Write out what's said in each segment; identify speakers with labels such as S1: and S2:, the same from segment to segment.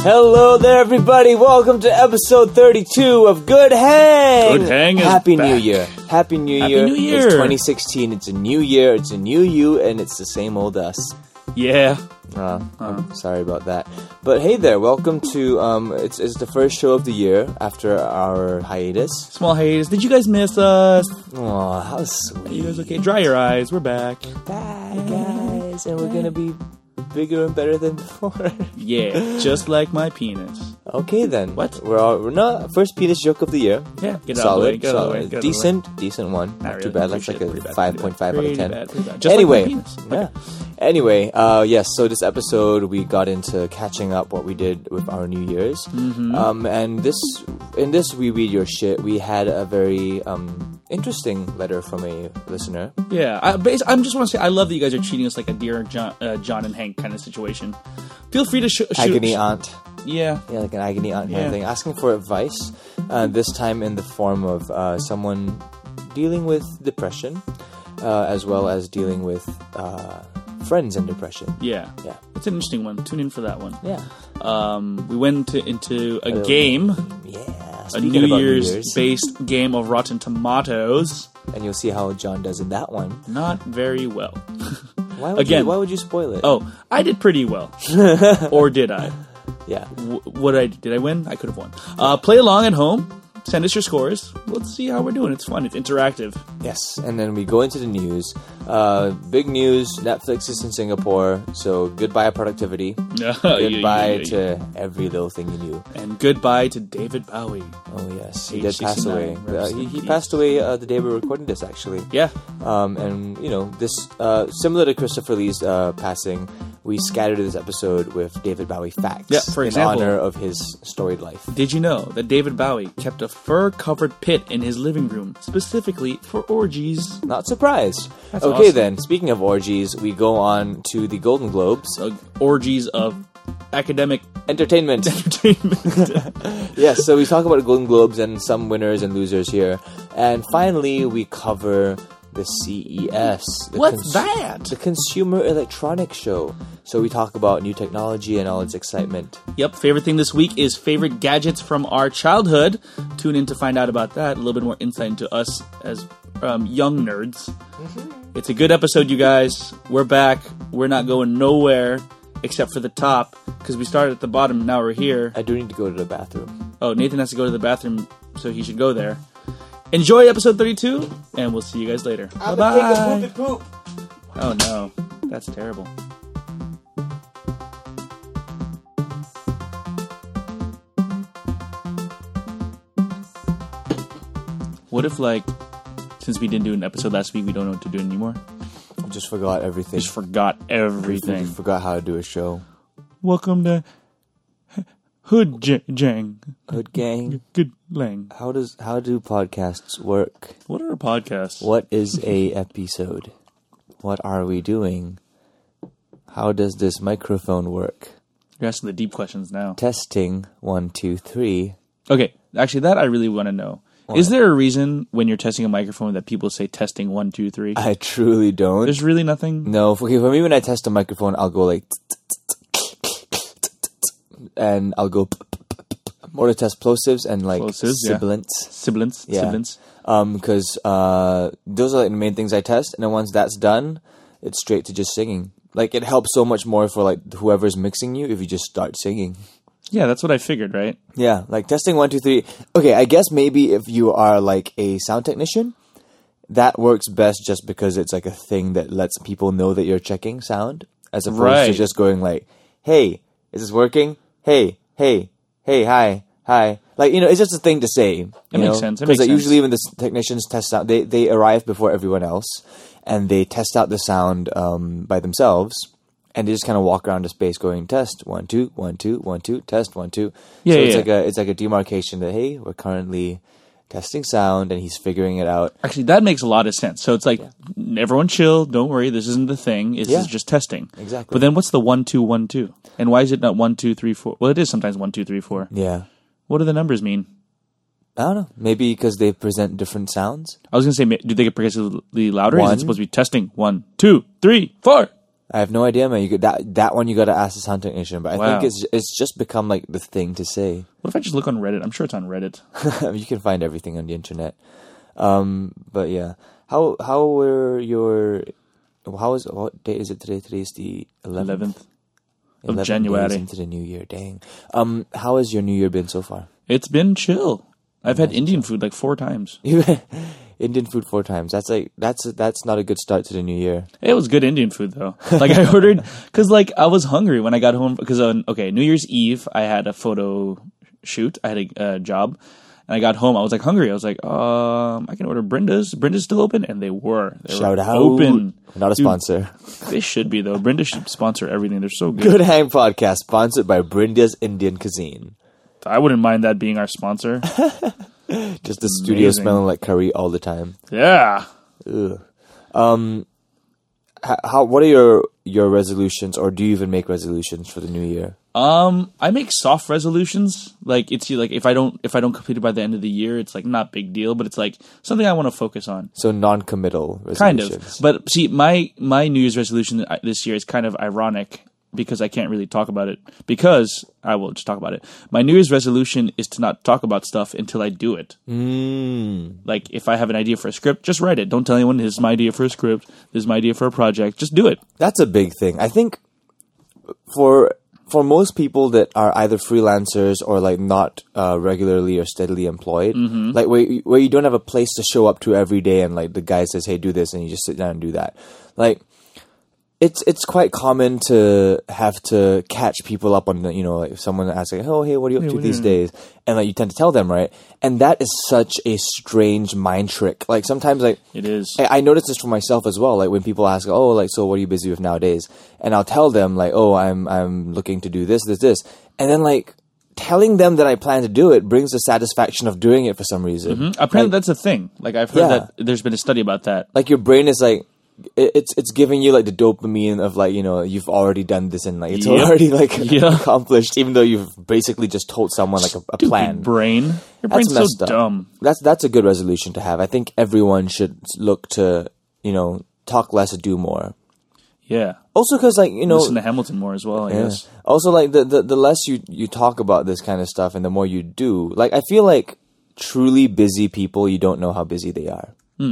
S1: Hello there, everybody. Welcome to episode 32 of Good Hang.
S2: Good Hang is
S1: Happy New
S2: back.
S1: Year. Happy New
S2: Happy
S1: Year.
S2: New Year.
S1: It's 2016. It's a new year. It's a new you, and it's the same old us.
S2: Yeah.
S1: Uh, I'm sorry about that. But hey there, welcome to um, it's, it's the first show of the year after our hiatus.
S2: Small hiatus. Did you guys miss us?
S1: Oh, how sweet.
S2: Are you guys okay? Dry your eyes. We're back.
S1: Bye, guys, and we're gonna be bigger and better than before.
S2: Yeah. Just like my penis.
S1: okay then.
S2: What?
S1: We're all, we're not first penis joke of the year.
S2: Yeah. Get it out of the
S1: solid,
S2: way. Get it out of the way.
S1: solid,
S2: Get it out of the way.
S1: decent, decent one. Not,
S2: really.
S1: too bad.
S2: Pretty
S1: That's like
S2: shit. Pretty
S1: a
S2: bad.
S1: five point five out of
S2: Pretty
S1: ten.
S2: bad. Pretty bad. Just like
S1: anyway,
S2: my penis.
S1: yeah. Anyway, uh, yes. So this episode, we got into catching up what we did with our New Year's,
S2: Mm-hmm.
S1: um, and this in this we read your shit. We had a very um, interesting letter from a listener.
S2: Yeah, I, bas- I'm just want to say I love that you guys are treating us like a dear John, uh, John and Hank kind of situation. Feel free to sh- shoot.
S1: Agony
S2: sh-
S1: aunt.
S2: Yeah,
S1: Yeah, like an agony aunt kind of
S2: Yeah.
S1: thing, asking for advice. Uh, this time in the form of uh, someone dealing with depression, uh, as well as dealing with uh, friends in depression.
S2: yeah,
S1: Yeah.
S2: It's an interesting one. Tune in for that one.
S1: Yeah,
S2: Um, we went to, into a game,
S1: yeah.
S2: a
S1: Speaking
S2: New
S1: about
S2: Year's,
S1: New Year's,
S2: based game of Rotten Tomatoes.
S1: and you'll see how John does in that one.
S2: Not very well.
S1: Why would
S2: Again.
S1: You, why would you spoil it?
S2: Oh, I did pretty well, or did I?
S1: yeah.
S2: w- what I did I win? I could have won. Uh, play along at home. Send us your scores. Let's see how we're doing. It's fun. It's interactive.
S1: Yes, and then we go into the news. Uh, big news: Netflix is in Singapore, so goodbye productivity.
S2: Oh,
S1: Goodbye to every little thing you knew.
S2: and goodbye to David Bowie.
S1: Oh yes, he
S2: Age
S1: did pass
S2: 69,
S1: away.
S2: rest
S1: Uh,
S2: in
S1: he he
S2: peace.
S1: passed away uh, the day we recorded this, actually.
S2: Yeah,
S1: Um, and you know, this uh, similar to Christopher Lee's uh, passing, we scattered this episode with David Bowie facts
S2: Yeah, for
S1: in
S2: example-
S1: honor of his storied life.
S2: did you know that David Bowie kept a fur-covered pit in his living room specifically for orgies?
S1: Not surprised.
S2: That's
S1: okay,
S2: awesome.
S1: then. Speaking of orgies, we go on to the Golden Globes.
S2: So uh, orgies of academic
S1: Entertainment.
S2: entertainment.
S1: yes, so we talk about Golden Globes and some winners and losers here. And finally, we cover the CES. the cons-
S2: What's that?
S1: The Consumer Electronics Show. So we talk about new technology and all its excitement.
S2: Yep, favorite thing this week is favorite gadgets from our childhood. Tune in to find out about that. A little bit more insight into us as um, young nerds. It's a good episode, you guys. We're back. We're not going nowhere except for the top because we started at the bottom. Now we're here.
S1: I do need to go to the bathroom.
S2: Oh, Nathan has to go to the bathroom, so he should go there. Enjoy episode 32, and we'll see you guys later. Bye bye.
S1: poop.
S2: Oh no, that's terrible. What if, like, since we didn't do an episode last week, we don't know what to do anymore?
S1: I just forgot everything.
S2: Just forgot everything.
S1: forgot how to do a show.
S2: Welcome to H- Hood J- Jang.
S1: Hood gang.
S2: Good Lang.
S1: How does how do podcasts work?
S2: What are our podcasts?
S1: What is a episode? What are we doing? How does this microphone work?
S2: You're asking the deep questions now.
S1: Testing one, two, three.
S2: Okay, actually, that I really want to know. Is there a reason when you're testing a microphone that people say testing one, two, three?
S1: I truly don't.
S2: There's really nothing.
S1: no, for, for me when I test a microphone, I'll go like, and I'll go more to test plosives and like
S2: Plosives, yeah.
S1: sibilants.
S2: Sibilance,
S1: Yeah.
S2: sibilance.
S1: Um, because uh, those are like the main things I test, and then once that's done, it's straight to just singing. Like it helps so much more for like whoever's mixing you if you just start singing.
S2: Yeah, that's what I figured, right?
S1: Yeah, like testing one, two, three. Okay, I guess maybe if you are like a sound technician, that works best just because it's like a thing that lets people know that you're checking sound as opposed to
S2: Right.
S1: just going like, hey, is this working? Hey, hey, hey, hi, hi. Like, you know, it's just a thing to say. It
S2: makes sense, it
S1: Because
S2: makes
S1: like,
S2: sense.
S1: usually when the s- technicians test out, they, they arrive before everyone else and they test out the sound um, by themselves. And they just kind of walk around the space going test one two one two one two test one two
S2: Yeah,
S1: so it's
S2: yeah,
S1: like a it's like a demarcation that hey, we're currently testing sound and he's figuring it out.
S2: Actually, that makes a lot of sense. So it's like everyone chill. Don't worry. This isn't the thing. This
S1: Yeah.
S2: is just testing.
S1: Exactly.
S2: But then what's the one, two, one, two? And why is it not one, two, three, four? Well, it is sometimes one, two, three, four.
S1: Yeah.
S2: What do the numbers mean?
S1: I don't know. Maybe because they present different sounds.
S2: I was gonna say, ma- do they get progressively louder? Is
S1: One.
S2: it supposed to be testing one, two, three, four?
S1: I have no idea, man. You could, that that one you got to ask the sound technician, but I
S2: Wow.
S1: think it's it's just become like the thing to say.
S2: What if I just look on Reddit? I'm sure it's on Reddit.
S1: you can find everything on the internet. Um, but yeah, how how were your how is what day is it today? Today is the eleventh
S2: 11th. of January.
S1: into the new year. Dang. Um, how has your new year been so far?
S2: It's been chill. I've had Indian food like four times.
S1: Indian food four times. That's like that's that's not a good start to the new year.
S2: It was good Indian food though. Like I ordered because like I was hungry when I got home because on okay New Year's Eve I had a photo shoot. I had a uh, job, and I got home. I was like hungry. I was like, um, I can order Brenda's. Brenda's still open, and they were. They were
S1: Shout out.
S2: open.
S1: Not a
S2: Dude,
S1: sponsor.
S2: They should be though. Brenda should sponsor everything. They're so good.
S1: Good Hang Podcast sponsored by Brinda's Indian Cuisine.
S2: I wouldn't mind that being our sponsor.
S1: Just the studio
S2: Amazing.
S1: smelling like curry all the time.
S2: yeah.
S1: How, Uh, how what are your your resolutions or do you even make resolutions for the new year?
S2: Um, I make soft resolutions. Like it's like if I don't if I don't complete it by the end of the year, it's like not big deal. But it's like something I want to focus on.
S1: So non-committal resolutions.
S2: kind of but see my my new year's resolution I- this year is kind of ironic because i can't really talk about it because i will just talk about it my new year's resolution is to not talk about stuff until i do it
S1: Hmm.
S2: like if i have an idea for a script just write it don't tell anyone this is my idea for a script this is my idea for a project just do it
S1: That's a big thing. I think for for most people that are either freelancers or like not uh, regularly or steadily employed, like where you- where you don't have a place to show up to every day, and like the guy says, "Hey, do this," and you just sit down and do that, like. It's it's quite common to have to catch people up on the, you know like if someone asks like oh hey what are you up to these days and like you tend to tell them right and that is such a strange mind trick like sometimes like
S2: it is
S1: I, I noticed this for myself as well. Like when people ask, "Oh, like so, what are you busy with nowadays?" and I'll tell them, like, "Oh, I'm I'm looking to do this, this, this," and then like telling them that I plan to do it brings the satisfaction of doing it for some reason.
S2: apparently that's a thing like i've heard
S1: Yeah.
S2: that there's been a study about that
S1: Like your brain is like. it- It's it's giving you like the dopamine of like you know you've already done this and like it's
S2: Yep.
S1: already like
S2: Yeah.
S1: accomplished even though you've basically just told someone like a, a plan.
S2: brain your
S1: That's
S2: brain's so
S1: messed up.
S2: dumb
S1: That's that's a good resolution to have. I think everyone should look to you know talk less do more.
S2: yeah
S1: Also because like you know
S2: listen to hamilton more as well i
S1: Oh. Yeah.
S2: guess
S1: Also, like the, the the less you you talk about this kind of stuff, and the more you do, like I feel like truly busy people, you don't know how busy they are.
S2: Hmm.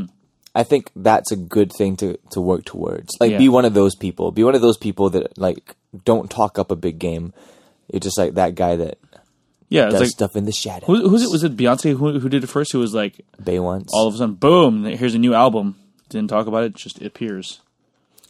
S1: I think that's a good thing to to work towards. Like,
S2: Yeah.
S1: be one of those people. Be one of those people that like don't talk up a big game. You're just like that guy that
S2: yeah it's
S1: does
S2: like
S1: stuff in the shadow.
S2: Who, who's it? Was it Beyonce who, who did it first? Who was like,
S1: Bay once.
S2: all of a sudden, boom! Here's a new album. Didn't talk about it. Just appears.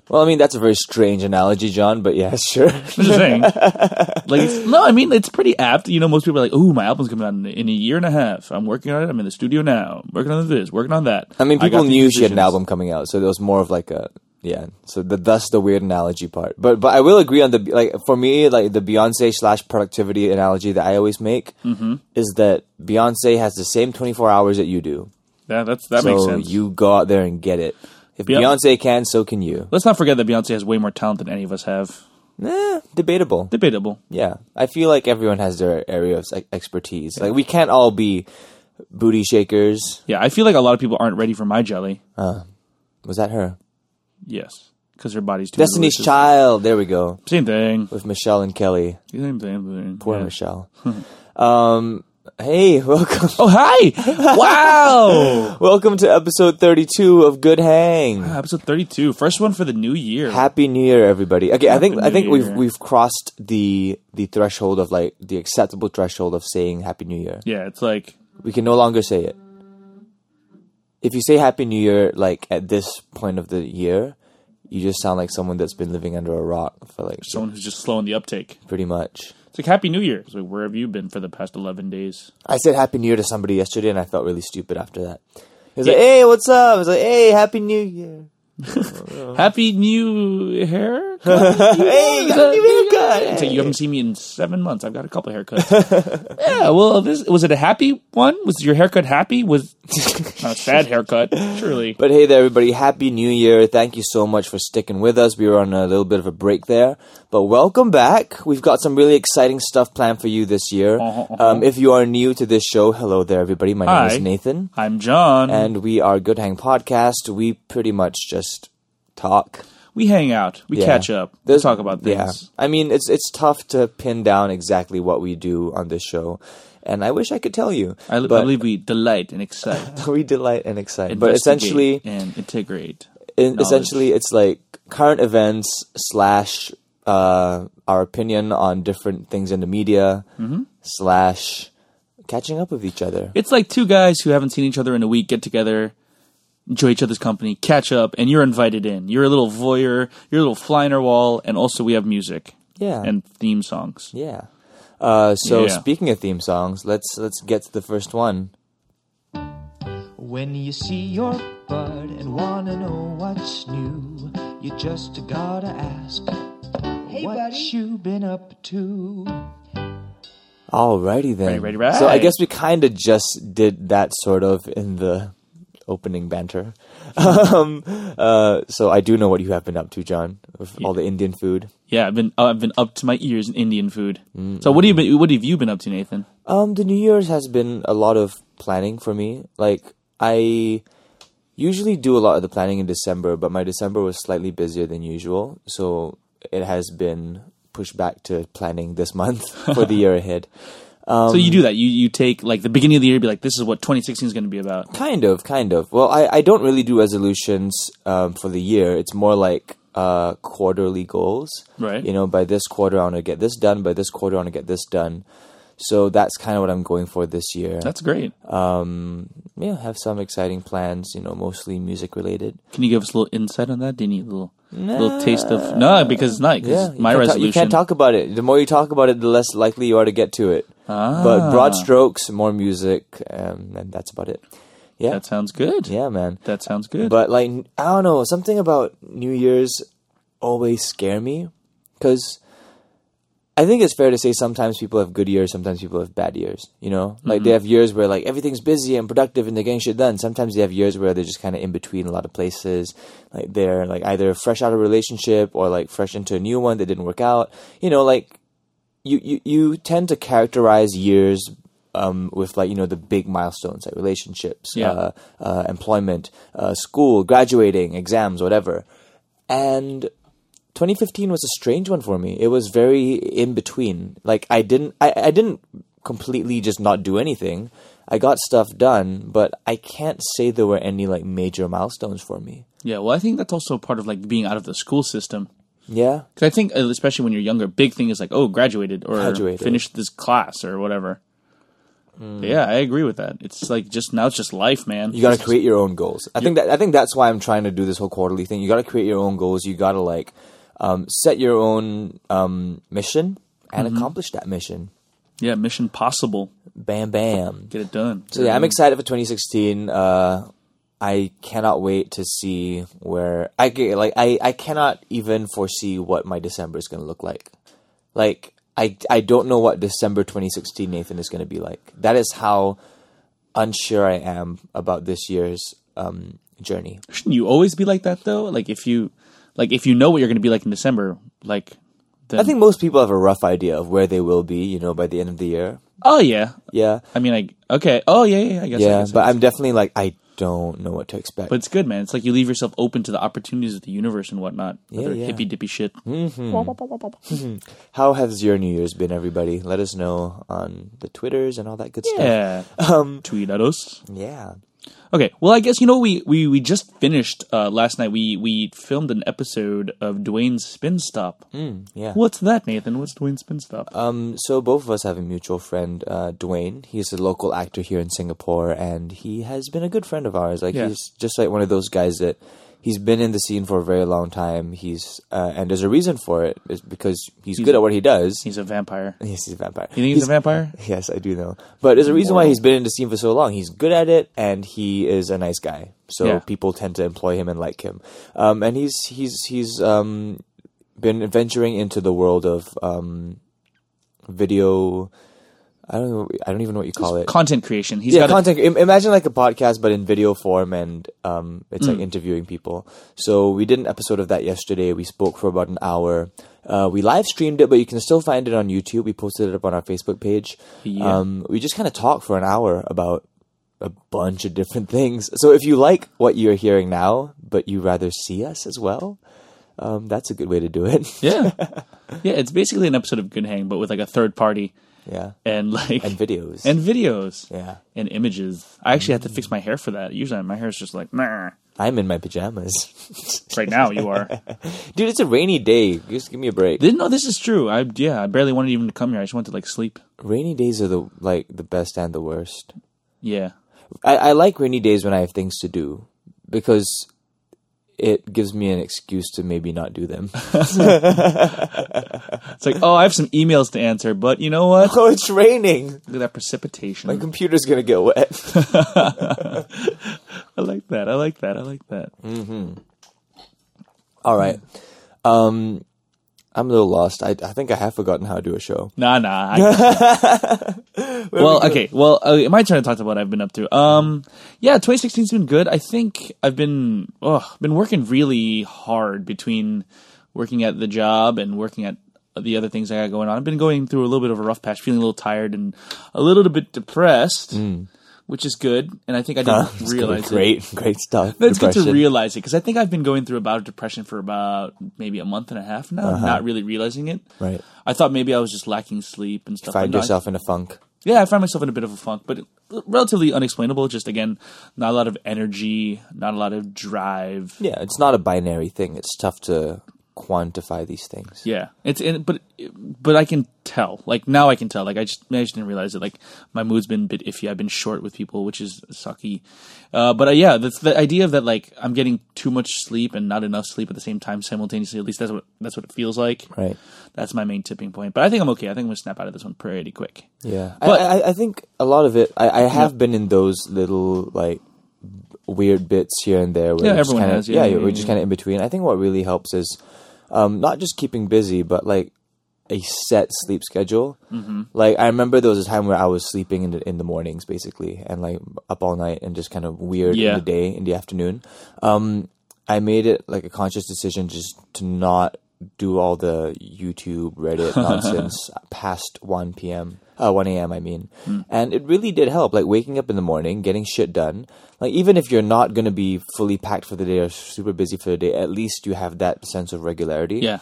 S1: well, I mean that's a very strange analogy, John. But yeah, sure.
S2: I'm just saying. like, it's, no, I mean it's pretty apt. You know, most people are like, "Oh, my album's coming out in, in a year and a half. I'm working on it. I'm in the studio now. working on this. Working on that."
S1: I mean,
S2: got
S1: people
S2: these
S1: knew she had an
S2: decisions.
S1: album coming out, so it was more of like a yeah. So the, that's the weird analogy part. But but I will agree on the like for me like the Beyonce slash productivity analogy that I always make
S2: Mm-hmm.
S1: is that Beyonce has the same twenty four hours that you do,
S2: Yeah, that's that makes
S1: so
S2: sense.
S1: you go out there and get it. If
S2: Beyon-
S1: Beyonce can, so can you.
S2: Let's not forget that Beyonce has way more talent than any of us have.
S1: Eh, debatable.
S2: Debatable.
S1: Yeah, I feel like everyone has their area of like, expertise. Like we can't all be booty shakers.
S2: Yeah, I feel like a lot of people aren't ready for my jelly.
S1: Was that her?
S2: Yes, because their body's too.
S1: Destiny's
S2: delicious.
S1: Child. There we go
S2: Same thing.
S1: with Michelle and Kelly.
S2: Same thing.
S1: Poor
S2: Yeah.
S1: Michelle. um, hey, welcome,
S2: Oh hi! wow.
S1: welcome to episode thirty-two of Good Hang.
S2: Episode 32, first one for the new year.
S1: Happy New Year, everybody. Okay, I think
S2: Happy
S1: I
S2: New
S1: think we've
S2: Year.
S1: we've crossed the the threshold of like the acceptable threshold of saying Happy New Year.
S2: yeah, it's like
S1: We can no longer say it. If you say Happy New Year, like at this point of the year, you just sound like someone that's been living under a rock for like
S2: someone who's just slow in the uptake.
S1: pretty much.
S2: It's like Happy New Year. It's like where have you been for the past 11 days?
S1: I said Happy New Year to somebody yesterday, and I felt really stupid after that. He was like, "Hey, what's up?" I was like, "Hey, Happy New Year." Uh-huh.
S2: Happy New Hair?
S1: Hey, you got a new haircut.
S2: It's like you haven't seen me in seven months. I've got a couple haircuts. yeah, well, this was it a happy one? Was your haircut happy? Was not a sad haircut, surely.
S1: But hey there, everybody. Happy New Year. Thank you so much for sticking with us. We were on a little bit of a break there. But welcome back. We've got some really exciting stuff planned for you this year.
S2: Uh-huh, uh-huh.
S1: Um, if you are new to this show, hello there, everybody. My name
S2: Hi.
S1: is Nathan,
S2: I'm John.
S1: and we are Good Hang Podcast. We pretty much just talk.
S2: we hang out, we
S1: Yeah.
S2: catch up, we
S1: There's-
S2: talk about things.
S1: Yeah, I mean it's it's tough to pin down exactly what we do on this show, and I wish I could tell you.
S2: I, I
S1: but
S2: believe we delight and excite,
S1: we delight and excite. But essentially,
S2: investigate and integrate.
S1: in,
S2: knowledge.
S1: essentially it's like current events slash uh, our opinion on different things in the media slash catching up with each other.
S2: It's like two guys who haven't seen each other in a week get together, enjoy each other's company, catch up, and you're invited in. You're a little voyeur, you're a little fly in our wall, and also we have music
S1: Yeah,
S2: and theme songs.
S1: yeah. Uh, so
S2: Yeah.
S1: speaking of theme songs, let's let's get to the first one.
S3: When you see your bud and wanna know what's new, you just gotta ask. Hey, what
S4: buddy.
S3: you been up to?
S1: Alrighty then.
S2: Ready, ready,
S1: So I
S2: right.
S1: guess we kind of just did that sort of in the opening banter. um, uh, so I do know what you have been up to, John, with all the Indian food.
S2: Yeah, I've been I've been up to my ears in Indian food.
S1: Mm.
S2: So what have you been what have you been up to, Nathan?
S1: Um, the New Year's has been a lot of planning for me. Like I usually do a lot of the planning in December, but my December was slightly busier than usual, so it has been pushed back to planning this month for the year ahead.
S2: so
S1: Um,
S2: you do that. You you take like the beginning of the year, be like, this is what 2016 is going to be about.
S1: Kind of, kind of. Well, I, I don't really do resolutions um, for the year. It's more like uh, quarterly goals.
S2: Right.
S1: You know, by this quarter, I want to get this done. By this quarter, I want to get this done. So that's kind of what I'm going for this year.
S2: That's great.
S1: Um, yeah, have some exciting plans, you know, mostly music related.
S2: Can you give us a little insight on that? Do you need a little little taste of no? Because it's not. 'cause
S1: Yeah,
S2: it's my
S1: you can't ta-
S2: resolution.
S1: you can't talk about it. The more you talk about it, the less likely you are to get to it. Ah. But broad strokes, more music, um, and that's about it. Yeah,
S2: That sounds good.
S1: yeah, man.
S2: That sounds good.
S1: But like I don't know, something about New Year's always scare me because I think it's fair to say sometimes people have good years, sometimes people have bad years. You know, like they have years where like everything's busy and productive and they're getting shit done. Sometimes they have years where they're just kind of in between a lot of places. Like they're like either fresh out of a relationship or like fresh into a new one that didn't work out. You know, like you, you, you tend to characterize years um, with like you know the big milestones like relationships
S2: Yeah.
S1: uh, uh, employment uh, school graduating exams whatever and 2015 was a strange one for me it was very in between like i didn't I, I didn't completely just not do anything i got stuff done but i can't say there were any like major milestones for me
S2: yeah. Well, I think that's also part of like being out of the school system.
S1: yeah
S2: Because I think, uh, especially when you're younger, big thing is like, oh, graduated or
S1: Graduated. Mm.
S2: finished this class or whatever. Yeah, I agree with that. It's like just now, it's just life, man.
S1: You gotta create your own goals. I think that I think that's why I'm trying to do this whole quarterly thing. You gotta create your own goals. You gotta like um, set your own um, mission and accomplish that mission.
S2: yeah, mission possible.
S1: Bam, bam.
S2: Get it done.
S1: So yeah, I'm excited for 2016. Uh, I cannot wait to see where I get, like I, I cannot even foresee what my December is gonna look like. Like I I don't know what December 2016 Nathan is gonna be like. That is how unsure I am about this year's um, journey.
S2: Shouldn't you always be like that though? Like if you, like if you know what you're gonna be like in December, like then
S1: I think most people have a rough idea of where they will be, you know, by the end of the year.
S2: oh yeah,
S1: Yeah.
S2: I mean, like okay, oh yeah, yeah, I guess, I
S1: Yeah.
S2: guess, I
S1: But
S2: guess.
S1: I'm definitely like, I don't know what to expect.
S2: But it's good, man. It's like you leave yourself open to the opportunities of the universe and whatnot. Yeah,
S1: yeah.
S2: Hippy dippy shit.
S1: How has your New Year's been, everybody? Let us know on the Twitters and all that good stuff.
S2: Yeah. Um, Tweet at us.
S1: Yeah.
S2: Okay. Well, I guess you know we we, we just finished uh, last night. We we filmed an episode of Dwayne's Spin Stop.
S1: Hmm. Yeah.
S2: What's that, Nathan? What's Dwayne's Spin Stop?
S1: Um, so both of us have a mutual friend, uh, Dwayne. He's a local actor here in Singapore, and he has been a good friend of ours. Like
S2: Yeah.
S1: he's just like one of those guys that he's been in the scene for a very long time. He's uh, and there's a reason for it. It's because he's, good at what he does.
S2: he's a vampire. You
S1: Yes, he's a vampire.
S2: think he's, a vampire?
S1: Yes, I do know. But there's a reason why he's been in the scene for so long. He's good at it, and he is a nice guy. So
S2: Yeah.
S1: people tend to employ him and like him. Um, and he's he's he's um, been venturing into the world of um, video. I don't know. I don't even know what you call it.
S2: Content creation. He's
S1: yeah,
S2: got a-
S1: content. im- imagine like a podcast, but in video form, and um, it's
S2: Mm.
S1: like interviewing people. So we did an episode of that yesterday. We spoke for about an hour. Uh, we live streamed it, but you can still find it on YouTube. We posted it up on our Facebook page.
S2: Yeah.
S1: Um, we just kind of talked for an hour about a bunch of different things. So if you like what you're hearing now, but you rather see us as well, um, that's a good way to do it.
S2: Yeah. yeah, it's basically an episode of Good Hang, but with like a third party
S1: yeah.
S2: and like
S1: And videos.
S2: and videos
S1: yeah.
S2: and images. I actually had to fix my hair for that. Usually my hair is just like meh.
S1: I'm in my pajamas.
S2: Right now you are.
S1: Dude, it's a rainy day. Just give me a break.
S2: Didn't know this is true. I yeah, I barely wanted even to come here. I just wanted to like sleep.
S1: rainy days are the like the best and the worst.
S2: Yeah.
S1: I, I like rainy days when I have things to do because it gives me an excuse to maybe not do them.
S2: It's like, oh, I have some emails to answer, but you know what?
S1: oh, it's raining.
S2: Look at that precipitation.
S1: My computer's gonna get wet.
S2: I like that. I like that. I like that.
S1: All right. Um, I'm a little lost. I, I think I have forgotten how to do a show.
S2: Nah, nah. I- well, okay. Well, uh, my turn to talk about what I've been up to. Um, yeah, 2016's been good. I think I've been, oh, been working really hard between working at the job and working at the other things I got going on. I've been going through a little bit of a rough patch, feeling a little tired and a little bit depressed, which is good. And I think I
S1: It's
S2: didn't
S1: gonna be
S2: realize it.
S1: great, great stuff.
S2: But it's good to
S1: Depression.
S2: realize it because I think I've been going through a bout of depression for about maybe a month and a half now, not really realizing it.
S1: Uh-huh. Right.
S2: I thought maybe I was just lacking sleep and stuff.
S1: Find
S2: like that.
S1: yourself in a funk.
S2: Yeah, I find myself in a bit of a funk, but relatively unexplainable. Just again, not a lot of energy, not a lot of drive.
S1: Yeah, it's not a binary thing. It's tough to quantify these things.
S2: Yeah, it's in, but but I can tell. Like now, I can tell. Like I just I just didn't realize it. Like my mood's been a bit iffy. I've been short with people, which is sucky. Uh, but uh, yeah, that's the idea of that. Like I'm getting too much sleep and not enough sleep at the same time simultaneously. At least that's what that's what it feels like.
S1: Right.
S2: That's my main tipping point. But I think I'm okay. I think I'm gonna snap out of this one pretty quick.
S1: Yeah,
S2: But-
S1: I, I, I think a lot of it. I, I have been in those little like weird bits here and there. Where
S2: Yeah,
S1: you're just
S2: everyone
S1: kinda,
S2: has, yeah, yeah,
S1: we're
S2: yeah,
S1: just
S2: yeah.
S1: kind of in between. I think what really helps is um, not just keeping busy, but like a set sleep schedule. Mm-hmm. Like I remember there was a time where I was sleeping in the in the mornings basically, and like up all night and just kind of weird
S2: Yeah.
S1: in the day in the afternoon. Um, I made it like a conscious decision just to not do all the YouTube, Reddit nonsense past 1 p.m. Uh, 1 a.m. I mean,
S2: Hmm.
S1: and it really did help. Like waking up in the morning, getting shit done. Like even if you're not gonna be fully packed for the day or super busy for the day, at least you have that sense of regularity.
S2: Yeah.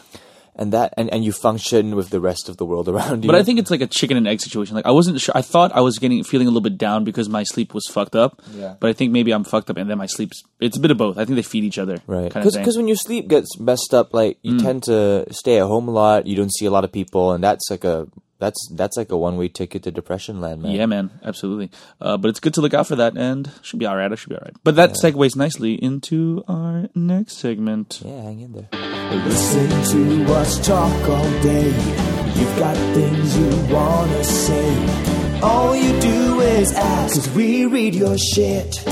S1: and that and, and you function with the rest of the world around you.
S2: But I think it's like a chicken and egg situation. Like I wasn't sure. I thought I was getting feeling a little bit down because my sleep was fucked up.
S1: Yeah.
S2: But I think maybe I'm fucked up and then my sleep's. It's a bit of both. I think they feed each other.
S1: Right,
S2: Kind of
S1: because
S2: thing. Mm.
S1: when your sleep gets messed up, like you tend to stay at home a lot. You don't see a lot of people, and that's like a that's that's like a one way ticket to depression land, man.
S2: yeah, man, absolutely. Uh, but it's good to look out for that, and should be all right. I should be all right. But that segues nicely into our next segment.
S1: Yeah, hang in there.
S4: Listen to us talk all day. You've got things you wanna say. All you do is ask, cause we read your shit.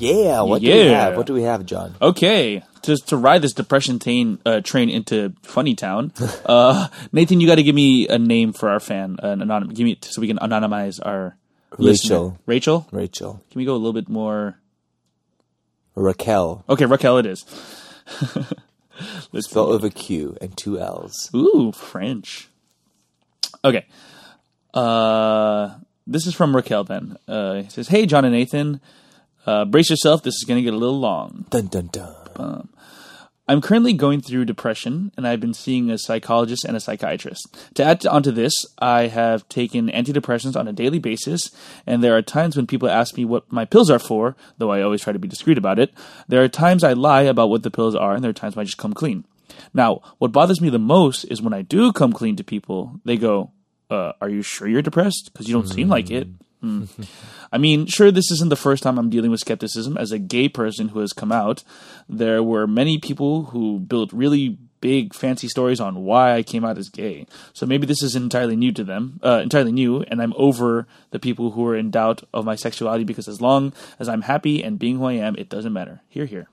S1: Yeah, what do we
S2: Yeah.
S1: have? What do we have, John?
S2: Okay, to to ride this depression tain, uh, train into Funny Town, uh, Nathan, you got to give me a name for our fan, uh, an anonym. Give me so we can anonymize our listener.
S1: Rachel.
S2: Rachel,
S1: Rachel,
S2: can we go a little bit more?
S1: Raquel,
S2: Okay, Raquel, it is.
S1: spelled with a Q and two L's.
S2: Ooh, French. Okay. Uh, this is from Raquel then. Uh, it says, Hey, John and Nathan. Uh, brace yourself. This is going to get a little long.
S1: Dun dun dun.
S2: I'm currently going through depression, and I've been seeing a psychologist and a psychiatrist. To add onto this, I have taken antidepressants on a daily basis, and there are times when people ask me what my pills are for, though I always try to be discreet about it. There are times I lie about what the pills are, and there are times when I just come clean. Now, what bothers me the most is when I do come clean to people, they go, uh, Are you sure you're depressed? Because you don't seem like it. I mean, sure, this isn't the first time I'm dealing with skepticism as a gay person who has come out. There were many people who built really big fancy stories on why I came out as gay. So maybe this is entirely new to them, uh, entirely new, and I'm over the people who are in doubt of my sexuality because as long as I'm happy and being who I am, it doesn't matter. Here, here.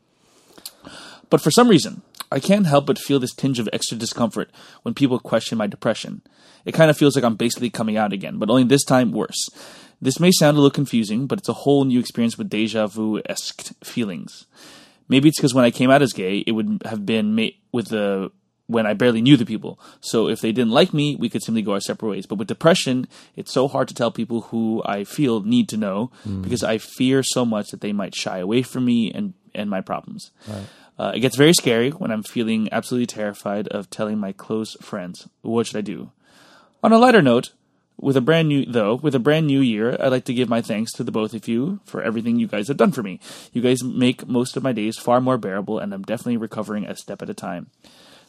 S2: But for some reason, I can't help but feel this tinge of extra discomfort when people question my depression. It kind of feels like I'm basically coming out again, but only this time worse. This may sound a little confusing, but it's a whole new experience with deja vu esque feelings. Maybe it's because when I came out as gay, it would have been ma- with the when I barely knew the people. So if they didn't like me, we could simply go our separate ways. But with depression, it's so hard to tell people who I feel need to know because I fear so much that they might shy away from me and and my problems. Uh, it gets very scary when I'm feeling absolutely terrified of telling my close friends. What should I do? On a lighter note, with a brand new though, with a brand new year, I'd like to give my thanks to the both of you for everything you guys have done for me. You guys make most of my days far more bearable, and I'm definitely recovering a step at a time.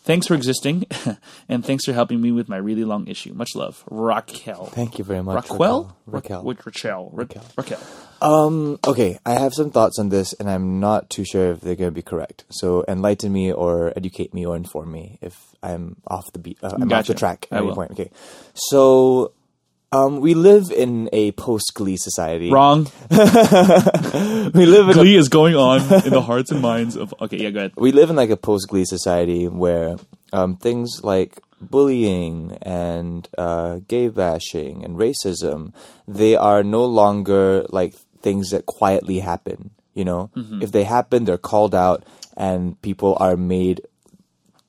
S2: Thanks for existing, and thanks for helping me with my really long issue. Much love, Raquel.
S1: Thank you very much.
S2: Raquel?
S1: Raquel.
S2: Ra- Raquel. Ra- Raquel.
S1: Okay, I have some thoughts on this, and I'm not too sure if they're going to be correct. So enlighten me, or educate me, or inform me if I'm off the beat. Uh, I'm off
S2: Gotcha.
S1: the track
S2: I
S1: at any
S2: will.
S1: point. Okay, so um, we live in a post Glee society.
S2: Wrong.
S1: We live in a
S2: Glee is going on in the hearts and minds of. Okay, yeah, go ahead.
S1: we live in like a post glee society where um, things like bullying and uh, gay bashing and racism they are no longer like things that quietly happen you know if they happen they're called out and people are made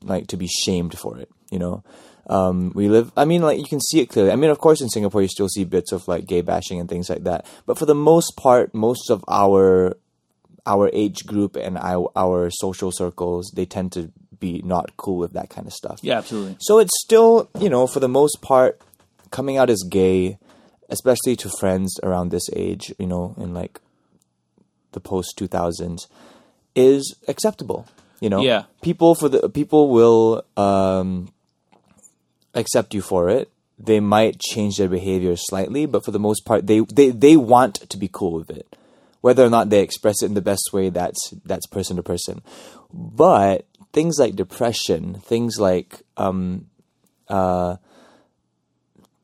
S1: like to be shamed for it you know um, we live i mean like you can see it clearly i mean of course in singapore you still see bits of like gay bashing and things like that but for the most part most of our our age group and our, our social circles they tend to be not cool with that kind of stuff
S2: Yeah, absolutely.
S1: so it's still, you know, for the most part, coming out as gay, especially to friends around this age, you know, in like the post 2000s, is acceptable. You know,
S2: Yeah.
S1: people for the people will um, accept you for it. They might change their behavior slightly, but for the most part, they, they, they want to be cool with it. Whether or not they express it in the best way, that's that's person to person. But things like depression, things like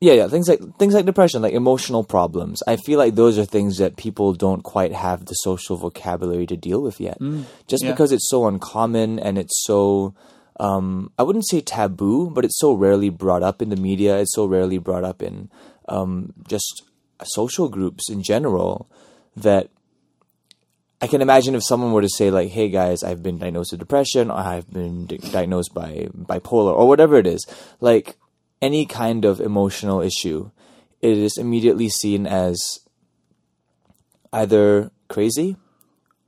S1: yeah, yeah, things like things like depression, like emotional problems. I feel like those are things that people don't quite have the social vocabulary to deal with yet. Just
S2: yeah.
S1: because it's so uncommon and it's so um, I wouldn't say taboo, but it's so rarely brought up in the media. It's so rarely brought up in um, just social groups in general that I can imagine if someone were to say like, "Hey guys, I've been diagnosed with depression, or I've been di- diagnosed by bipolar, or whatever it is," like any kind of emotional issue, it is immediately seen as either crazy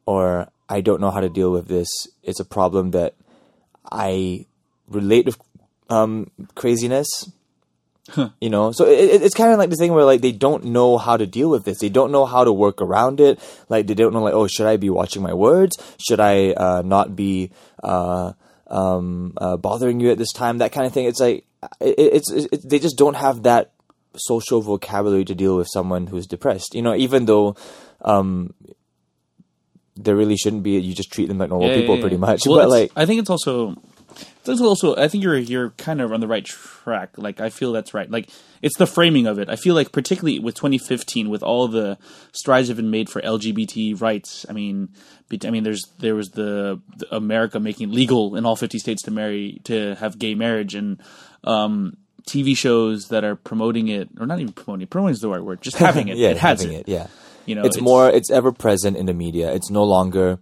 S1: or I don't know how to deal with this. It's a problem that I relate with um, craziness. You know, so it, it- it's kind of like this thing where like they don't know how to deal with this. They don't know how to work around it. Like they don't know like, oh, should I be watching my words? Should I uh, not be uh, um, uh, bothering you at this time? That kind of thing. It's like it, it's it's they just don't have that social vocabulary to deal with someone who's depressed. You know, even though. Um, there really shouldn't be. You just treat them like normal
S2: Yeah,
S1: people,
S2: yeah,
S1: pretty
S2: yeah.
S1: much.
S2: Well,
S1: but
S2: it's-
S1: like,
S2: I think it's also, it's also. I think you're you're kind of on the right track. Like I feel that's right. Like it's the framing of it. I feel like particularly with 2015, with all the strides that have been made for LGBT rights. I mean, bet- I mean, there's there was the, the America making legal in all 50 states to marry to have gay marriage and. um TV shows that are promoting it, or not even promoting, promoting is the right word, just having it.
S1: yeah,
S2: it has
S1: having
S2: it.
S1: Yeah,
S2: You know,
S1: it's,
S2: it's-
S1: more. It's ever present in the media. It's no longer.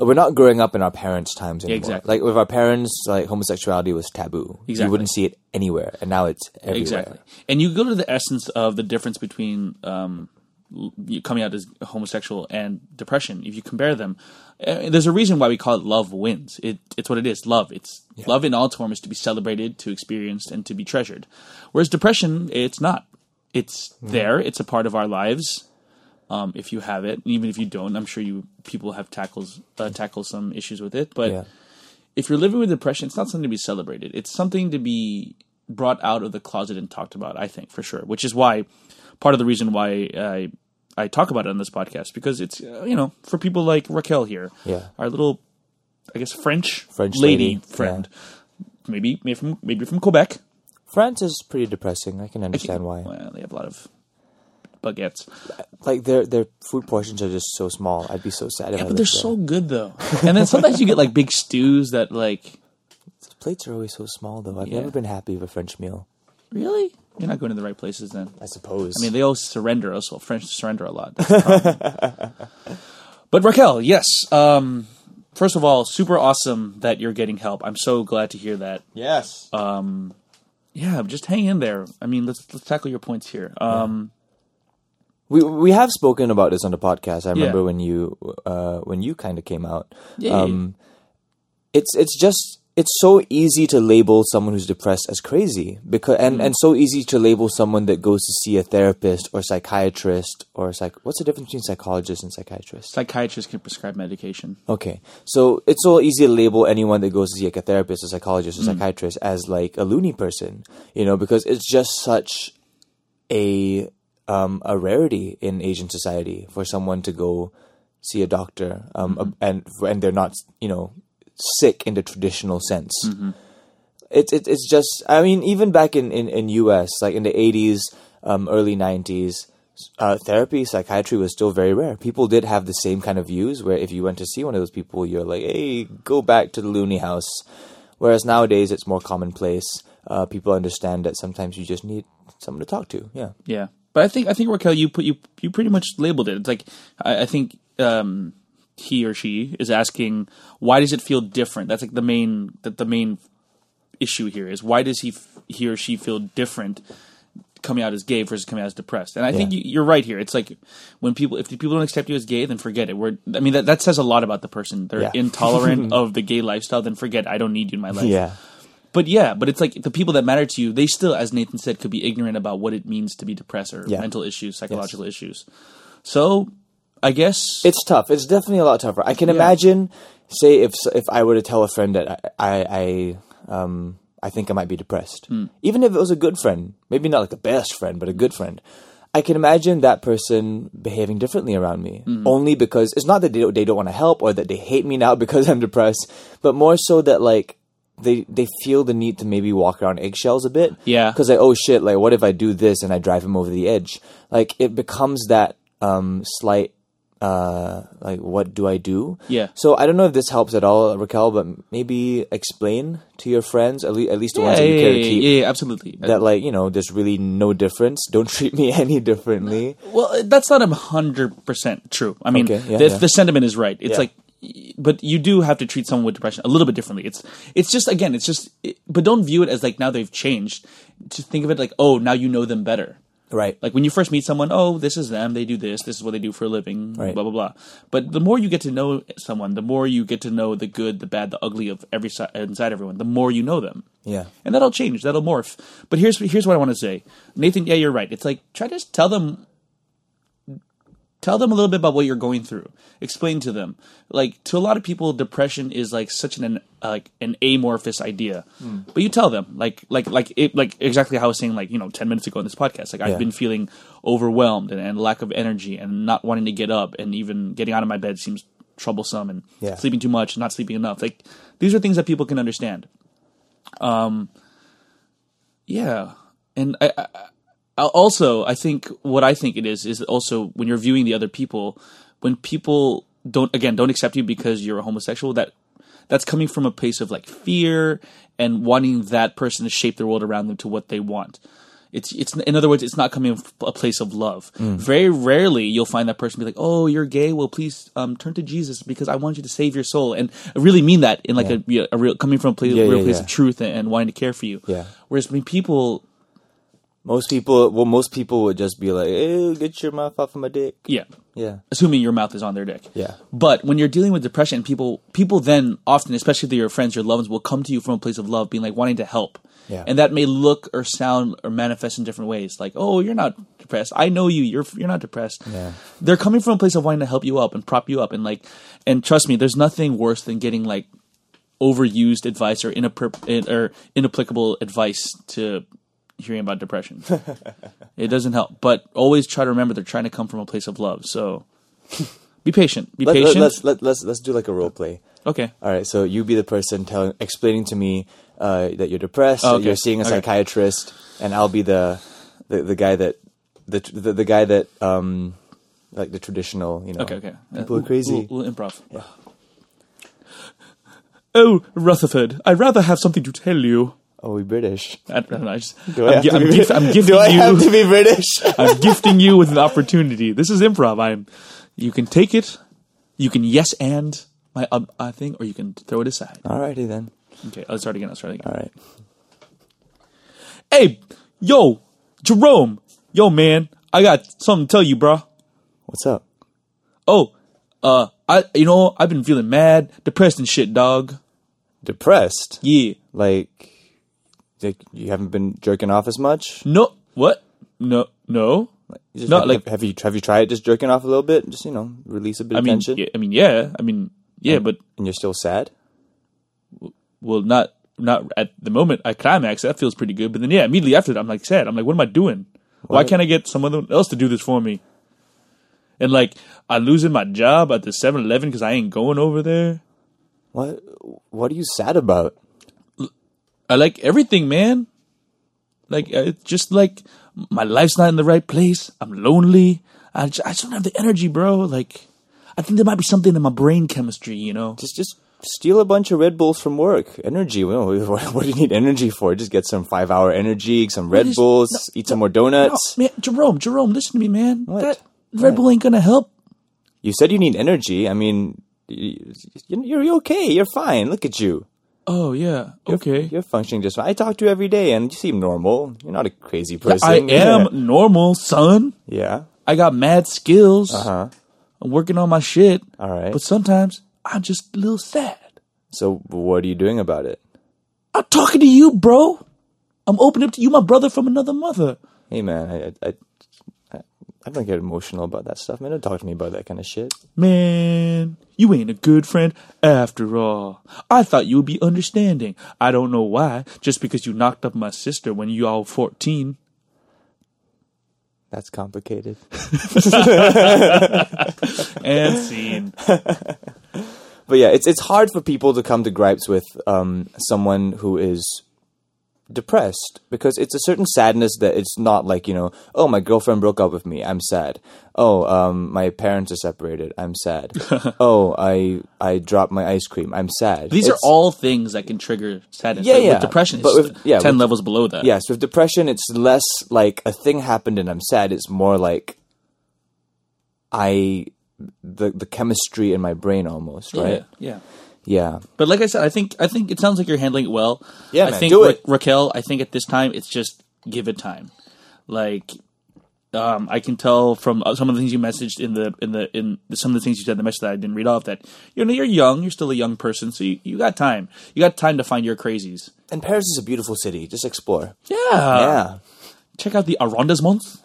S1: uh, We're not growing up in our parents' times anymore.
S2: exactly.
S1: Like with our parents, like homosexuality was taboo. You
S2: Exactly.
S1: wouldn't see it anywhere, and now it's everywhere.
S2: Exactly. And you go to the essence of the difference between um, l- you coming out as homosexual and depression. If you compare them, uh, there's a reason why we call it love wins. It, it's what it is love. It's love in all its forms to be celebrated, to experienced, and to be treasured. Whereas depression, it's not. It's there, it's a part of our lives. Um, if you have it, and even if you don't, I'm sure you people have tackles uh, tackle some issues with it. But
S1: Yeah.
S2: if you're living with depression, it's not something to be celebrated. It's something to be brought out of the closet and talked about. I think for sure, which is why part of the reason why I I talk about it on this podcast because it's uh, you know for people like Raquel here,
S1: Yeah.
S2: our little I guess French
S1: French lady,
S2: friend, maybe maybe from maybe from Quebec.
S1: France is pretty depressing. I can understand why.
S2: Well, they have a lot of baguettes.
S1: Like their their food portions are just so small. I'd be so sad if I
S2: Yeah, but
S1: lived
S2: they're
S1: there.
S2: so good though. And then sometimes you get like big stews that like
S1: plates are always so small though. I've
S2: Yeah.
S1: never been happy with a French meal.
S2: really you're not going to the right places then.
S1: I suppose.
S2: I mean, they all surrender us. Well, French surrender a lot. That's the problem. but Raquel, yes. Um, first of all, super awesome that you're getting help. I'm so glad to hear that.
S1: yes.
S2: uh, Yeah, just hang in there. I mean, let's let's tackle your points here. Um,
S1: We we have spoken about this on the podcast. I remember
S2: Yeah.
S1: when you uh, when you kind of came out.
S2: Yeah.
S1: Um, it's it's just it's so easy to label someone who's depressed as crazy because and, and so easy to label someone that goes to see a therapist or psychiatrist or psych. What's the difference between psychologist and psychiatrist?
S2: Psychiatrists can prescribe medication.
S1: Okay, so it's so easy to label anyone that goes to see like a therapist, a psychologist, or psychiatrist as like a loony person, you know, because it's just such a um, a rarity in Asian society for someone to go see a doctor, um, and and they're not, you know, sick in the traditional sense. It's it, it's just, I mean, even back in in, in U.S. like in the '80s, um, early '90s. Uh, therapy, psychiatry was still very rare. People did have the same kind of views where if you went to see one of those people, you're like, hey, go back to the loony house. Whereas nowadays, it's more commonplace. Uh, people understand that sometimes you just need someone to talk to. Yeah.
S2: Yeah, but I think I think Raquel, you put you you pretty much labeled it. It's like I, I think um, he or she is asking why does it feel different. That's like the main that the main issue here is why does he f- he or she feel different coming out as gay versus coming out as depressed. And I think
S1: Yeah.
S2: you, you're right here. It's like when people if people don't accept you as gay, then forget it. We're I mean that that says a lot about the person. They're
S1: Yeah.
S2: intolerant of the gay lifestyle. Then forget it. I don't need you in my life.
S1: Yeah.
S2: But yeah, but it's like the people that matter to you, they still, as Nathan said, could be ignorant about what it means to be depressed or
S1: Yeah.
S2: mental issues, psychological issues. So I guess
S1: It's tough. It's definitely a lot tougher. I can imagine, say, if if I were to tell a friend that I I, I um I think I might be depressed, even if it was a good friend, maybe not like the best friend, but a good friend. I can imagine that person behaving differently around me, only because it's not that they don't, they don't want to help or that they hate me now because I'm depressed, but more so that like they they feel the need to maybe walk around eggshells a bit,
S2: Yeah.
S1: because like oh shit, like what if I do this and I drive him over the edge? Like it becomes that um slight uh, like what do I do?
S2: Yeah.
S1: So I don't know if this helps at all, Raquel, but maybe explain to your friends, at, le- at least the
S2: yeah,
S1: ones
S2: yeah,
S1: that you
S2: yeah,
S1: care to keep,
S2: yeah, yeah, absolutely.
S1: that like you know there's really no difference. Don't treat me any differently.
S2: well, uh, that's not a hundred percent true. I mean,
S1: Okay, yeah,
S2: the,
S1: yeah.
S2: the sentiment is right. It's
S1: Yeah.
S2: like, but you do have to treat someone with depression a little bit differently. It's it's just again, it's just, it, but don't view it as like now they've changed. To think of it like, oh, now you know them better.
S1: Right.
S2: Like when you first meet someone, oh, this is them. They do this. This is what they do for a living.
S1: Right.
S2: Blah blah blah. But the more you get to know someone, the more you get to know the good, the bad, the ugly of every side inside everyone. The more you know them.
S1: Yeah.
S2: And that'll change. That'll morph. But here's here's what I want to say, Nathan. Yeah, you're right. It's like try to just tell them. Tell them a little bit about what you're going through. Explain to them. Like to a lot of people, depression is like such an like an amorphous idea.
S1: Hmm.
S2: But you tell them like like like it, like exactly how I was saying like you know ten minutes ago in this podcast. Like
S1: Yeah.
S2: I've been feeling overwhelmed and, and lack of energy and not wanting to get up and even getting out of my bed seems troublesome and
S1: Yeah.
S2: sleeping too much, not sleeping enough. Like these are things that people can understand. Yeah, and I, I, I also I think what I think it is is also when you're viewing the other people, when people don't again don't accept you because you're a homosexual that that's coming from a place of like fear and wanting that person to shape their world around them to what they want. It's it's in other words, it's not coming from a place of love.
S1: Mm.
S2: Very rarely you'll find that person be like, "Oh, you're gay. Well, please um, turn to Jesus because I want you to save your soul." And I really mean that in like a, a real coming from a place,
S1: Yeah,
S2: real
S1: yeah,
S2: place
S1: yeah.
S2: of truth and, and wanting to care for you.
S1: Yeah.
S2: Whereas when people
S1: Most people, well, most people would just be like, "Ew, get your mouth off of my dick."
S2: Yeah.
S1: Yeah.
S2: Assuming your mouth is on their dick.
S1: Yeah.
S2: But when you're dealing with depression, people people then often, especially your friends, your loved ones, will come to you from a place of love, being like wanting to help.
S1: Yeah.
S2: And that may look or sound or manifest in different ways. Like, oh, you're not depressed. I know you. You're you're not depressed.
S1: Yeah.
S2: They're coming from a place of wanting to help you up and prop you up and like, and trust me, there's nothing worse than getting like overused advice or inappropri- or inapplicable advice to hearing about depression. it doesn't help. But always try to remember they're trying to come from a place of love. So be patient. Be
S1: Let, let,
S2: patient.
S1: let's let, let's let's do like a role play.
S2: okay.
S1: All right, so you be the person telling, explaining to me uh, that you're depressed, that
S2: Oh, okay.
S1: you're seeing a
S2: Okay.
S1: psychiatrist, and I'll be the the, the guy that the, the the guy that um like the traditional, you know.
S2: Okay. Okay. Uh,
S1: People are
S2: we'll-
S1: crazy.
S2: We'll, we'll improv. Oh, Rutherford, I'd rather have something to tell you.
S1: Oh, we British.
S2: I don't know. I just,
S1: Do I
S2: I'm,
S1: have
S2: gi-
S1: to
S2: I'm,
S1: be
S2: gif-
S1: Brit-
S2: I'm gifting
S1: Do I
S2: you.
S1: have to be British?
S2: I'm gifting you with an opportunity. This is improv. I'm. You can take it. You can yes and my uh, uh, thing, or you can throw it aside.
S1: Alrighty then.
S2: Okay, I'll start again. I'll start again.
S1: All right.
S2: Hey, yo, Jerome, yo, man, I got something to tell you, bro.
S1: What's up?
S2: Oh, uh, I you know I've been feeling mad, depressed, and shit, dog.
S1: Depressed?
S2: Yeah.
S1: Like, like you haven't been jerking off as much?
S2: No. What? No. No.
S1: You just
S2: No,
S1: have,
S2: like-
S1: have you have you tried just jerking off a little bit? Just you know, release a bit
S2: I
S1: of
S2: mean,
S1: tension.
S2: yeah, I mean, yeah. I mean, yeah. But
S1: And you're still sad.
S2: well, not not at the moment. I climax. That feels pretty good. But then, yeah, immediately after that, I'm like sad. I'm like, what am I doing? Why
S1: What?
S2: can't I get someone else to do this for me? And like, I'm losing my job at the 7-Eleven because I ain't going over there.
S1: What What are you sad about?
S2: I like everything, man. Like uh, it's just like my life's not in the right place. I'm lonely. I just, I just don't have the energy, bro. Like I think there might be something in my brain chemistry, you know.
S1: Just just steal a bunch of Red Bulls from work. Energy. Well, What, what do you need energy for? Just get some five hour energy, some Red
S2: is-
S1: Bulls, eat some more donuts.
S2: No, man, Jerome, Jerome, listen to me, man.
S1: What?
S2: That Red Bull ain't gonna help.
S1: You said you need energy. I mean, y- y- you're okay. You're fine. Look at you.
S2: Oh yeah, okay.
S1: You're functioning just fine. I talk to you every day, and you seem normal. You're not a crazy person.
S2: I am normal, son.
S1: Yeah.
S2: I got mad skills.
S1: Uh huh.
S2: I'm working on my shit.
S1: All right.
S2: But sometimes I'm just a little sad.
S1: So what are you doing about it?
S2: I'm talking to you, bro. I'm opening up to you, my brother from another mother.
S1: Hey man, I I, I I don't get emotional about that stuff. Man, don't talk to me about that kind of shit.
S2: Man, you ain't a good friend after all. I thought you would be understanding. I don't know why, just because you knocked up my sister when you all 14.
S1: That's complicated.
S2: And scene.
S1: But yeah, it's it's hard for people to come to gripes with um, someone who is depressed because it's a certain sadness that it's not like you know oh my girlfriend broke up with me i'm sad oh um my parents are separated i'm sad oh i i dropped my ice cream i'm sad
S2: These are
S1: It's-
S2: all things that can trigger sadness.
S1: Yeah,
S2: Like,
S1: yeah.
S2: With depression, it's
S1: But with- yeah,
S2: 10
S1: with-
S2: levels below that.
S1: Yes, with depression, it's less like a thing happened and I'm sad. It's more like I the the chemistry in my brain almost, right?
S2: Yeah. yeah.
S1: Yeah.
S2: But like I said, I think I think it sounds like you're handling it well.
S1: Yeah,
S2: I
S1: man,
S2: think
S1: do
S2: Ra-
S1: it.
S2: Raquel. I think at this time it's just give it time. Like, um, I can tell from uh, some of the things you messaged in the in the in some of the things you said in the message that I didn't read off that you know you're young, you're still a young person, so you, you got time. You got time to find your crazies.
S1: And Paris is a beautiful city. Just explore.
S2: Yeah,
S1: yeah.
S2: Check out the arrondissements.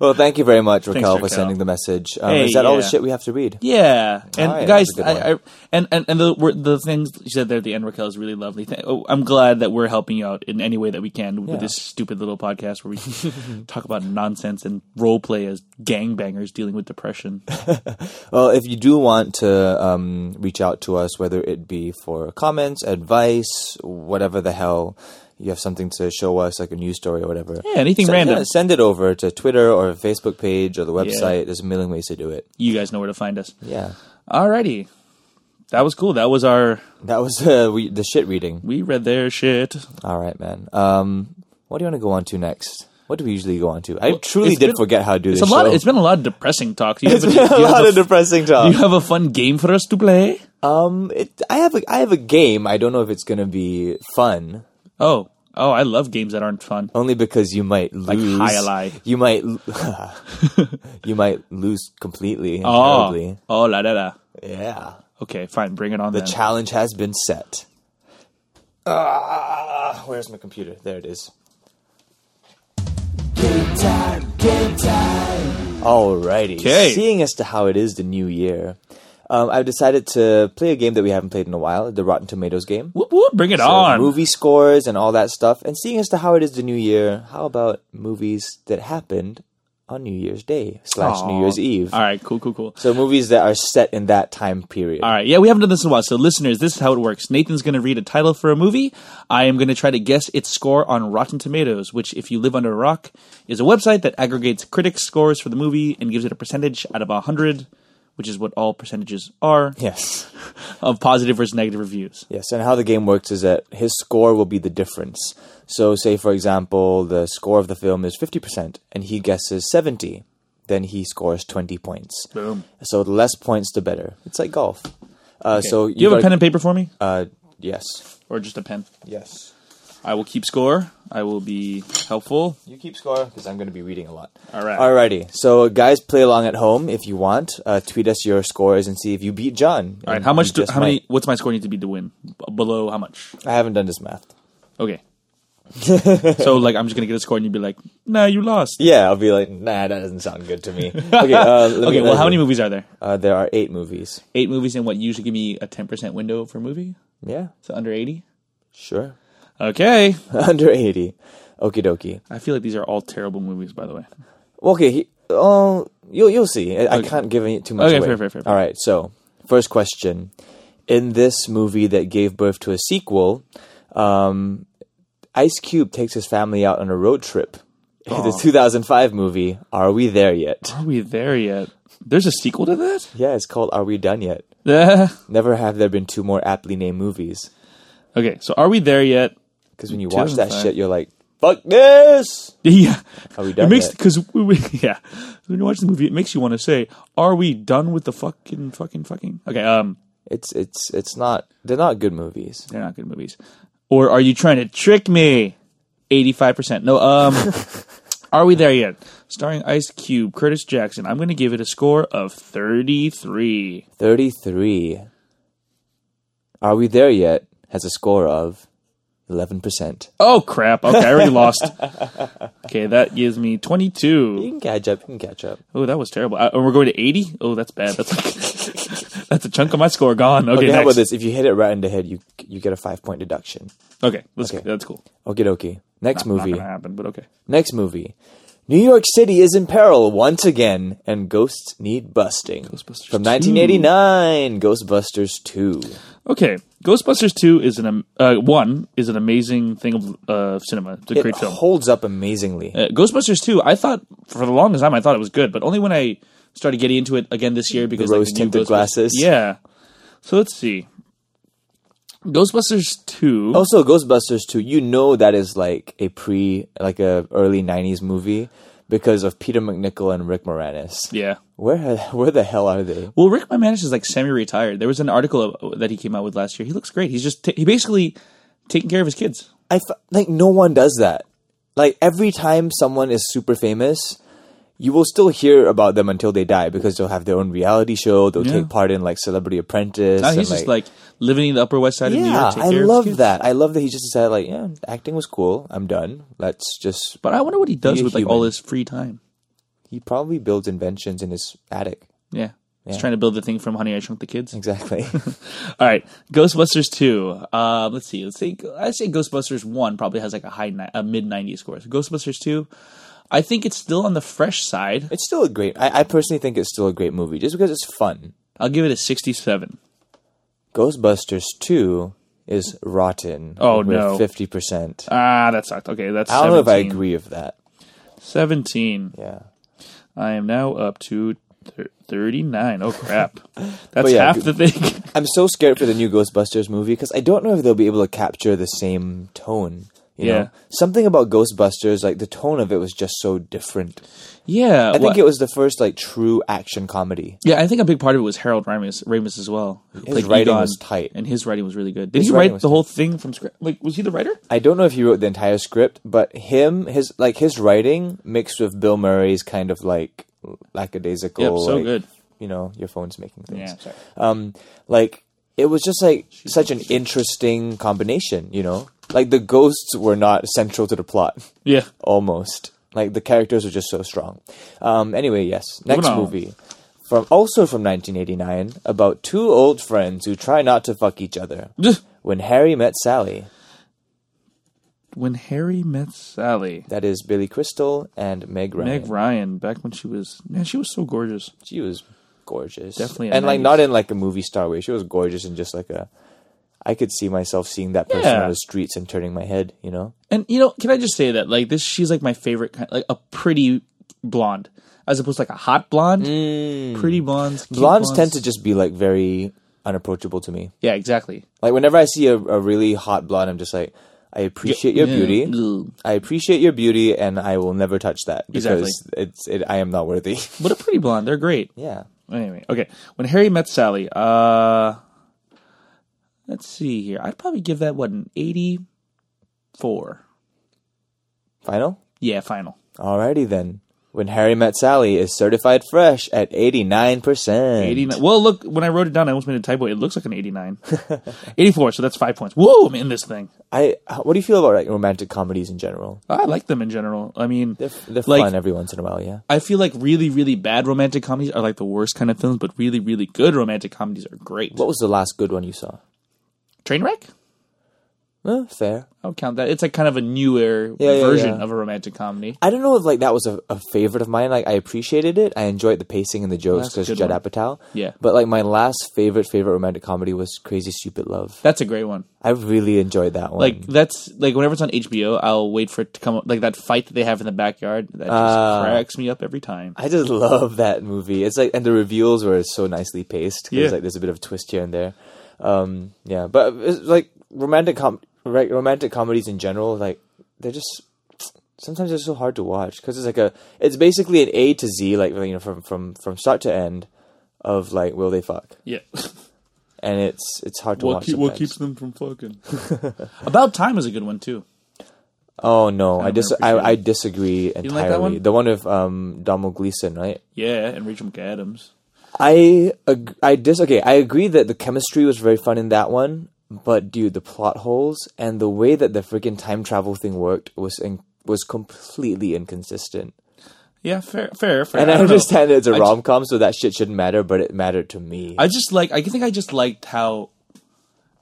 S1: Well, thank you very much, Raquel, for
S2: Raquel.
S1: sending the message. Um,
S2: Hey,
S1: is that all the
S2: yeah.
S1: shit we have to read?
S2: Yeah, and
S1: Alright,
S2: guys,
S1: that's a good
S2: I, I, and and and the wor- the things you said there at the end, Raquel, is really lovely. Th- oh, I'm glad that we're helping you out in any way that we can with
S1: Yeah.
S2: this stupid little podcast where we talk about nonsense and role play as gangbangers dealing with depression.
S1: Well, if you do want to um, reach out to us, whether it be for comments, advice, whatever the hell, you have something to show us, like a news story or whatever.
S2: Yeah, anything
S1: send,
S2: random.
S1: yeah, send it over to Twitter or Facebook page or the website. There's a million ways to do it.
S2: You guys know where to find us.
S1: Yeah,
S2: Alrighty, that was cool. That was our
S1: that was uh, we, the shit reading.
S2: we read their shit.
S1: All right, man. Um, what do you want to go on to next? What do we usually go on to? I truly
S2: it's
S1: did
S2: been-
S1: forget how to do
S2: It's
S1: this.
S2: a lot.
S1: show.
S2: It's been a lot of depressing talk. Do you,
S1: It's
S2: have,
S1: been
S2: a, do
S1: a
S2: you have
S1: lot
S2: a-
S1: of depressing
S2: do
S1: talk.
S2: you have a fun game for us to play?
S1: Um, it, I have a, I have a game. I don't know if it's gonna be fun.
S2: Oh, oh, I love games that aren't fun.
S1: Only because you might lose.
S2: high lie.
S1: You might. l- you might lose completely. and
S2: Oh,
S1: terribly.
S2: oh, la da da.
S1: Yeah.
S2: Okay, fine. Bring it on.
S1: The
S2: then.
S1: challenge has been set. Ah, where's my computer? There it is.
S4: Game time, game time.
S1: Alrighty.
S2: 'Kay.
S1: Seeing as to how it is the new year, um, I've decided to play a game that we haven't played in a while, the Rotten Tomatoes game.
S2: Whoop, whoop, bring it
S1: So
S2: on.
S1: movie scores and all that stuff. And seeing as to how it is the new year, how about movies that happened on New Year's Day slash New Year's Eve?
S2: All right, cool, cool, cool.
S1: So movies that are set in that time period.
S2: All right, yeah, we haven't done this in a while. So, listeners, this is how it works. Nathan's going to read a title for a movie. I am going to try to guess its score on Rotten Tomatoes, which, if you live under a rock, is a website that aggregates critics' scores for the movie and gives it a percentage out of 100, which is what all percentages are,
S1: Yes.
S2: of positive versus negative reviews.
S1: Yes. And how the game works is that his score will be the difference. So say for example, the score of the film is 50% and he guesses 70, then he scores 20 points.
S2: Boom.
S1: So the less points the better. It's like golf. Uh, so
S2: Do you have a
S1: gotta-
S2: pen and paper for me?
S1: uh yes.
S2: Or just a pen?
S1: Yes.
S2: I will keep score. I will be helpful.
S1: You keep score because I'm going to be reading a lot.
S2: All right.
S1: Alrighty. So, guys, play along at home if you want. Uh, tweet us your scores and see if you beat John.
S2: All right.
S1: And
S2: How much?
S1: you
S2: Do,
S1: just
S2: how many?
S1: might.
S2: What's my score need to be to win? B- below how much?
S1: I haven't done this math.
S2: Okay. so like, I'm just gonna get a score, and you'd be like, "Nah, you lost."
S1: Yeah, I'll be like, nah, that doesn't sound good to me. okay. Uh, let me-
S2: Okay. Well, how
S1: let me-
S2: many movies are there?
S1: Uh, there are eight movies.
S2: Eight movies, and what usually give me a 10% window for a movie?
S1: Yeah,
S2: So under 80.
S1: sure.
S2: Okay.
S1: Under eighty. Okie dokie.
S2: I feel like these are all terrible movies, by the way.
S1: Okay. He, oh, you'll you'll see. I, I can't give it too much.
S2: Okay,
S1: away.
S2: fair, fair, fair, fair.
S1: All right. So, first question: In this movie that gave birth to a sequel, um, Ice Cube takes his family out on a road trip. the 2005 movie. Are we there yet?
S2: Are we there yet? There's a sequel to that?
S1: Yeah, it's called Are We Done Yet?
S2: Yeah.
S1: Never have there been two more aptly named movies.
S2: okay, so are we there yet?
S1: Because when you watch that
S2: 2005.
S1: shit, you're like, "Fuck this."
S2: Yeah.
S1: Are we done
S2: it makes
S1: yet?
S2: because we, we, yeah, when you watch the movie, it makes you want to say, "Are we done with the fucking fucking fucking?" Okay, um,
S1: It's it's it's not. They're not good movies.
S2: they're not good movies. Or are you trying to trick me? Eighty-five percent. No. Um, are we there yet? Starring Ice Cube, Curtis Jackson. I'm going to give it a score of thirty-three.
S1: 33. Are we there yet? Has a score of 11%.
S2: Oh crap! Okay, I already lost. Okay, that gives me twenty-two.
S1: You can catch up. You can catch up.
S2: Oh, that was terrible. Uh, and we're going to 80? Oh, that's bad. That's that's a chunk of my score gone. Okay,
S1: Okay, how about
S2: next.
S1: this? If you hit it right in the head, you you get a five point deduction.
S2: Okay, let's,
S1: Okay.
S2: that's cool.
S1: Okay, dokie. Next
S2: Not
S1: movie.
S2: gonna happen, but okay.
S1: Next movie. New York City is in peril once again, and ghosts need busting.
S2: Ghostbusters
S1: From
S2: 2.
S1: 1989, Ghostbusters 2.
S2: Okay, Ghostbusters 2 is an, am- uh, one, is an amazing thing of uh, cinema. It's a
S1: It
S2: great film.
S1: holds up amazingly.
S2: uh, Ghostbusters 2, I thought, for the longest time, I thought it was good, but only when I started getting into it again this year because like, new
S1: rose-tinted
S2: Ghostbusters-
S1: glasses.
S2: Yeah. So let's see. Ghostbusters 2.
S1: Also, Ghostbusters 2, you know that is like a pre, like a early 90s movie because of Peter McNichol and Rick Moranis.
S2: Yeah.
S1: Where ha- where the hell are they?
S2: Well, Rick Moranis is like semi-retired. There was an article of- that he came out with last year. He looks great. He's just ta he basically taking care of his kids.
S1: I f- like no one does that. Like every time someone is super famous, you will still hear about them until they die because they'll have their own reality show. They'll
S2: Yeah.
S1: take part in like Celebrity Apprentice.
S2: Now
S1: and,
S2: he's just like living in the Upper West Side of New
S1: yeah,
S2: York. Take
S1: I
S2: care of his
S1: love
S2: kids.
S1: that. I love that he just decided like, yeah, acting was cool. I'm done. Let's just.
S2: But I wonder what he does
S1: Be a
S2: with like all
S1: human.
S2: his free time.
S1: He probably builds inventions in his attic.
S2: Yeah. He's trying to build the thing from Honey I Shrunk the Kids.
S1: Exactly.
S2: All right, Ghostbusters two. Uh, let's see. Let's think. I say Ghostbusters one probably has like a high, ni- a mid ninety score. So Ghostbusters two, I think it's still on the fresh side.
S1: It's still a great. I, I personally think it's still a great movie, just because it's fun.
S2: I'll give it a sixty-seven.
S1: Ghostbusters Two is rotten.
S2: Oh, no.
S1: fifty percent.
S2: Ah, that sucked. Okay, that's.
S1: I don't know if I
S2: 17.
S1: agree with that.
S2: Seventeen.
S1: Yeah,
S2: I am now up to thir- 39. Oh, crap.
S1: But
S2: That's
S1: yeah,
S2: half
S1: g-
S2: the thing.
S1: I'm so scared for the new Ghostbusters movie because I don't know if they'll be able to capture the same tone. You
S2: Yeah.
S1: know, something about Ghostbusters, like the tone of it was just so different.
S2: yeah.
S1: I think it was the first like true action comedy.
S2: yeah, I think a big part of it was Harold Ramis, Ramis as well. who played
S1: writing was tight.
S2: And his writing was really good. Did
S1: His
S2: he
S1: writing
S2: write the
S1: was
S2: whole thing from scratch? Like, was he the writer?
S1: I don't know if he wrote the entire script, but him, his like his writing mixed with Bill Murray's kind of like lackadaisical.
S2: Yep, so
S1: like,
S2: good.
S1: You know, your phone's making things.
S2: sorry.
S1: um, like it was just like such an interesting combination, you know. Like the ghosts were not central to the plot,
S2: Yeah.
S1: almost. Like the characters were just so strong. Um, anyway, yes, next
S2: on.
S1: movie from also from 1989 about two old friends who try not to fuck each other. when Harry met Sally,
S2: When Harry Met Sally.
S1: that is Billy Crystal and Meg Ryan.
S2: Meg Ryan, back when she was, man, she was so gorgeous.
S1: she was gorgeous,
S2: Definitely a
S1: and like
S2: 90s.
S1: not in like a movie star way. She was gorgeous and just like a. I could see myself seeing that person
S2: Yeah.
S1: on the streets and turning my head. You know.
S2: And you know, can I just say that like this? She's like my favorite kind, like a pretty blonde, as opposed to like a hot blonde. Pretty blondes, cute
S1: Mm. blondes tend to just be like very unapproachable to me.
S2: yeah, exactly.
S1: Like whenever I see a, a really hot blonde, I'm just like, I appreciate your
S2: Yeah.
S1: beauty.
S2: Ugh.
S1: I appreciate your beauty, and I will never touch that because
S2: Exactly.
S1: it's it, I am not worthy.
S2: But a pretty blonde, they're great.
S1: yeah,
S2: Anyway, okay. When Harry met Sally, uh, let's see here. I'd probably give that what an eighty. four.
S1: Final?
S2: Yeah, final.
S1: Alrighty then. When Harry Met Sally is certified fresh at 89%.
S2: 89. Well, look, when I wrote it down, I almost made a typo. It looks like an 89. 84, so that's five points. Whoa, I'm in this thing.
S1: I, how- what do you feel about like, romantic comedies in general?
S2: I like them in general. I mean,
S1: They're, f- they're
S2: Like-
S1: fun every once in a while, yeah.
S2: I feel like really, really bad romantic comedies are like the worst kind of films, but really, really good romantic comedies are great.
S1: What was the last good one you saw?
S2: Trainwreck?
S1: Eh, fair.
S2: I would count that. It's like kind of a newer
S1: Yeah, yeah,
S2: version
S1: yeah.
S2: of a romantic comedy.
S1: I don't know if like that was a, a favorite of mine. Like I appreciated it. I enjoyed the pacing and the jokes
S2: That's a
S1: because
S2: good
S1: Judd
S2: one.
S1: Apatow.
S2: Yeah.
S1: But like my last favorite favorite romantic comedy was Crazy Stupid Love.
S2: That's a great one.
S1: I really enjoyed that one.
S2: Like that's like whenever it's on HBO, I'll wait for it to come up. Like that fight that they have in the backyard that just
S1: Ah.
S2: cracks me up every time.
S1: I just love that movie. It's like and the reveals were so nicely paced.
S2: Yeah.
S1: Yeah. Like there's a bit of twist here and there. Um, yeah, but it's like romantic com- right, romantic comedies in general, like they're just sometimes they're so hard to watch because it's like a it's basically an A to Z, like you know from from from start to end of like will they fuck.
S2: Yeah.
S1: and it's it's hard to watch. sometimes.
S2: them from fucking? About time is a good one too.
S1: Oh no, I
S2: don't
S1: dis I,
S2: appreciate
S1: I disagree entirely.
S2: didn't like that one?
S1: The one with um Donald Gleason, right?
S2: Yeah, and Rachel McAdams.
S1: I ag- I dis okay. I agree that the chemistry was very fun in that one, but dude, the plot holes and the way that the freaking time travel thing worked was in- was completely inconsistent.
S2: Yeah, fair, fair, fair.
S1: And I,
S2: don't know.
S1: understand that it's a
S2: I ju-
S1: rom com, so that shit shouldn't matter, but it mattered to me.
S2: I just like. I think I just liked how.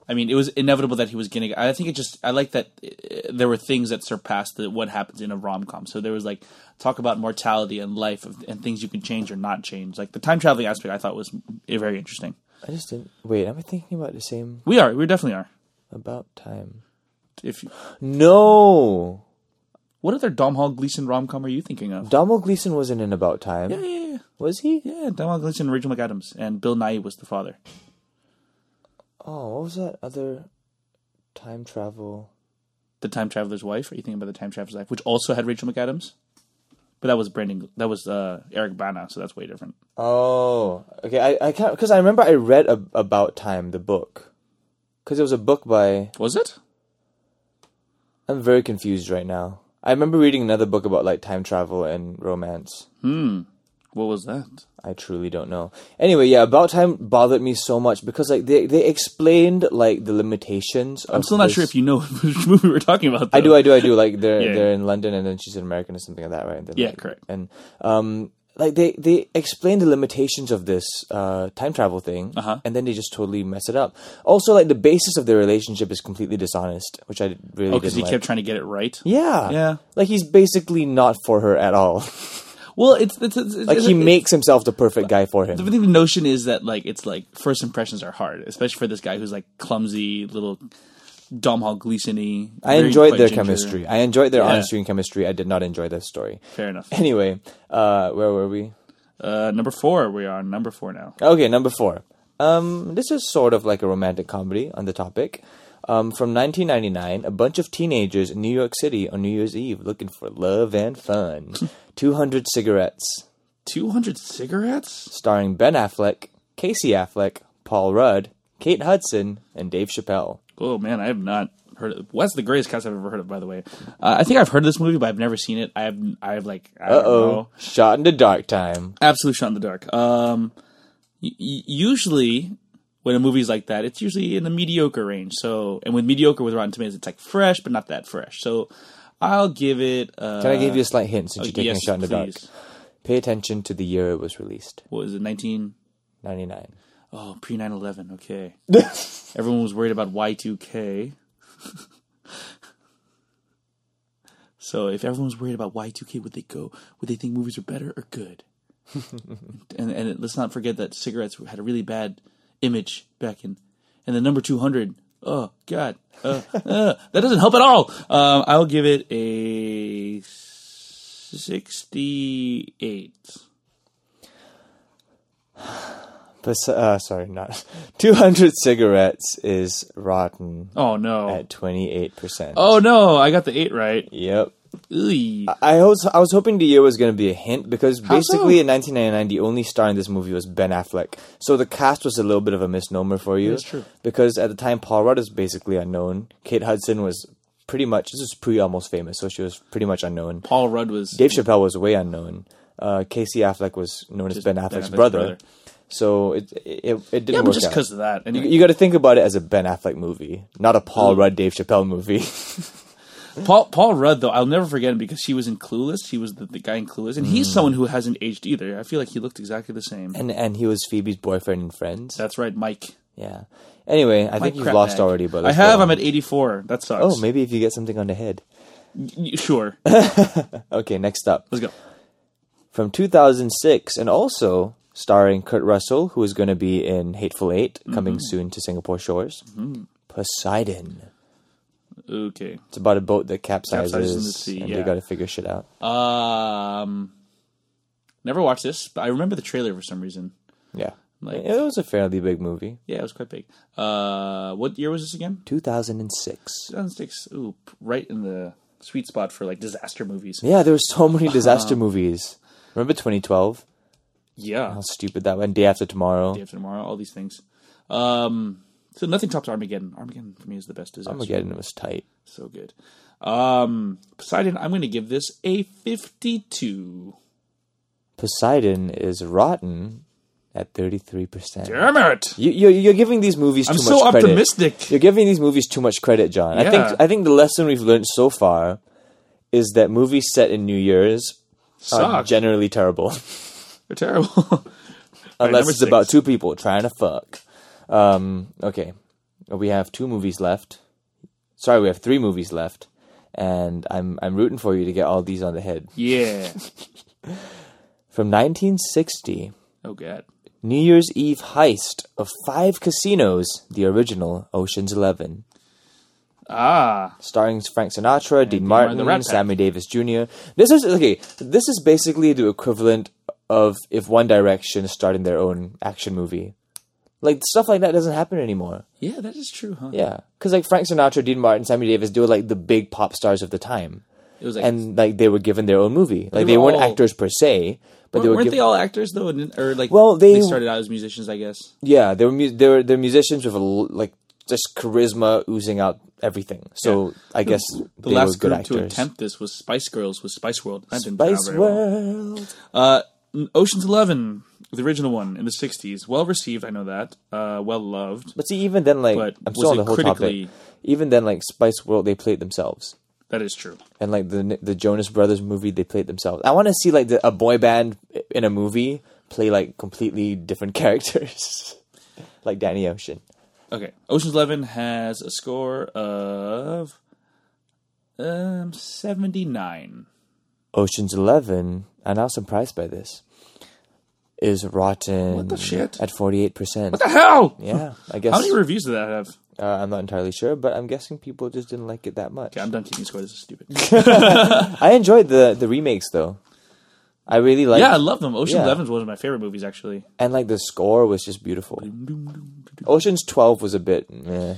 S2: I mean, it was inevitable that he was getting. I think it just. I like that uh, there were things that surpassed the, what happens in a rom com. So there was like talk about mortality and life of, and things you can change or not change. Like the time traveling aspect, I thought was uh, very interesting.
S1: I just didn't. Wait, am I thinking about the same
S2: We are. We definitely are.
S1: about time?
S2: If you-
S1: No,
S2: what other Dom Hall Gleason rom com are you thinking of?
S1: Donald Gleason wasn't in About Time,
S2: Yeah, yeah, yeah.
S1: was he?
S2: Yeah, Dom Hall Gleason, Rachel McAdams, and Bill Nye was the father.
S1: Oh, what was that other time travel?
S2: the time traveler's wife. Are you thinking about the time traveler's wife, which also had Rachel McAdams? But that was Brandon. That was uh, Eric Bana, so that's way different.
S1: Oh, okay. I, I can't because I remember I read ab- about time the book because it was a book by.
S2: Was it?
S1: I'm very confused right now. I remember reading another book about like time travel and romance.
S2: What was that?
S1: I truly don't know. Anyway, yeah, about time bothered me so much because like they they explained like the limitations. Of
S2: I'm still not
S1: this-
S2: sure if you know which movie we're talking about. Though.
S1: I do, I do, I do. Like they're
S2: Yeah.
S1: they're in London, and then she's an American or something like that, right? And they're
S2: Yeah,
S1: like-
S2: correct.
S1: And um, like they they explain the limitations of this uh, time travel thing,
S2: Uh-huh.
S1: and then they just totally mess it up. Also, like the basis of their relationship is completely dishonest, which I really
S2: Oh, because
S1: didn't
S2: he
S1: like.
S2: kept trying to get it right.
S1: yeah,
S2: Yeah.
S1: Like he's basically not for her at all.
S2: Well, it's, it's, it's
S1: like
S2: it's-
S1: he
S2: it's-
S1: makes himself the perfect guy for
S2: I
S1: him.
S2: think the notion is that like it's like first impressions are hard, especially for this guy who's like clumsy, little Dom Hall Gleason-y.
S1: I
S2: very
S1: enjoyed
S2: quite
S1: their
S2: ginger.
S1: chemistry. I enjoyed their
S2: Yeah.
S1: honesty and chemistry. I did not enjoy their story.
S2: Fair enough.
S1: Anyway, uh, where were we?
S2: Uh, number four, we are on number four now.
S1: Okay, number four. Um, this is sort of like a romantic comedy on the topic. Um, from 1999, a bunch of teenagers in New York City on New Year's Eve looking for love and fun. 200 Cigarettes,
S2: Two hundred cigarettes.
S1: starring Ben Affleck, Casey Affleck, Paul Rudd, Kate Hudson, and Dave Chappelle.
S2: Oh man, I have not heard. Of, well, that's the greatest cast I've ever heard of. By the way, uh, I think I've heard of this movie, but I've never seen it. I have. I have like. I
S1: Uh
S2: don't
S1: oh,
S2: know.
S1: shot in the dark time.
S2: Absolute shot in the dark. Um, y- y- usually when a movie's like that, it's usually in the mediocre range. So, and with mediocre with Rotten Tomatoes, it's like fresh, but not that fresh. So, I'll give it. Uh,
S1: Can I give you a slight hint since you're taking
S2: yes,
S1: a shot in the dark?
S2: please.
S1: Pay attention to the year it was released,
S2: What was it? Nineteen.
S1: 99.
S2: Oh, pre 9 11. Okay. Everyone was worried about Y2K. so if everyone was worried about Y2K, would they go? Would they think movies are better or good? and and it- let's not forget that cigarettes had a really bad image back in. And the number 200. Oh, God. Uh, uh, that doesn't help at all. Um, I'll give it a 68.
S1: Pers- uh, sorry, not 200 cigarettes is rotten
S2: Oh, no.
S1: at 28%.
S2: Oh no, I got the eight right.
S1: Yep.
S2: Ooh.
S1: I was I was hoping the year was going to be a hint because basically
S2: so?
S1: in 1999 the only star in this movie was Ben Affleck. So the cast was a little bit of a misnomer for you.
S2: That's true.
S1: Because at the time Paul Rudd was basically unknown. Kate Hudson was pretty much this was pre almost famous, so she was pretty much unknown.
S2: Paul Rudd was
S1: Dave Chappelle was way unknown. Uh, Casey Affleck was known as
S2: Just
S1: Ben
S2: Ben
S1: Affleck's
S2: Affleck's
S1: brother.
S2: brother.
S1: So it it, it it didn't
S2: yeah, but
S1: work
S2: just
S1: out.
S2: because of that. And
S1: You, you got to think about it as a Ben Affleck movie, not a Paul Rudd Dave Chappelle movie.
S2: Paul Paul Rudd though, I'll never forget him because she was in Clueless. He was the, the guy in Clueless, and
S1: Hmm.
S2: he's someone who hasn't aged either. I feel like he looked exactly the same.
S1: and and he was Phoebe's boyfriend and friends.
S2: That's right, Mike.
S1: Yeah. Anyway, I
S2: Mike
S1: think you've
S2: Crapbag.
S1: lost already, but
S2: I
S1: let's
S2: have.
S1: go on.
S2: I'm at 84. That sucks.
S1: Oh, maybe if you get something on the head.
S2: Y- Sure.
S1: Okay, next up
S2: Let's go.
S1: from 2006, and also starring Kurt Russell, who is going to be in Hateful 8 coming
S2: Mm-hmm.
S1: soon to Singapore shores. Poseidon.
S2: Okay.
S1: It's about a boat that capsizes,
S2: Capsizes in the sea,
S1: and
S2: yeah. Uh,
S1: they got to figure shit out.
S2: Um, never watched this, but I remember the trailer for some reason.
S1: yeah,
S2: like-
S1: it was a fairly big movie.
S2: Yeah, it was quite big. Uh, what year was this again?
S1: 2006.
S2: 2006. Ooh, p- right in the sweet spot for like disaster movies.
S1: Yeah, there were so many disaster movies. Remember 2012?
S2: Yeah.
S1: How stupid that one. Day After Tomorrow.
S2: Day After Tomorrow, all these things. Um, so nothing tops Armageddon. Armageddon for me is the best disaster.
S1: Armageddon was tight.
S2: So good. Um, Poseidon, I'm going to give this a 52.
S1: Poseidon is rotten at 33%.
S2: Damn it!
S1: You, you're, you're giving these movies
S2: I'm
S1: too
S2: so
S1: much credit. Uh,
S2: optimistic.
S1: You're giving these movies too much credit, John. I
S2: Yeah.
S1: think I think the lesson we've learned so far is that movies set in New Year's are
S2: Suck.
S1: generally terrible,
S2: They're terrible.
S1: unless
S2: number
S1: it's about
S2: six.
S1: two people trying to fuck. Um, okay, we have two movies left. Sorry, we have three movies left, and I'm I'm rooting for you to get all these on the head.
S2: yeah.
S1: From 1960,
S2: Oh, God.
S1: New Year's Eve heist of five casinos, the original Ocean's Eleven.
S2: Ah.
S1: starring Frank Sinatra, Dean Martin,
S2: the Rat Pack.
S1: Sammy Davis Jr. This is okay. This is basically the equivalent of if One Direction started their own action movie. Like stuff like that doesn't happen anymore.
S2: Yeah, that is true, huh?
S1: Yeah, because like Frank Sinatra, Dean Martin, Sammy Davis, they were like the big pop stars of the time,
S2: It was like,
S1: and like they were given their own movie. Like
S2: They
S1: they,
S2: were
S1: weren't
S2: all-
S1: actors per se, but they
S2: weren't
S1: were given.
S2: they all actors though, and- or like?
S1: Well, they-
S2: started out as musicians, I guess.
S1: Yeah, they were mu- they were they're musicians with a l- like just charisma oozing out everything. So I guess
S2: The
S1: they
S2: last
S1: were good
S2: group to
S1: actors.
S2: attempt this was Spice Girls with Spice World. That didn't turn out
S1: Spice
S2: very well.
S1: World.
S2: Uh, Ocean's Eleven, the original one in the '60s, well received. I know that. Uh, well loved.
S1: But see, even then, like
S2: But
S1: I'm
S2: was
S1: still on
S2: it
S1: the whole
S2: critically-
S1: topic. Even then, like Spice World, they played themselves,
S2: That is true.
S1: and like the the Jonas Brothers movie, they played themselves. I want to see like the, a boy band in a movie play like completely different characters, like Danny Ocean.
S2: Okay, Ocean's Eleven has a score of um 79.
S1: Ocean's Eleven, and I was surprised by this, is rotten. What
S2: the shit?
S1: At forty eight percent.
S2: The hell!
S1: Yeah, I guess
S2: How many reviews did that have?
S1: uh, I'm not entirely sure, but I'm guessing people just didn't like it that much.
S2: Okay, I'm done keeping score. This is stupid.
S1: I enjoyed the the remakes though. I really like
S2: yeah, I love them. Ocean's
S1: Yeah.
S2: Eleven is one of my favorite movies, actually.
S1: and like the score was just beautiful. Ocean's Twelve was a bit. Meh.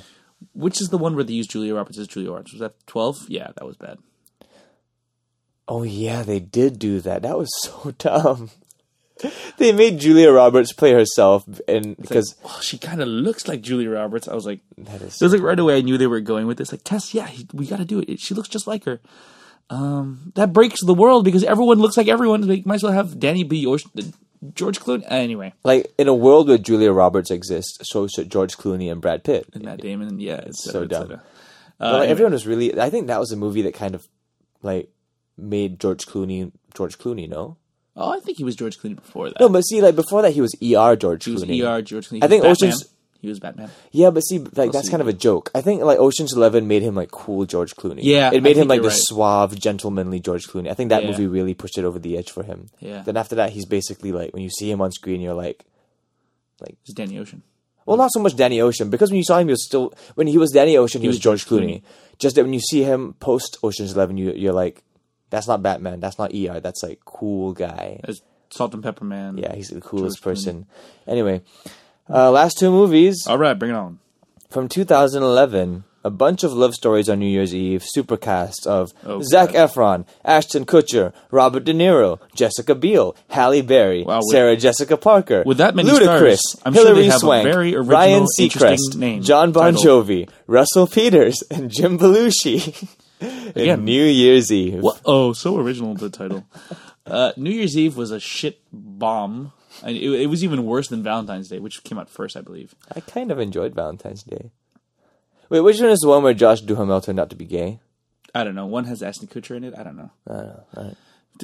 S2: Which is the one where they used Julia Roberts as Julia Roberts? Was that 12? Yeah, that was bad.
S1: Oh yeah, they did do that. That was so dumb. they made Julia Roberts play herself, and because
S2: Oh, she kind of looks like Julia Roberts. I was like,
S1: that is
S2: it was like right away I knew they were going with this. Like, Tess, yeah, he- we got to do it. It- She looks just like her. Um, that breaks the world because everyone looks like everyone. They might as well have Danny B. or George Clooney. uh, Anyway,
S1: like in a world where Julia Roberts exists, so should George Clooney and Brad Pitt.
S2: and Matt Damon. Yeah, it's
S1: so dumb.
S2: Uh,
S1: But, like,
S2: anyway,
S1: everyone was really. I think that was a movie that kind of like made George Clooney George Clooney. No,
S2: oh, I think he was George Clooney before that.
S1: no, but see, like before that, he was ER George
S2: he was
S1: Clooney.
S2: ER George Clooney. He
S1: I
S2: was
S1: think
S2: Batman.
S1: Ocean's-
S2: He was Batman.
S1: Yeah, but see, like that's
S2: see.
S1: kind of a joke. I think like Ocean's Eleven made him like cool George Clooney.
S2: Yeah,
S1: it made
S2: I
S1: him
S2: think
S1: like
S2: you're
S1: the
S2: right.
S1: suave, gentlemanly George Clooney. I think that
S2: Yeah.
S1: movie really pushed it over the edge for him.
S2: Yeah.
S1: Then after that, he's basically like when you see him on screen, you're like,
S2: It's Danny Ocean.
S1: well, not so much Danny Ocean because when you saw him, he was still when he was Danny Ocean, he, was, George Clooney. Just that when you see him post Ocean's Eleven, you, you're like, that's not Batman, that's not ER, that's like cool guy.
S2: As Salt and Pepper Man.
S1: Yeah, he's the coolest
S2: Clooney.
S1: person. Anyway, uh, last two movies
S2: All right, bring it on.
S1: from 2011, a a bunch of love stories on New Year's Eve, supercasts of
S2: Oh,
S1: Zach Efron, Ashton Kutcher, Robert De Niro, Jessica Biel, Halle Berry,
S2: Wow, with-
S1: Sarah Jessica Parker,
S2: with that many
S1: Ludacris,
S2: stars, I'm sure they
S1: Hilary
S2: have a
S1: Swank,
S2: very original,
S1: Ryan
S2: interesting
S1: Seacrest,
S2: name,
S1: John Bon
S2: title.
S1: Jovi, Russell Peters, and Jim Belushi.
S2: Again.
S1: in New Year's Eve.
S2: Wha- Oh, so original the title. Uh, New Year's Eve was a shit bomb. And it, it was even worse than Valentine's Day, which came out first, I believe.
S1: I kind of enjoyed Valentine's Day. Wait, which one is the one where Josh Duhamel turned out to be gay?
S2: I don't know. One has Ashton Kutcher in it. I don't know. I don't know.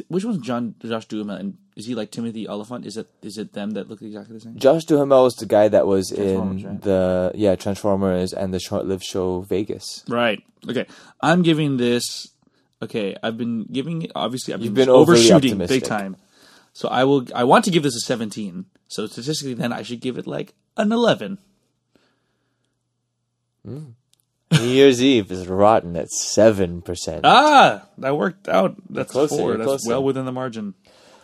S2: Which one's John Josh Duhamel? And is he like Timothy Oliphant? Is it is it them that look exactly the same?
S1: Josh Duhamel was the guy that was in
S2: Transformers, right?
S1: the yeah Transformers and the short-lived show Vegas.
S2: Right. Okay. I'm giving this. Okay. I've been giving. Obviously, I've been,
S1: been overly
S2: overshooting
S1: optimistic.
S2: big time. So I will. I want to give this a 17. So statistically, then I should give it like an 11.
S1: New Year's Eve is rotten at seven percent.
S2: Ah, that worked out. That's
S1: closer,
S2: four.
S1: you're
S2: That's
S1: closer.
S2: well within the margin.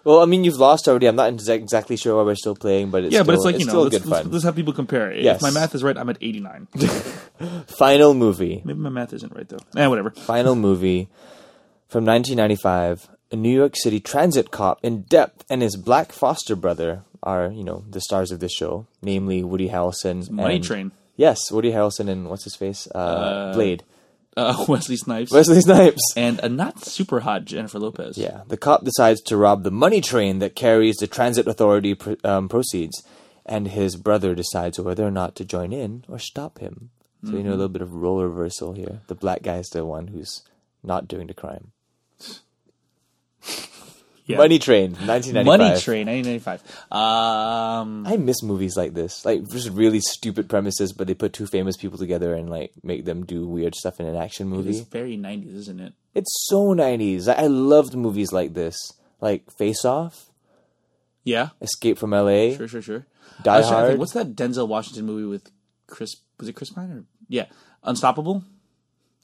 S1: Well, I mean, you've lost already. I'm not exa- exactly sure why we're still playing, but it's
S2: Yeah,
S1: still,
S2: but it's like you know,
S1: still
S2: let's,
S1: good
S2: let's,
S1: fun.
S2: let's have people compare. it. If
S1: Yes.
S2: my math is right, I'm at 89.
S1: Final movie,
S2: Maybe my math isn't right though. Eh, whatever.
S1: final movie from 1995. A New York City transit cop in depth and his black foster brother are you know the stars of this show, namely Woody Harrelson,
S2: Money
S1: and-
S2: Train.
S1: Yes, Woody Harrelson and what's his face, uh, Blade,
S2: Uh, Wesley Snipes.
S1: Wesley Snipes.
S2: and a not super hot Jennifer Lopez.
S1: Yeah, the cop decides to rob the money train that carries the transit authority pr- um, proceeds, and his brother decides whether or not to join in or stop him. So you
S2: Mm-hmm.
S1: know a little bit of role reversal here. The black guy's the one who's not doing the crime.
S2: Yeah.
S1: Money Train, 1995.
S2: Money Train, 1995. Um,
S1: I miss movies like this, like just really stupid premises, but they put two famous people together and like make them do weird stuff in an action movie.
S2: it's very 90s, isn't it?
S1: It's so 90s. I, I loved movies like this, like Face Off,
S2: Yeah,
S1: Escape from LA.
S2: sure, sure, sure.
S1: Die
S2: I was trying to
S1: Hard.
S2: what's that Denzel Washington movie with Chris? Was it Chris Pine or yeah, Unstoppable?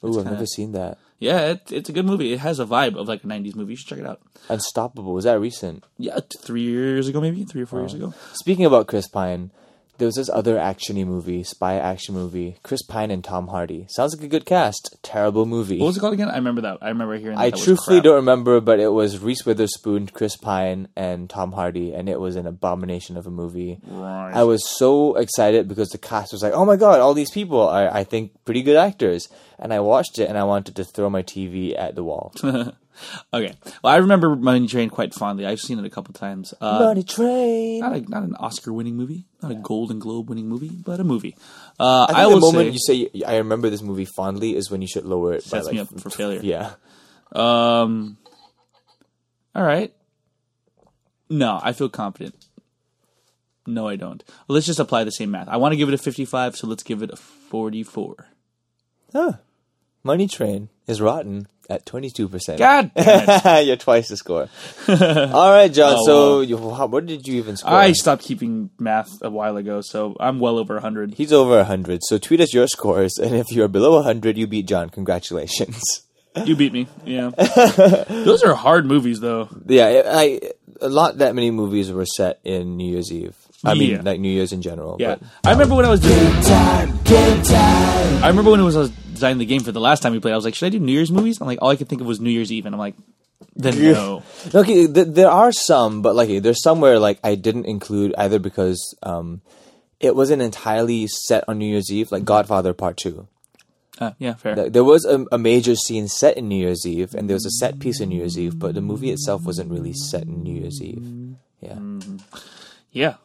S1: Ooh, I've
S2: kinda-
S1: never seen that.
S2: Yeah, it, it's a good movie. It has a vibe of like a 90s movie. You should check it out.
S1: Unstoppable. Was that recent?
S2: Yeah, t- three years ago, maybe three or four years ago.
S1: Speaking about Chris Pine, there was this other actiony movie, spy action movie, Chris Pine and Tom Hardy. Sounds like a good cast. Terrible movie.
S2: What was it called again? I remember that. I remember hearing. That
S1: I
S2: that was
S1: truthfully
S2: crap.
S1: don't remember, but it was Reese Witherspoon, Chris Pine, and Tom Hardy, and it was an abomination of a movie.
S2: Right.
S1: I was so excited because the cast was like, "Oh my god, all these people are, I think, pretty good actors." And I watched it, and I wanted to throw my TV at the wall.
S2: Okay. Well, I remember Money Train quite fondly. I've seen it a couple times. Uh,
S1: Money train.
S2: not a, not an Oscar winning movie, not a Golden Globe winning movie, but a movie. Uh,
S1: I
S2: I,
S1: think the
S2: will
S1: moment
S2: say,
S1: you say, "I remember this movie fondly," is when you should lower it.
S2: Sets
S1: by,
S2: me
S1: like,
S2: up for failure.
S1: Yeah.
S2: all right. No, I feel confident. No, I don't. Well, let's just apply the same math. I want to give it a 55, so let's give it a 44.
S1: Money Train is rotten at 22%.
S2: God damn it.
S1: You're twice the score. All right, John.
S2: Oh,
S1: so,
S2: well.
S1: you, how, what did you even score?
S2: I stopped keeping math a while ago, so I'm well over 100.
S1: He's over 100. So, tweet us your scores. And if you're below 100, you beat John. Congratulations.
S2: You beat me. Yeah. Those are hard movies, though.
S1: yeah, I, I, a lot that many movies were set in New Year's Eve. I
S2: Yeah.
S1: mean, like New Year's in general.
S2: Yeah.
S1: but-
S2: I remember when I was doing.
S4: Time, game time.
S2: I remember when it was I was designing the game for the last time we played. I was like, should I do New Year's movies? And like all I could think of was New Year's Eve, and I'm like, then no.
S1: Okay, th- there are some, but like there's some where like I didn't include either because um, it wasn't entirely set on New Year's Eve, like Godfather Part Two.
S2: Uh, yeah, fair.
S1: Like, There was a, a major scene set in New Year's Eve, and there was a set piece in New Year's Eve, but the movie itself wasn't really set in New Year's Eve. Yeah,
S2: yeah.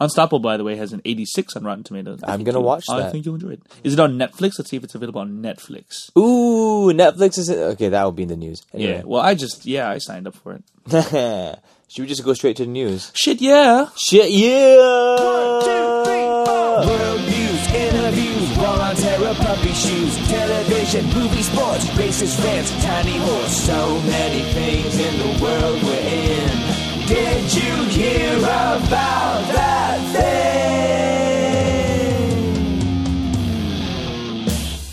S2: Unstoppable, by the way, has an 86 on Rotten Tomatoes. I
S1: I'm
S2: think
S1: gonna
S2: you'll-
S1: watch
S2: I
S1: that.
S2: think you'll enjoy it. Is it on Netflix? Let's see if it's available on Netflix.
S1: ooh, Netflix is okay. That would be in the news.
S2: Yeah.
S1: Anyway.
S2: Well, I just yeah, I signed up for it.
S1: Should we just go straight to the news?
S2: Shit, yeah.
S1: Shit, yeah.
S4: World news, interviews, war on terror, puppy shoes, television, movie, sports, racist rants, tiny horse. So many things in the world we're in. Did you hear about that thing?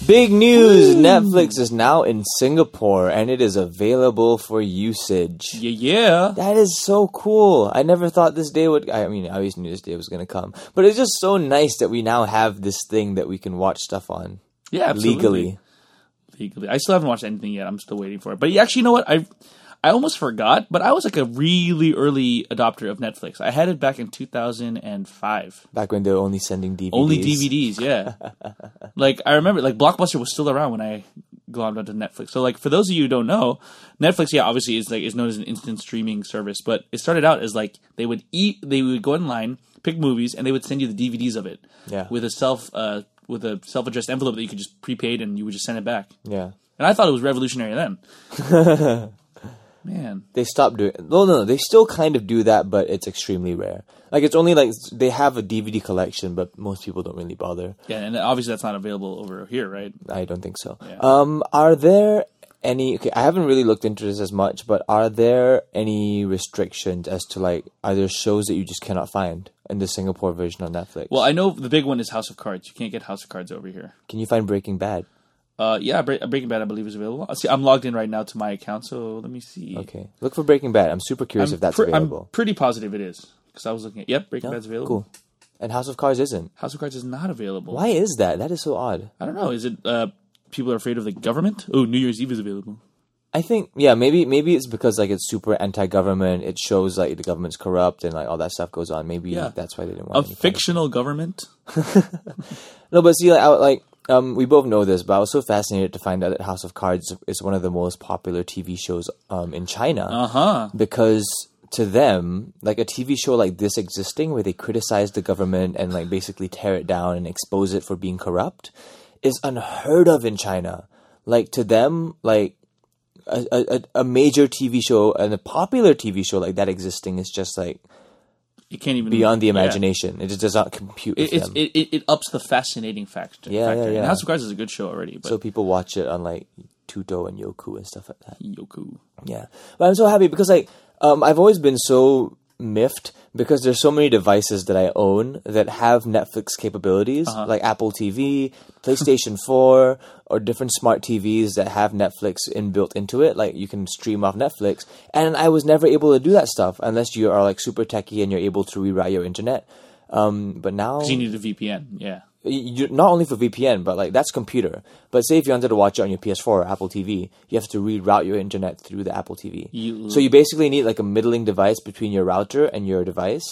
S1: Big news! Netflix is now in Singapore and it is available for usage.
S2: Yeah, yeah.
S1: That is so cool. I never thought this day would. I mean, I always knew this day was going to come. But it's just so nice that we now have this thing that we can watch stuff on.
S2: Yeah, absolutely.
S1: legally.
S2: Legally. I still haven't watched anything yet. I'm still waiting for it. But yeah, actually, you know what? I I almost forgot, but I was like a really early adopter of Netflix. I had it back in 2005.
S1: Back when they were only sending DVDs.
S2: Only DVDs, yeah. like I remember, like Blockbuster was still around when I glommed onto Netflix. So, like for those of you who don't know, Netflix, yeah, obviously is like is known as an instant streaming service, but it started out as like they would eat, they would go online, pick movies, and they would send you the DVDs of it.
S1: Yeah.
S2: With a self, uh, with a self-addressed envelope that you could just prepaid and you would just send it back.
S1: Yeah.
S2: And I thought it was revolutionary then. Man,
S1: They stopped doing No, no, no. They still kind of do that, but it's extremely rare. Like, it's only like they have a DVD collection, but most people don't really bother.
S2: yeah, and obviously that's not available over here, right?
S1: I don't think so. Um, are there any? Okay, I haven't really looked into this as much, but are there any restrictions as to like are there shows that you just cannot find in the Singapore version on Netflix?
S2: Well, I know the big one is House of Cards. You can't get House of Cards over here.
S1: Can you find Breaking Bad?
S2: Uh, yeah, Bre- Breaking Bad, I believe, is available. Uh, See, I'm logged in right now to my account, so let me see.
S1: Okay, look for Breaking Bad. I'm super curious
S2: I'm
S1: if that's
S2: pre- I'm
S1: available.
S2: pretty positive it is because I was looking at. Yep, Breaking Bad's available.
S1: Cool. And House of Cards isn't.
S2: House of Cards is not available.
S1: Why is that? That is so odd.
S2: I don't know. Is it uh, people are afraid of the government? Oh, New Year's Eve is available.
S1: I think yeah, maybe maybe it's because like it's super anti-government. It shows like the government's corrupt and like all that stuff goes on. Maybe
S2: Yeah.
S1: that's why they didn't want
S2: A
S1: any kind of-
S2: fictional government.
S1: No, but see, like, I, like um, we both know this, but I was so fascinated to find out that House of Cards is one of the most popular TV shows um, in China. Uh
S2: Uh-huh.
S1: huh. Because to them, like a TV show like this existing, where they criticize the government and like basically tear it down and expose it for being corrupt, is unheard of in China. Like to them, like a, a, a- a major TV show and a popular TV show like that existing is just like
S2: You can't even
S1: beyond the
S2: yeah.
S1: imagination. It just does not compute.
S2: It,
S1: with
S2: it's,
S1: them.
S2: it, it it ups the fascinating factor.
S1: Yeah,
S2: factor.
S1: yeah,
S2: And
S1: yeah.
S2: House of Cards is a good show already, but
S1: So people watch it on like Tuto and Yoku and stuff like that.
S2: Yoku.
S1: Yeah, but I'm so happy because like um, I've always been so miffed because there's so many devices that I own that have Netflix capabilities, like Apple TV, PlayStation 4, or different smart TVs that have Netflix inbuilt into it. Like you can stream off Netflix, and I was never able to do that stuff unless you are like super techie and you're able to reroute your internet. Um, but now
S2: You need a VPN. Yeah.
S1: you, not only for VPN, but like that's computer. But say if you wanted to watch it on your PS4 or Apple TV, you have to reroute your internet through the Apple TV.
S2: You-
S1: so you basically need like a middling device between your router and your device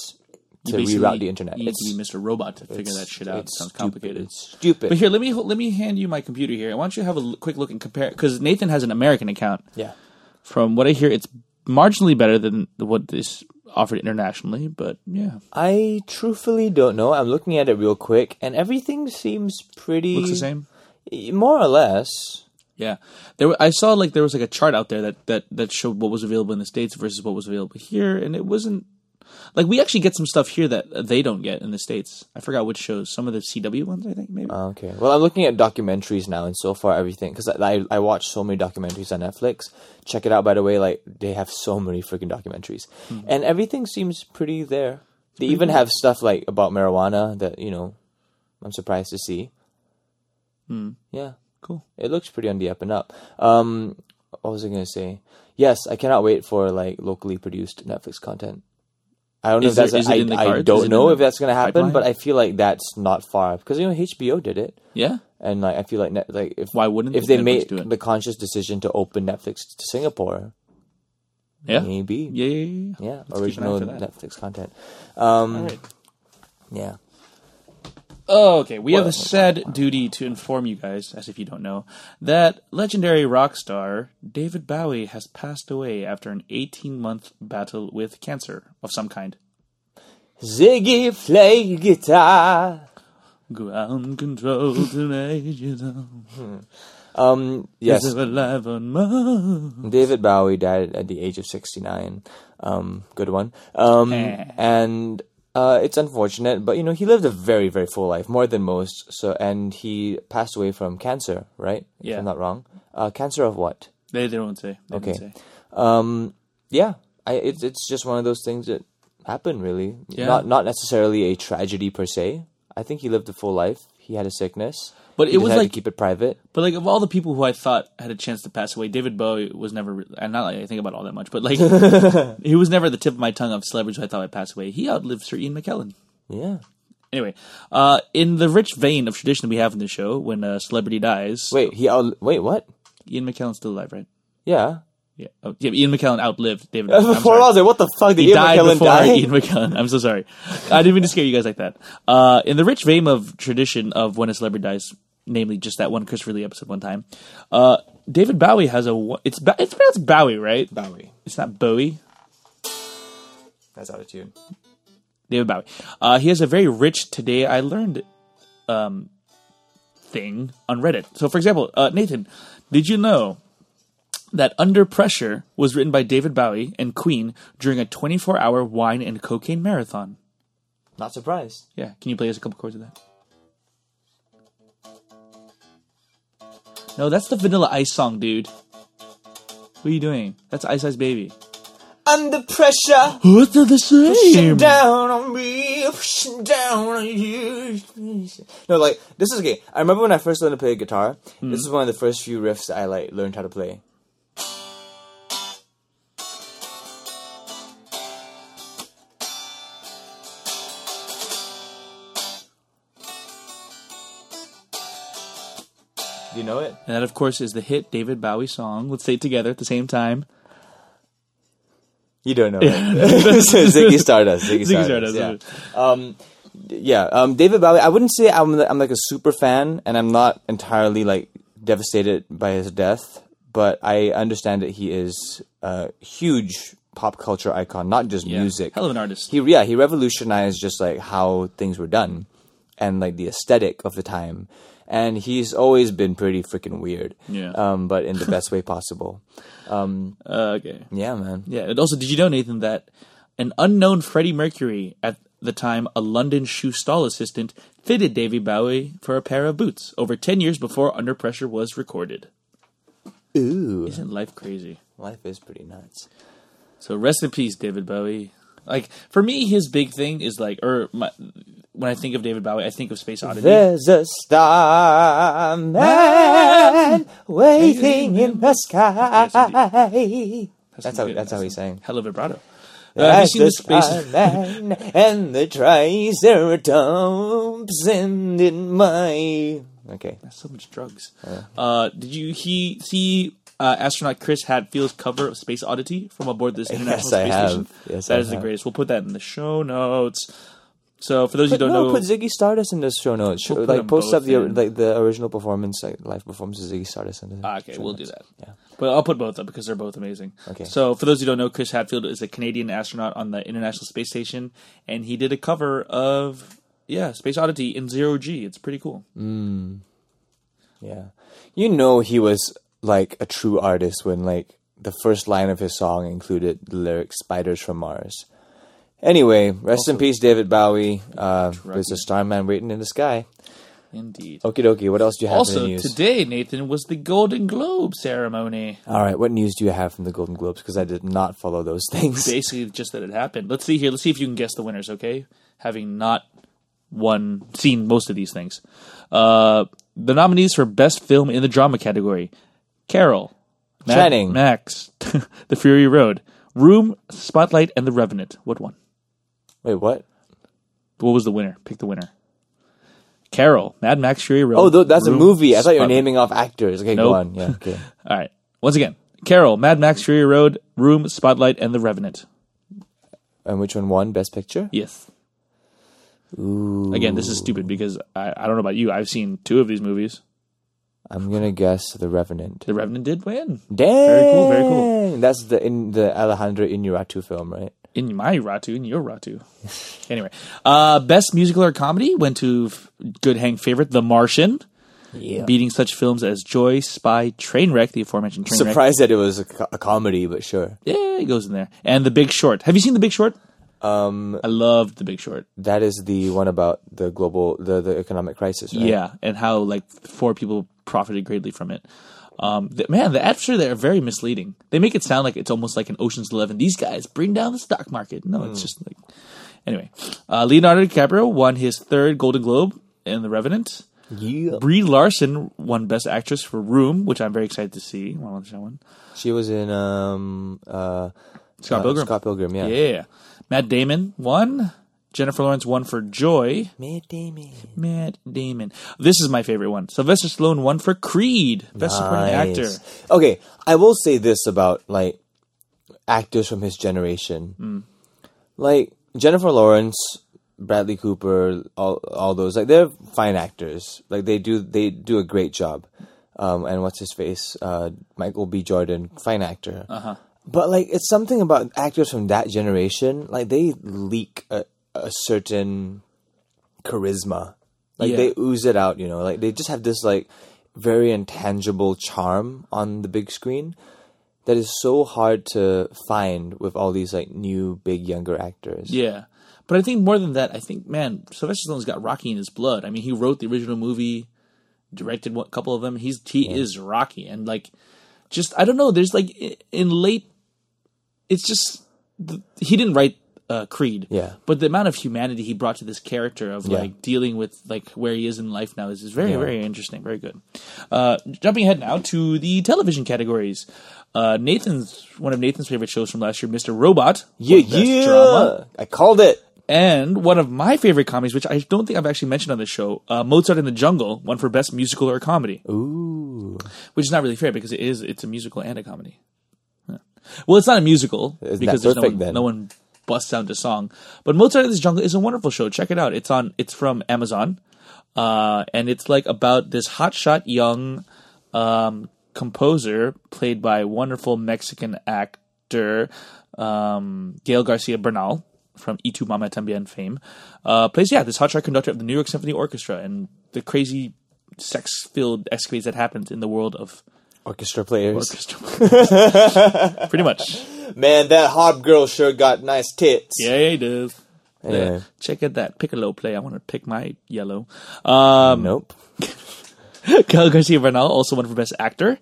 S1: to
S2: Basically,
S1: reroute the internet.
S2: You need
S1: It's-
S2: to be Mr. Robot to figure that shit out.
S1: it's
S2: Sounds
S1: stupid.
S2: complicated.
S1: It's stupid.
S2: But here, let me let me hand you my computer here. Why don't you have a l- quick look and compare? Because Nathan has an American account.
S1: yeah.
S2: From what I hear, it's marginally better than what is offered internationally. But yeah,
S1: I truthfully don't know. I'm looking at it real quick, and everything seems pretty
S2: looks the same.
S1: more or less.
S2: Yeah, there. were- I saw like there was like a chart out there that that that showed what was available in the states versus what was available here, and it wasn't like we actually get some stuff here that uh, they don't get in the states. I forgot which shows. Some of the CW ones, I think maybe.
S1: Okay. Well, I'm looking at documentaries now, and so far everything because I, I I watch so many documentaries on Netflix. Check it out, by the way. Like they have so many freaking documentaries,
S2: Hmm.
S1: and everything seems pretty there. They even have stuff like about marijuana that you know, I'm surprised to see. Yeah,
S2: Hmm. cool.
S1: it looks pretty on the up and up. Um, what was I gonna say? Yes, I cannot wait for like locally produced Netflix content. I don't know
S2: Is
S1: if that's
S2: there- is it
S1: I,
S2: in the
S1: I
S2: cards? Is it
S1: don't
S2: in
S1: know
S2: the
S1: if that's gonna happen,
S2: pipeline?
S1: but I feel like that's not far because you know HBO did it
S2: Yeah.
S1: and like I feel like net, like if
S2: Why wouldn't
S1: if they
S2: Netflix
S1: made
S2: do it?
S1: the conscious decision to open Netflix to Singapore,
S2: Yeah. Yeah.
S1: maybe
S2: Yeah. yeah, yeah.
S1: yeah,
S2: Let's keep an eye out
S1: original
S2: for that.
S1: Netflix content. Um,
S2: All right.
S1: Yeah,
S2: Oh, Okay, we have a
S1: Well-
S2: sad duty to inform you guys, as if you don't know, that legendary rock star David Bowie has passed away after an 18 month battle with cancer of some kind.
S1: Ziggy play guitar.
S2: Ground control to let you know.
S1: Um,
S2: Yes.
S1: yes,
S2: alive on Mars.
S1: David Bowie died at the age of sixty nine. Um, good one. Um,
S2: Eh.
S1: and uh, it's unfortunate, but you know he lived a very very full life, more than most. So and he passed away from cancer, right?
S2: Yeah.
S1: if I'm not wrong. Uh, cancer of what?
S2: They, they don't say. They
S1: Okay.
S2: Don't say.
S1: um yeah i it's it's just one of those things that happen really
S2: Yeah.
S1: not not necessarily a tragedy per se i think he lived a full life he had a sickness
S2: But
S1: He
S2: it was
S1: decided
S2: like-
S1: to keep it private
S2: But like of all the people who I thought had a chance to pass away, David Bowie was never. Re- and not like I think about all that much, but like he was never the tip of my tongue of celebrities who I thought would pass away. He outlived Sir Ian McKellen.
S1: yeah
S2: Anyway, uh, in the rich vein of tradition we have in the show, when a celebrity dies,
S1: Wait, he out- wait, what?
S2: Ian McKellen's still alive, right?
S1: Yeah.
S2: Yeah. Oh, yeah Ian McKellen outlived David. I'm
S1: Before
S2: sorry.
S1: I was like, what the fuck? Did
S2: He
S1: Ian
S2: died
S1: McKellen
S2: before
S1: die?
S2: Ian McKellen. I'm so sorry. I didn't mean to scare you guys like that. Uh, in the rich vein of tradition of when a celebrity dies, namely just that one Christopher Lee episode one time, uh, David Bowie has a. wo- It's Bo- it's pronounced Bowie, right?
S1: Bowie.
S2: It's not Bowie.
S1: That's out of tune.
S2: David Bowie. Uh, he has a very rich today I learned um, thing on Reddit. So, for example, uh, Nathan, did you know that Under Pressure was written by David Bowie and Queen during a 24 hour wine and cocaine marathon?
S1: Not surprised.
S2: Yeah, can you play us a couple chords of that? No, that's the Vanilla Ice song, dude. What are you doing? That's Ice Ice Baby.
S1: Under pressure,
S2: What's the same?
S1: down on me, pushing down on you. No, like this is okay. I remember when I first learned to play guitar. This is one of the first few riffs I like learned how to play. Do you know it?
S2: And that, of course, is the hit David Bowie song. Let's say it together at the same time.
S1: You don't know. it. Ziggy Stardust. Ziggy,
S2: Ziggy
S1: Stardust.
S2: Stardust,
S1: Yeah. Um, yeah. Um, David Bowie. I wouldn't say I'm. I'm like a super fan, and I'm not entirely like devastated by his death, but I understand that he is a huge pop culture icon, not just music.
S2: Hell of an artist.
S1: He yeah. He revolutionized just like how things were done, and like the aesthetic of the time. And he's always been pretty freaking weird.
S2: Yeah.
S1: Um, but in the best way possible.
S2: Uh, okay.
S1: Yeah, man.
S2: Yeah. And also, did you know, Nathan, that an unknown Freddie Mercury at the time, a London shoe stall assistant, fitted David Bowie for a pair of boots over 10 years before Under Pressure was recorded?
S1: Ooh.
S2: Isn't life crazy?
S1: Life is pretty nuts.
S2: So rest in peace, David Bowie. Like, for me, his big thing is like, or my, when I think of David Bowie, I think of Space Oddity.
S1: There's a starman waiting in the sky. That's how that's how he sang.
S2: Hell of a vibrato. Uh, have you seen the
S1: There's a
S2: Space
S1: starman and the triceratops and in my okay.
S2: So much drugs. Uh, did you he see uh, astronaut Chris Hadfield's cover of Space Oddity from aboard this international
S1: I
S2: space
S1: have.
S2: station?
S1: Yes,
S2: That
S1: I
S2: is the
S1: have.
S2: greatest. We'll put that in the show notes. So for those who
S1: But
S2: don't
S1: no,
S2: know,
S1: put Ziggy Stardust in the show notes.
S2: We'll put
S1: like
S2: them
S1: post up
S2: both
S1: the
S2: in.
S1: like the original performance, like live performance of Ziggy Stardust. In the
S2: Ah, okay,
S1: show
S2: we'll do
S1: notes.
S2: that.
S1: Yeah.
S2: But I'll put both up because they're both amazing.
S1: Okay.
S2: So for those who don't know, Chris Hadfield is a Canadian astronaut on the International Space Station, and he did a cover of yeah Space Oddity in zero G. It's pretty cool.
S1: Mm. Yeah. You know he was like a true artist when like the first line of his song included the lyric Spiders from Mars. Anyway, rest in peace, David Bowie. Uh, there's a starman waiting in the sky.
S2: Indeed.
S1: Okie dokie, what else do you have in the
S2: Also,
S1: news?
S2: today, Nathan, was the Golden Globe ceremony.
S1: All right, what news do you have from the Golden Globes? Because I did not follow those things.
S2: basically just that it happened. Let's see here. Let's see if you can guess the winners. Okay, having not won, seen most of these things. Uh, the nominees for best film in the drama category: Carol, Mad
S1: Channing.
S2: Max, The Fury Road, Room, Spotlight, and The Revenant. What one?
S1: Wait, what?
S2: What was the winner? Pick the winner. Carol, Mad Max, Fury Road.
S1: Oh, th- that's a
S2: Room,
S1: movie. I thought you were
S2: Spotlight.
S1: naming off actors. Okay, go
S2: Nope.
S1: on. Yeah, okay.
S2: All right. Once again, Carol, Mad Max, Fury Road, Room, Spotlight, and The Revenant.
S1: and which one won Best Picture?
S2: Yes. Again, this is stupid because I, I don't know about you. I've seen two of these movies.
S1: I'm gonna guess The Revenant.
S2: The Revenant did win.
S1: Dang,
S2: cool, very cool.
S1: That's the in the Alejandro Inarritu film, right?
S2: In my Ratu, in your Ratu. anyway, uh, best musical or comedy went to f- good hang favorite The Martian,
S1: Yeah.
S2: beating such films as Joy, Spy, Trainwreck, the aforementioned Trainwreck.
S1: surprised that it was a, co- a comedy, but sure.
S2: Yeah, it goes in there. And The Big Short. Have you seen The Big Short? Um, I loved The Big Short.
S1: That is the one about the global, the, the economic crisis, right?
S2: Yeah, and how like four people profited greatly from it. Um, th- man, the ads for there are very misleading. They make it sound like it's almost like an Ocean's Eleven. These guys bring down the stock market. No, it's just like anyway. Uh, Leonardo DiCaprio won his third Golden Globe in The Revenant.
S1: Yeah.
S2: Brie Larson won Best Actress for Room, which I'm very excited to see. I want to show one.
S1: She was in um uh
S2: Scott
S1: uh,
S2: Pilgrim.
S1: Scott Pilgrim, yeah.
S2: Yeah. Matt Damon won. Jennifer Lawrence won for Joy.
S1: Matt Damon.
S2: Matt Damon. This is my favorite one. Sylvester Stallone won for Creed. Best supporting actor.
S1: Nice. Okay, I will say this about like actors from his generation, like Jennifer Lawrence, Bradley Cooper, all all those like they're fine actors. Like they do they do a great job. Um, and what's his face? Uh, Michael B. Jordan, fine actor. Uh-huh. But like it's something about actors from that generation, like they leak a, a certain charisma. Like
S2: Yeah.
S1: they ooze it out, you know. Like they just have this like very intangible charm on the big screen that is so hard to find with all these like new big younger actors.
S2: Yeah. But I think more than that, I think, man, Sylvester Stallone's got Rocky in his blood. I mean, he wrote the original movie, directed a couple of them. He's he is Rocky, and like, just I don't know. There's like i- in late, it's just the, he didn't write uh, Creed,
S1: Yeah.
S2: But the amount of humanity he brought to this character of
S1: Yeah.
S2: like dealing with like where he is in life now is, is very
S1: Yeah.
S2: very interesting, very good. Uh, jumping ahead now to the television categories. Uh, Nathan's one of Nathan's favorite shows from last year, Mr. Robot.
S1: yeah,
S2: won Best
S1: yeah.
S2: Drama
S1: I called it.
S2: and one of my favorite comedies, which I don't think I've actually mentioned on this show, uh, Mozart in the Jungle, won for best musical or comedy,
S1: Ooh,
S2: which is not really fair because it is it's a musical and a comedy. Yeah. Well, it's not a musical
S1: Isn't
S2: because
S1: that
S2: there's no
S1: perfect
S2: one,
S1: then?
S2: no one busts out a song. But Mozart in the Jungle is a wonderful show. Check it out. It's on. It's from Amazon, uh, and it's like about this hotshot young um, composer played by wonderful Mexican actor um, Gail Garcia Bernal from Y Tu Mama Tambien fame. Uh, plays, yeah, this hotshot conductor of the New York Symphony Orchestra and the crazy sex filled escapades that happens in the world of
S1: orchestra players.
S2: orchestra. Pretty much.
S1: Man, that Hob girl sure got nice tits.
S2: Yeah, it is.
S1: Anyway.
S2: Yeah. Check out that piccolo play. I want to pick my yellow. Um,
S1: Nope.
S2: Gael Garcia Bernal also won for Best Actor.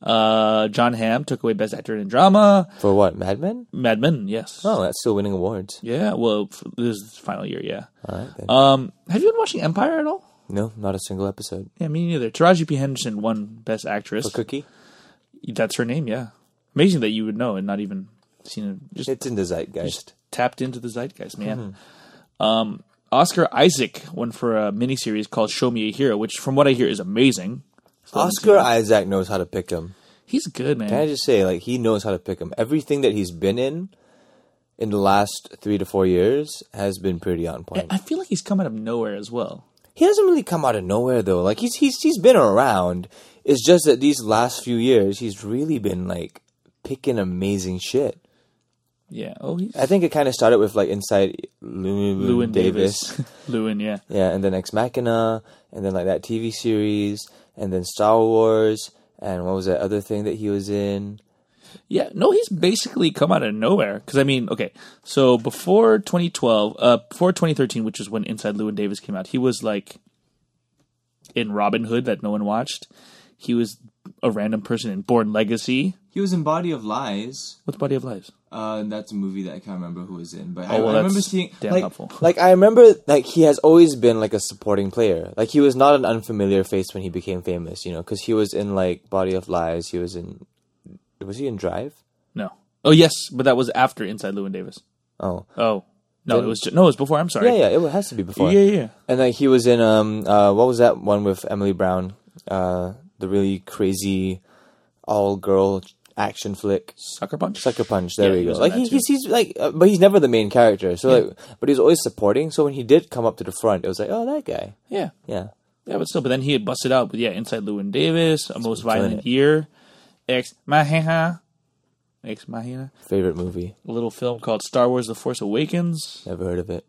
S2: Uh, John Hamm took away Best Actor in Drama.
S1: For what? Mad Men?
S2: Mad Men, yes.
S1: Oh, that's still winning awards.
S2: Yeah, well, f- this is the final year, yeah.
S1: All right. Then.
S2: Um, have you been watching Empire at all?
S1: no, not a single episode.
S2: Yeah, me neither. Taraji P. Henderson won Best Actress.
S1: Cookie.
S2: That's her name, yeah. Amazing that you would know and not even seen it. Just
S1: It's in the zeitgeist.
S2: tapped into the zeitgeist, man. Um,
S1: Mm-hmm.
S2: Oscar Isaac won for a miniseries called Show Me a Hero, which, from what I hear, is amazing. Still haven't seen
S1: Oscar
S2: it.
S1: Isaac knows how to pick him.
S2: He's good, man.
S1: Can I just say, like, he knows how to pick him. Everything that he's been in in the last three to four years has been pretty on point.
S2: I feel like he's come out of nowhere as well.
S1: He doesn't really come out of nowhere though. Like he's he's he's been around. It's just that these last few years, he's really been like picking amazing shit.
S2: Yeah. Oh, he's
S1: I think it kind of started with like Inside Llewyn,
S2: Lewin
S1: Davis.
S2: Davis. Lewin, yeah.
S1: Yeah, and then Ex Machina, and then like that TV series, and then Star Wars, and what was that other thing that he was in?
S2: Yeah, no, he's basically come out of nowhere. Because I mean, okay, so before 2012, uh, before 2013, which is when Inside Lewin Davis came out, he was like in Robin Hood that no one watched. He was a random person in Born Legacy.
S4: He was in Body of Lies.
S2: What's Body of Lives?
S4: Uh, that's a movie that I can't remember who was in, but I,
S2: Oh, well,
S4: I remember
S2: that's
S4: seeing
S2: damn
S4: like
S2: helpful.
S1: Like I remember, like he has always been like a supporting player. Like he was not an unfamiliar face when he became famous, you know, because he was in like Body of Lies. He was in, was he in Drive?
S2: No. Oh yes, but that was after Inside Lewin Davis.
S1: Oh,
S2: Oh no, it was ju- no, it was before. I'm sorry.
S1: yeah, yeah, it has to be before.
S2: yeah, yeah.
S1: And like he was in um uh what was that one with Emily Brown? Uh, the really crazy, all girl action flick.
S2: Sucker Punch.
S1: Sucker Punch. There
S2: Yeah, he
S1: we go.
S2: was in
S1: Like
S2: that
S1: he,
S2: too.
S1: he's, he's like, uh, but he's never the main character. So like, but he's always supporting. So when he did come up to the front, it was like, oh, that guy.
S2: Yeah,
S1: Yeah.
S2: yeah, but still. But then he had busted out. But yeah, Inside Lewin Davis, A Most
S1: killing
S2: Violent
S1: it.
S2: Year, Ex Machina, Ex Machina.
S1: Favorite movie.
S2: a little film called Star Wars: The Force Awakens.
S1: Never heard of it.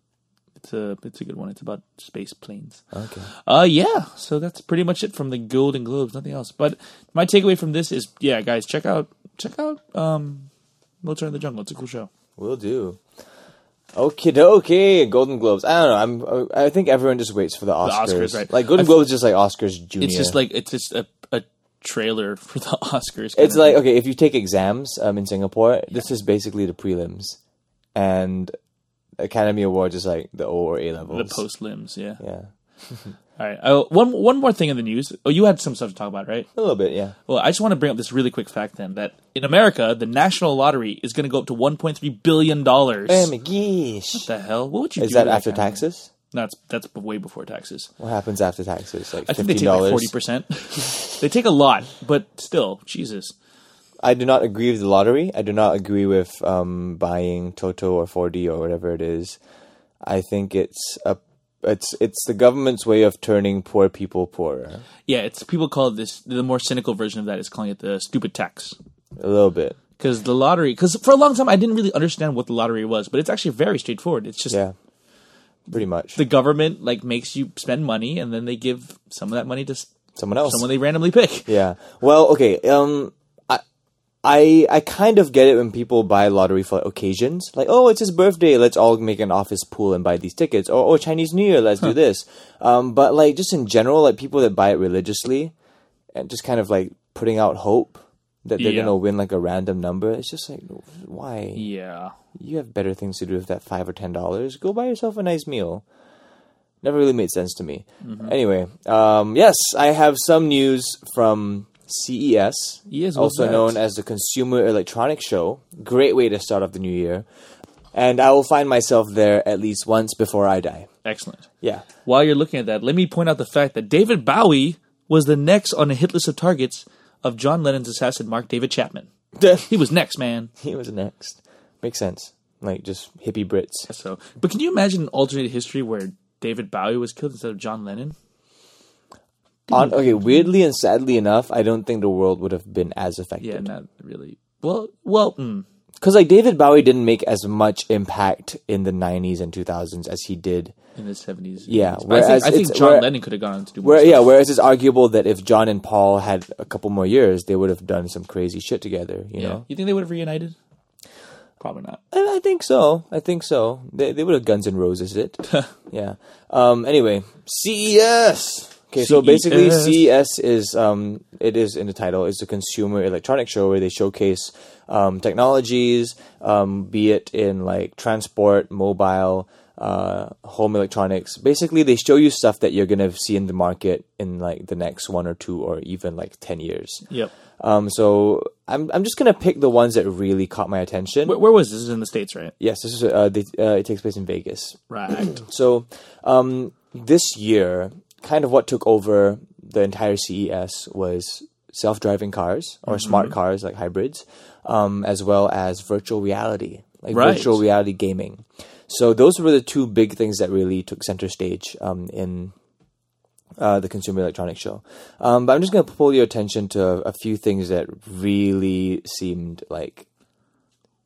S2: It's a it's a good one. It's about space planes.
S1: Okay.
S2: Uh, yeah. So that's pretty much it from the Golden Globes. Nothing else. But my takeaway from this is, yeah, guys, check out check out um, Mozart in the Jungle. It's a cool show.
S1: Will do. Okay, dokie. Golden Globes. I don't know. I'm. uh, I think everyone just waits for the Oscars.
S2: Oscars, right.
S1: Like
S2: I
S1: Golden
S2: f-
S1: Globes, is just like Oscars Junior.
S2: It's just like it's just a, a trailer for the Oscars. kind
S1: It's
S2: of
S1: like
S2: thing.
S1: okay, if you take exams um, in Singapore, this is basically the prelims, and Academy Awards is like the O or A levels.
S2: the post limbs. Yeah.
S1: Yeah.
S2: All right. Uh, one one more thing in the news. Oh, you had some stuff to talk about, right?
S1: A little bit, yeah.
S2: Well, I just want to bring up this really quick fact then that in America, the national lottery is going to go up to 1.3 billion dollars.
S1: Oh
S2: What
S1: my gosh.
S2: the hell? What would you
S1: Is
S2: do
S1: that
S2: with
S1: after
S2: kind of-
S1: taxes?
S2: No, that's that's b- way before taxes.
S1: What happens after taxes? Like
S2: I think they
S1: fifteen
S2: take like
S1: dollars.
S2: 40%. they take a lot, but still, Jesus.
S1: I do not agree with the lottery. I do not agree with um, buying Toto or 4D or whatever it is. I think it's a it's it's the government's way of turning poor people poorer
S2: Yeah, it's people call this the more cynical version of that is calling it the stupid tax.
S1: a little bit.
S2: Because the lottery, because for a long time I didn't really understand what the lottery was, but it's actually very straightforward. It's just
S1: Yeah, pretty much.
S2: the government like makes you spend money, and then they give some of that money to s-
S1: Someone else.
S2: someone they randomly pick.
S1: Yeah. Well, okay. Um, I, I, I kind of get it when people buy lottery for occasions, like, oh, it's his birthday, let's all make an office pool and buy these tickets, or oh, Chinese New Year, let's do this. Um, but like just in general, like people that buy it religiously, and just kind of like putting out hope that they're
S2: Yeah.
S1: gonna win like a random number. It's just like, why?
S2: Yeah.
S1: You have better things to do with that five or ten dollars. Go buy yourself a nice meal. Never really made sense to me.
S2: Mm-hmm.
S1: Anyway, um, yes, I have some news from CES,
S2: Yes, what's
S1: also
S2: that?
S1: known as the Consumer Electronics Show. Great way to start off the new year, and I will find myself there at least once before I die.
S2: Excellent.
S1: Yeah,
S2: While you're looking at that, let me point out the fact that David Bowie was the next on the hit list of targets of John Lennon's assassin Mark David Chapman. He was next, man.
S1: he was next. Makes sense. Like just hippie Brits.
S2: So, but can you imagine an alternate history where David Bowie was killed instead of John Lennon?
S1: On, okay, weirdly and sadly enough, I don't think the world would have been as affected.
S2: Yeah, not really. Well, well, mm,
S1: because like David Bowie didn't make as much impact in the '90s and 2000s as he did.
S2: in the seventies.
S1: Yeah,
S2: I
S1: whereas
S2: think, I think
S1: it's-
S2: John
S1: where-
S2: Lennon could have gone on to do more.
S1: Where,
S2: stuff.
S1: yeah, whereas it's arguable that if John and Paul had a couple more years, they would have done some crazy shit together. You
S2: Yeah.
S1: know,
S2: You think they would have reunited? Probably not.
S1: and I think so. I think so. They they would have Guns and Roses it. yeah. Um. Anyway, CES. Okay, so basically,
S2: CES.
S1: CES is um, it is in the title. It's a consumer electronics show where they showcase um, technologies, um, be it in like transport, mobile, uh, home electronics. Basically, they show you stuff that you're gonna see in the market in like the next one or two or even like ten years.
S2: Yep.
S1: Um, so I'm I'm just gonna pick the ones that really caught my attention.
S2: Where, where was this? This is in the states, right?
S1: Yes, this is uh, the, uh, it takes place in Vegas.
S2: Right.
S1: So um, this year, kind of what took over the entire CES was self-driving cars or smart cars like hybrids, um, as well as virtual reality, like
S2: Right.
S1: virtual reality gaming. So those were the two big things that really took center stage um, in uh, the Consumer Electronics Show. Um, but I'm just going to pull your attention to a few things that really seemed like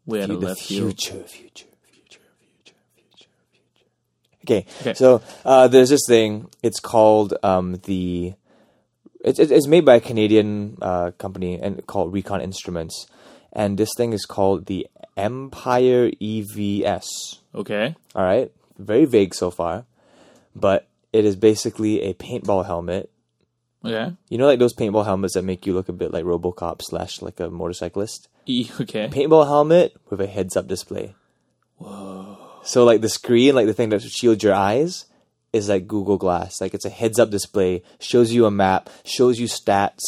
S2: Way out
S1: the
S2: of left field.
S1: future, future, future, future, future, future. Okay,
S2: Okay.
S1: so uh, there's this thing. It's called um, the. It's it's- it's made by a Canadian uh, company and called Recon Instruments, and this thing is called the Empire EVS.
S2: Okay.
S1: All right, very vague so far, but it is basically a paintball helmet.
S2: Okay.
S1: You know, like those paintball helmets that make you look a bit like RoboCop slash like a motorcyclist
S2: E- okay.
S1: paintball helmet with a heads up display. Whoa. So like the screen, like the thing that shields your eyes, is like Google Glass. Like it's a heads up display, shows you a map, shows you stats,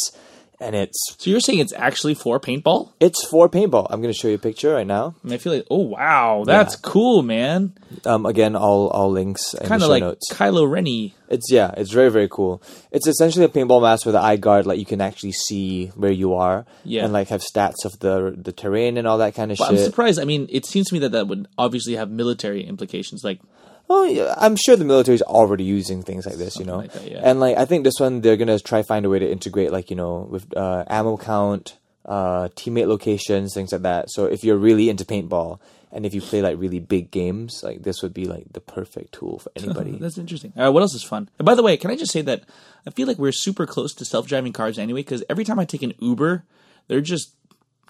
S1: and it's
S2: So you're saying it's actually for paintball?
S1: it's for paintball. I'm gonna show you a picture right now.
S2: And I feel like, oh wow, that's cool, man.
S1: Um again all all links in the
S2: Kind
S1: show
S2: of like
S1: notes.
S2: Kylo Renny.
S1: It's yeah, it's very very cool. It's essentially a paintball mask with an eye guard, like you can actually see where you are,
S2: Yeah.
S1: and like have stats of the the terrain and all that kind of
S2: But I'm
S1: shit.
S2: surprised. I mean, it seems to me that that would obviously have military implications. Like,
S1: Well, yeah, I'm sure the military's already using things like this, you know.
S2: like that, yeah.
S1: And like, I think this one they're gonna try find a way to integrate, like you know, with uh, ammo count, uh, teammate locations, things like that. So if you're really into paintball and if you play like really big games, like this would be like the perfect tool for anybody.
S2: that's interesting. All right, what else is fun? And by the way, can I just say that I feel like we're super close to self-driving cars anyway? Because every time I take an Uber, they're just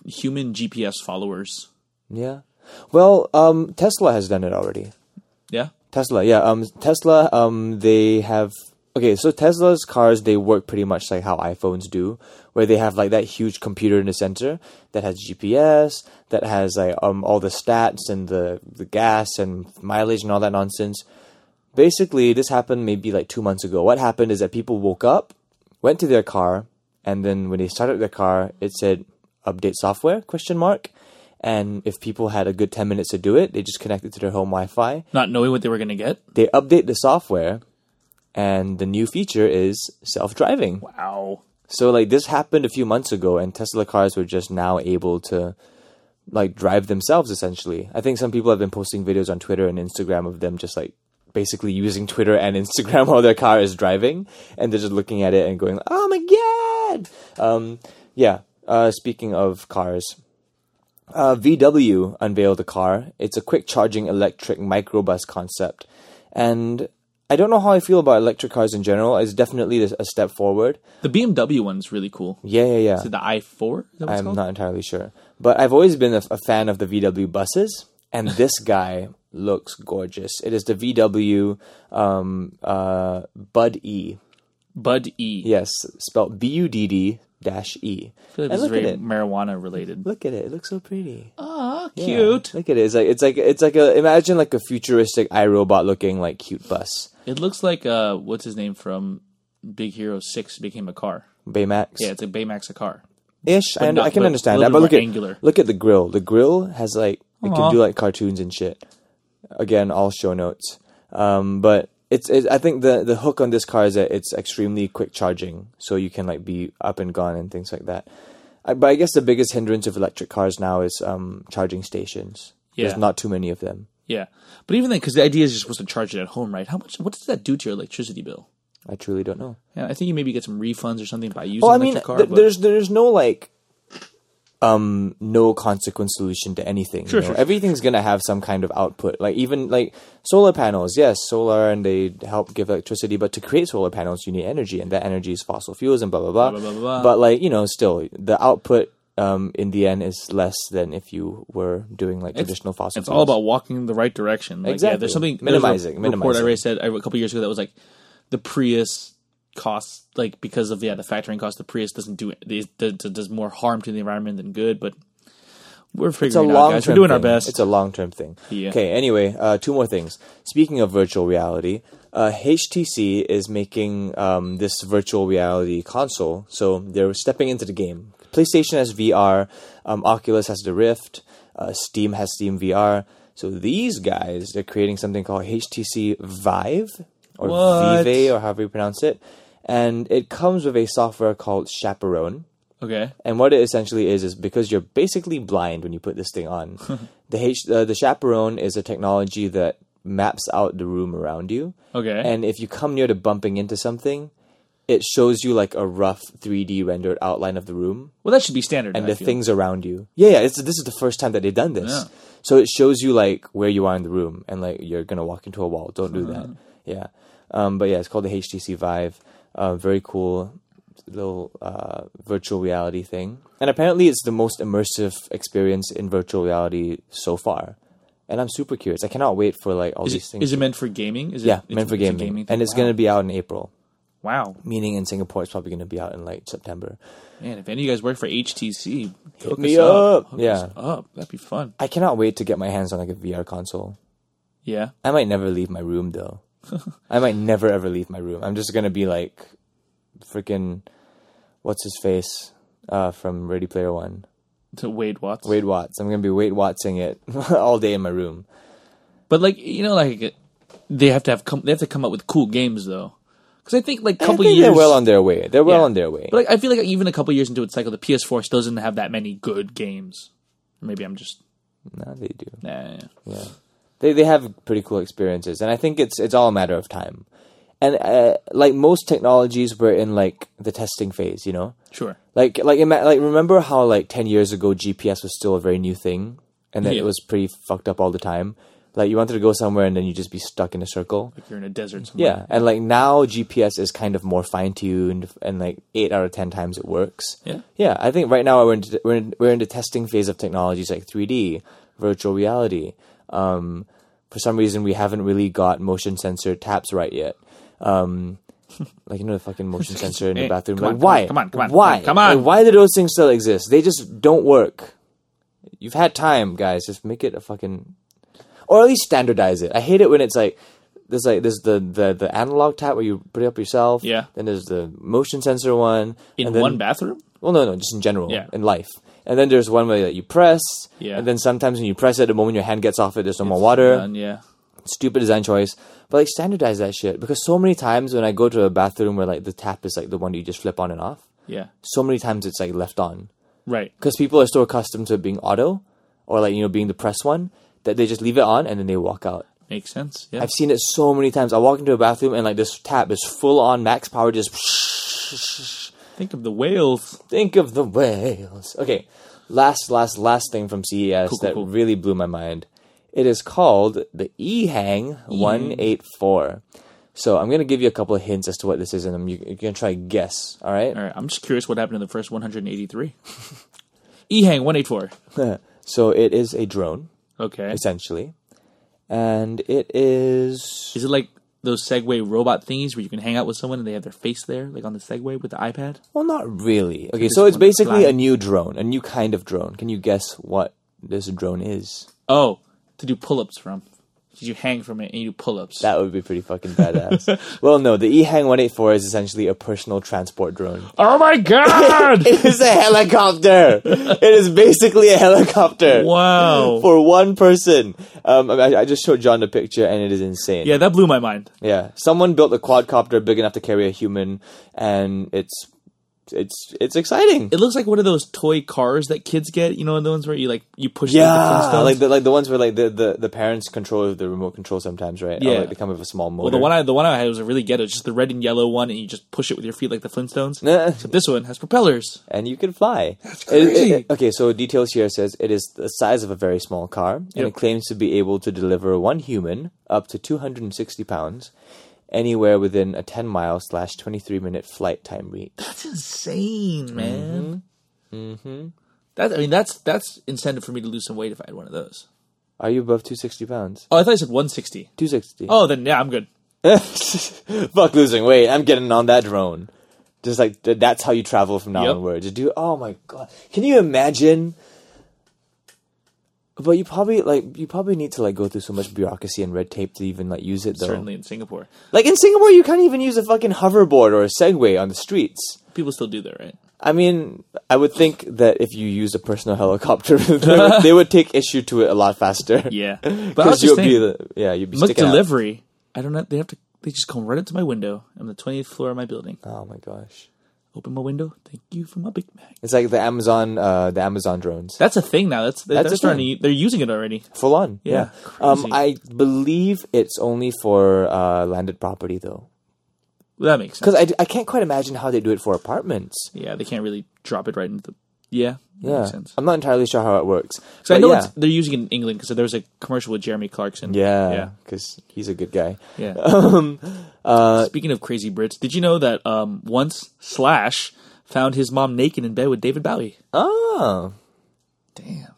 S2: human GPS followers.
S1: yeah. Well, um, Tesla has done it already.
S2: Yeah.
S1: Tesla, yeah. Um, Tesla, um, they have okay. So Tesla's cars they work pretty much like how iPhones do, where they have like that huge computer in the center that has GPS, that has like um all the stats and the the gas and mileage and all that nonsense. basically, this happened maybe like two months ago. What happened is that people woke up, went to their car, and then when they started their car, it said update software question mark. And if people had a good ten minutes to do it, they just connected to their home Wi-Fi.
S2: Not knowing what they were going to get.
S1: They update the software, and the new feature is self-driving.
S2: Wow.
S1: So like this happened a few months ago, and Tesla cars were just now able to like drive themselves essentially. I think some people have been posting videos on Twitter and Instagram of them just like basically using Twitter and Instagram while their car is driving, and they're just looking at it and going, "Oh my god!" Um, yeah. Uh, speaking of cars, uh, VW unveiled a car. It's a quick charging electric microbus concept. And I don't know how I feel about electric cars in general. It's definitely a a step forward.
S2: The BMW one's really cool.
S1: Yeah, yeah, yeah.
S2: Is it the i4? Is that what it's
S1: I'm
S2: called?
S1: not entirely sure. But I've always been a, a fan of the VW buses, and this guy looks gorgeous. It is the VW um, uh, Bud E.
S2: Bud E.
S1: Yes, spelled B U D D dash E.
S2: I feel
S1: And
S2: like this is
S1: look at
S2: very
S1: it.
S2: marijuana related.
S1: Look at it. It looks so pretty.
S2: Ah,
S1: Yeah,
S2: cute.
S1: Look at it. It's like it's like it's like a imagine like a futuristic iRobot looking like cute bus.
S2: It looks like uh, what's his name from Big Hero Six became a car.
S1: Baymax.
S2: Yeah, it's a Baymax a car.
S1: ish. I,
S2: But not-
S1: I can
S2: but
S1: understand
S2: a
S1: that,
S2: little
S1: but look
S2: more
S1: at
S2: angular.
S1: look at the grill. The grill has like it
S2: Aw.
S1: can do like cartoons and shit. Again, all show notes. Um, but it's it, I think the the hook on this car is that it's extremely quick charging, so you can like be up and gone and things like that. I, but I guess the biggest hindrance of electric cars now is um, charging stations.
S2: Yeah.
S1: There's not too many of them.
S2: Yeah, but even then, because the idea is you're supposed to charge it at home, right? How much? What does that do to your electricity bill?
S1: I truly don't know.
S2: Yeah, I think you maybe get some refunds or something by using
S1: Well, I
S2: an
S1: mean,
S2: electric car.
S1: th-
S2: but-
S1: there's there's no like, um, no consequence solution to anything. you
S2: Sure,
S1: know?
S2: sure, sure,
S1: Everything's gonna have some kind of output. Like even like solar panels, yes, solar and they help give electricity. But to create solar panels, you need energy, and that energy is fossil fuels and blah blah blah.
S2: Blah, blah, blah, blah, blah.
S1: But like you know, still the output. Um, in the end, is less than if you were doing like traditional fossil.
S2: it's
S1: fuels.
S2: all about walking in the right direction. Like, Yeah,
S1: Exactly.
S2: there's something
S1: Minimizing,
S2: There's a report I
S1: minimizing.
S2: already said I- a couple years ago that was like the Prius costs like because of yeah the factoring cost the Prius doesn't do it does, does more harm to the environment than good, but we're figuring
S1: it's a
S2: it
S1: long
S2: out, guys. We're
S1: term
S2: doing our
S1: thing.
S2: best.
S1: It's a long term thing.
S2: Yeah.
S1: Okay. Anyway, uh, two more things. Speaking of virtual reality, uh, HTC is making um, this virtual reality console, so they're stepping into the game. PlayStation has VR, um, Oculus has the Rift, uh, Steam has Steam VR. So these guys, they're creating something called HTC Vive or
S2: What?
S1: Vive or however you pronounce it, and it comes with a software called Chaperone.
S2: okay,
S1: And what it essentially is is because you're basically blind when you put this thing on. the H, uh, the chaperone is a technology that maps out the room around you.
S2: Okay.
S1: And if you come near to bumping into something, it shows you like a rough 3D rendered outline of the room
S2: well that should be standard.
S1: and
S2: I
S1: the
S2: feel.
S1: things around you. Yeah, yeah. It's, this is the first time that they've done this.
S2: Yeah.
S1: So it shows you like where you are in the room, and like you're gonna walk into a wall. Don't do
S2: Uh-huh.
S1: that. Yeah. Um, but yeah, it's called the HTC Vive. Uh, very cool little uh, virtual reality thing, and apparently it's the most immersive experience in virtual reality so far. And I'm super curious. I cannot wait for like all
S2: Is
S1: these
S2: it,
S1: things.
S2: is it meant for gaming? Is it,
S1: yeah,
S2: it's-
S1: meant for
S2: it's a
S1: gaming, and it's
S2: thing?
S1: gonna be out in April.
S2: wow. wow.
S1: Meaning in Singapore, it's probably gonna be out in like September.
S2: Man, if any of you guys work for HTC, hook
S1: me
S2: us
S1: up.
S2: Hook
S1: Yeah.
S2: us up. That'd be fun.
S1: I cannot wait to get my hands on like a VR console.
S2: Yeah.
S1: I might never leave my room though. I might never ever leave my room. I'm just gonna be like, freaking, what's his face uh, from Ready Player One,
S2: To Wade Watts.
S1: Wade Watts. I'm gonna be Wade Wattsing it all day in my room.
S2: But like you know, like they have to have come. They have to come up with cool games though, because I think like a
S1: I
S2: couple
S1: think
S2: years.
S1: they're well on their way. They're well
S2: Yeah.
S1: on their way.
S2: But like I feel like even a couple years into its cycle, the PS4 still doesn't have that many good games. Or maybe I'm just
S1: no, they do.
S2: nah.
S1: Yeah, they they have pretty cool experiences, and I think it's it's all a matter of time. And uh, like most technologies, we're in like the testing phase. You know,
S2: Sure.
S1: Like like ima- like remember how like ten years ago GPS was still a very new thing, and then
S2: Yeah.
S1: it was pretty fucked up all the time. Like you wanted to go somewhere and then you just be stuck in a circle.
S2: Like you're in a desert somewhere.
S1: Yeah, and like now GPS is kind of more fine tuned, and like eight out of ten times it works.
S2: Yeah.
S1: yeah. I think right now we're in we're in, we're in the testing phase of technologies like 3D, virtual reality. Um, for some reason, we haven't really got motion sensor taps right yet. Um, like you know the fucking motion sensor in
S2: Hey,
S1: the bathroom.
S2: come on,
S1: like,
S2: come on,
S1: why?
S2: come on, come on,
S1: Why?
S2: come on.
S1: Like, why do those things still exist? They just don't work. You've had time, guys. Just make it a fucking, or at least standardize it. I hate it when it's like there's like there's the, the the analog tap where you put it up yourself.
S2: Yeah.
S1: Then there's the motion sensor one.
S2: in
S1: and then,
S2: one bathroom.
S1: Well, no, no, just in general,
S2: Yeah.
S1: in life. And then there's one way that you press.
S2: Yeah.
S1: And then sometimes when you press it, the moment your hand gets off it, there's no more water.
S2: Done, yeah.
S1: Stupid design choice. But like standardize that shit because so many times when I go to a bathroom where like the tap is like the one that you just flip on and off,
S2: Yeah.
S1: so many times it's like left on
S2: Right.
S1: because people are so accustomed to it being auto or like you know being the press one that they just leave it on and then they walk out.
S2: Makes sense. Yeah.
S1: I've seen it so many times. I walk into a bathroom and like this tap is full on max power. Just
S2: Think of the whales.
S1: think of the whales. Okay, last last last thing from CES
S2: cool,
S1: that
S2: cool.
S1: really blew my mind. It is called the EHang one eight four. So I'm gonna give you a couple of hints as to what this is, and I'm, you're gonna try and guess. All right.
S2: All right. I'm just curious what happened in the first 183. Ehang 184.
S1: So it is a drone
S2: Okay.
S1: essentially, and it is
S2: Is it like those Segway robot thingies where you can hang out with someone and they have their face there, like on the Segway with the iPad?
S1: well not really. Okay,
S2: this
S1: so it's
S2: one is
S1: basically a
S2: flying.
S1: new drone, a new kind of drone. Can you guess what this drone is?
S2: Oh, to do pull-ups from. You hang from it and you do pull-ups.
S1: That would be pretty fucking badass. well, no, the EHang 184 is essentially a personal transport drone.
S2: oh my god!
S1: It is a helicopter. it is basically a helicopter
S2: wow.
S1: for one person. Um, I, I just showed John the picture, and it is insane.
S2: yeah, that blew my mind.
S1: Yeah. Someone built a quadcopter big enough to carry a human, and it's it's it's exciting.
S2: It looks like one of those toy cars that kids get, you know, the ones where you like you push
S1: yeah,
S2: the Flintstones.
S1: like the like the ones where like the, the, the parents control the remote control sometimes, right? Or,
S2: Yeah.
S1: like they come with a small motor.
S2: well, the one I the one I had was a really ghetto, just the red and yellow one, and you just push it with your feet like the Flintstones. Except this one has propellers.
S1: and you can fly. That's
S2: crazy.
S1: okay, so details here says it is the size of a very small car, and it
S2: Yep.
S1: claims to be able to deliver one human up to 260 pounds anywhere within a 10 mile slash 23 minute flight time reach.
S2: That's insane, man. Mm-hmm. That I mean, that's that's incentive for me to lose some weight if I had one of those.
S1: Are you above 260 pounds?
S2: Oh, I thought I said 160.
S1: 260.
S2: Oh, then yeah, I'm good.
S1: Fuck losing weight. I'm getting on that drone. Just like th- that's how you travel from now
S2: Yep.
S1: onward. Just do. Oh my god! Can you imagine? But you probably like you probably need to like go through so much bureaucracy and red tape to even like use it though.
S2: Certainly in Singapore,
S1: Like in Singapore, you can't even use a fucking hoverboard or a Segway on the streets.
S2: people still do that, right?
S1: I mean, I would think that if you used a personal helicopter, they, would, they would take issue to it a lot faster.
S2: Yeah, but I was
S1: because
S2: just
S1: you'll be
S2: thinking,
S1: the yeah, you'd be
S2: Mc
S1: sticking out.
S2: delivery. I don't know. They have to. They just come right up to my window. I'm the 20th floor of my building.
S1: Oh my gosh,
S2: Open my window. Thank you for my Big Mac.
S1: it's like the Amazon, uh, the Amazon drones,
S2: That's a thing now. That's,
S1: That's
S2: they're
S1: a
S2: starting. To,
S1: thing.
S2: u- they're using it already.
S1: full on.
S2: Yeah,
S1: Yeah,
S2: crazy.
S1: Um, I believe it's only for uh, landed property though,
S2: Well, that makes sense.
S1: because I, d- I can't quite imagine how they do it for apartments.
S2: Yeah, they can't really drop it right into the. Yeah, that
S1: Yeah,
S2: makes sense.
S1: I'm not entirely sure how it works.
S2: So I
S1: But
S2: know
S1: yeah.
S2: it's, they're using it in England because there was a commercial with Jeremy Clarkson.
S1: yeah,
S2: yeah,
S1: because he's a good guy.
S2: yeah. Um, Speaking of crazy Brits, did you know that um, once Slash found his mom naked in bed with David Bowie?
S1: Oh,
S2: Damn,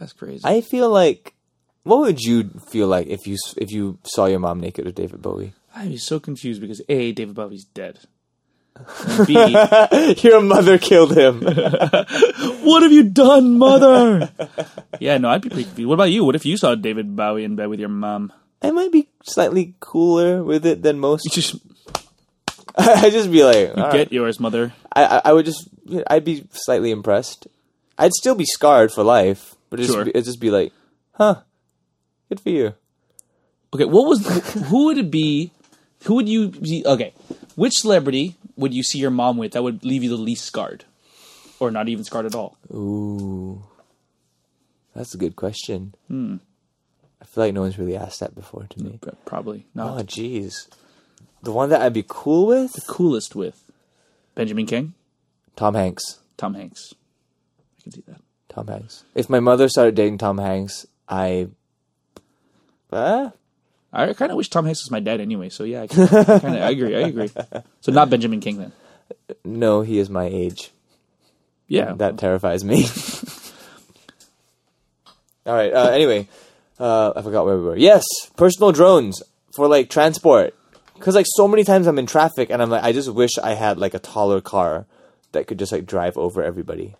S2: that's crazy.
S1: I feel like what would you feel like if you if you saw your mom naked with David Bowie?
S2: I was so confused because a David Bowie's dead. And B,
S1: your mother killed him.
S2: what have you done, mother? yeah, no, I'd be pretty confused. What about you? What if you saw David Bowie in bed with your mom?
S1: I might be slightly cooler with it than
S2: You
S1: most.
S2: just
S1: I'd just be like, all right.
S2: get yours, mother.
S1: I, I I would just I'd be slightly impressed. I'd still be scarred for life, but it'd,
S2: Sure.
S1: just, be, it'd just be like, huh, good for you.
S2: Okay, what was who would it be? Who would you be? Okay, which celebrity would you see your mom with that would leave you the least scarred, or not even scarred at all?
S1: Ooh, that's a good question. Hmm. I feel like no one's really asked that before to me.
S2: But Probably
S1: Oh,
S2: not.
S1: jeez. The one that I'd be cool with?
S2: Coolest with Benjamin King,
S1: Tom Hanks.
S2: Tom Hanks. I can see that.
S1: Tom Hanks. If my mother started dating Tom Hanks, I. Uh,
S2: I kind of wish Tom Hanks was my dad anyway. So yeah, I kind of I agree. I agree. So not Benjamin King then.
S1: no, he is my age.
S2: Yeah,
S1: That terrifies me. All right. Uh, anyway, uh, I forgot where we were. Yes, personal drones for like transport. Because like so many times I'm in traffic and I'm like, I just wish I had like a taller car that could just like drive over everybody.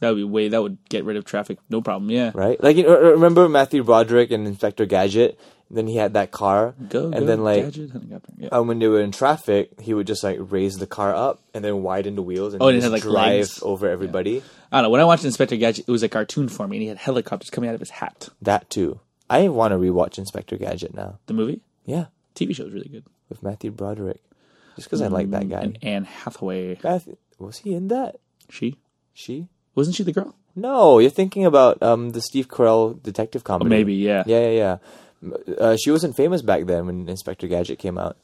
S2: That would be way. That would get rid of traffic, no problem. Yeah,
S1: right? Like you know, remember Matthew Broderick and Inspector Gadget? And then he had that car,
S2: go.
S1: and
S2: go,
S1: then like
S2: gadget, helicopter. yeah.
S1: um, when they were in traffic, he would just like raise the car up and then widen the wheels and
S2: Oh, and it
S1: just
S2: had, like,
S1: drive
S2: legs.
S1: over everybody.
S2: I don't know. When I watched Inspector Gadget, it was a cartoon for me, and he had helicopters coming out of his hat.
S1: That too. I want to rewatch Inspector Gadget now.
S2: The movie,
S1: Yeah,
S2: TV show is really good. Mm,
S1: with Matthew Broderick, just because I like that guy.
S2: And Anne Hathaway,
S1: Matthew, was he in that?
S2: she
S1: She?
S2: wasn't she the girl?
S1: No, you're thinking about um the Steve Carell detective comedy.
S2: Oh, maybe, yeah.
S1: Yeah, yeah, yeah. M- Uh, she wasn't famous back then when Inspector Gadget came out.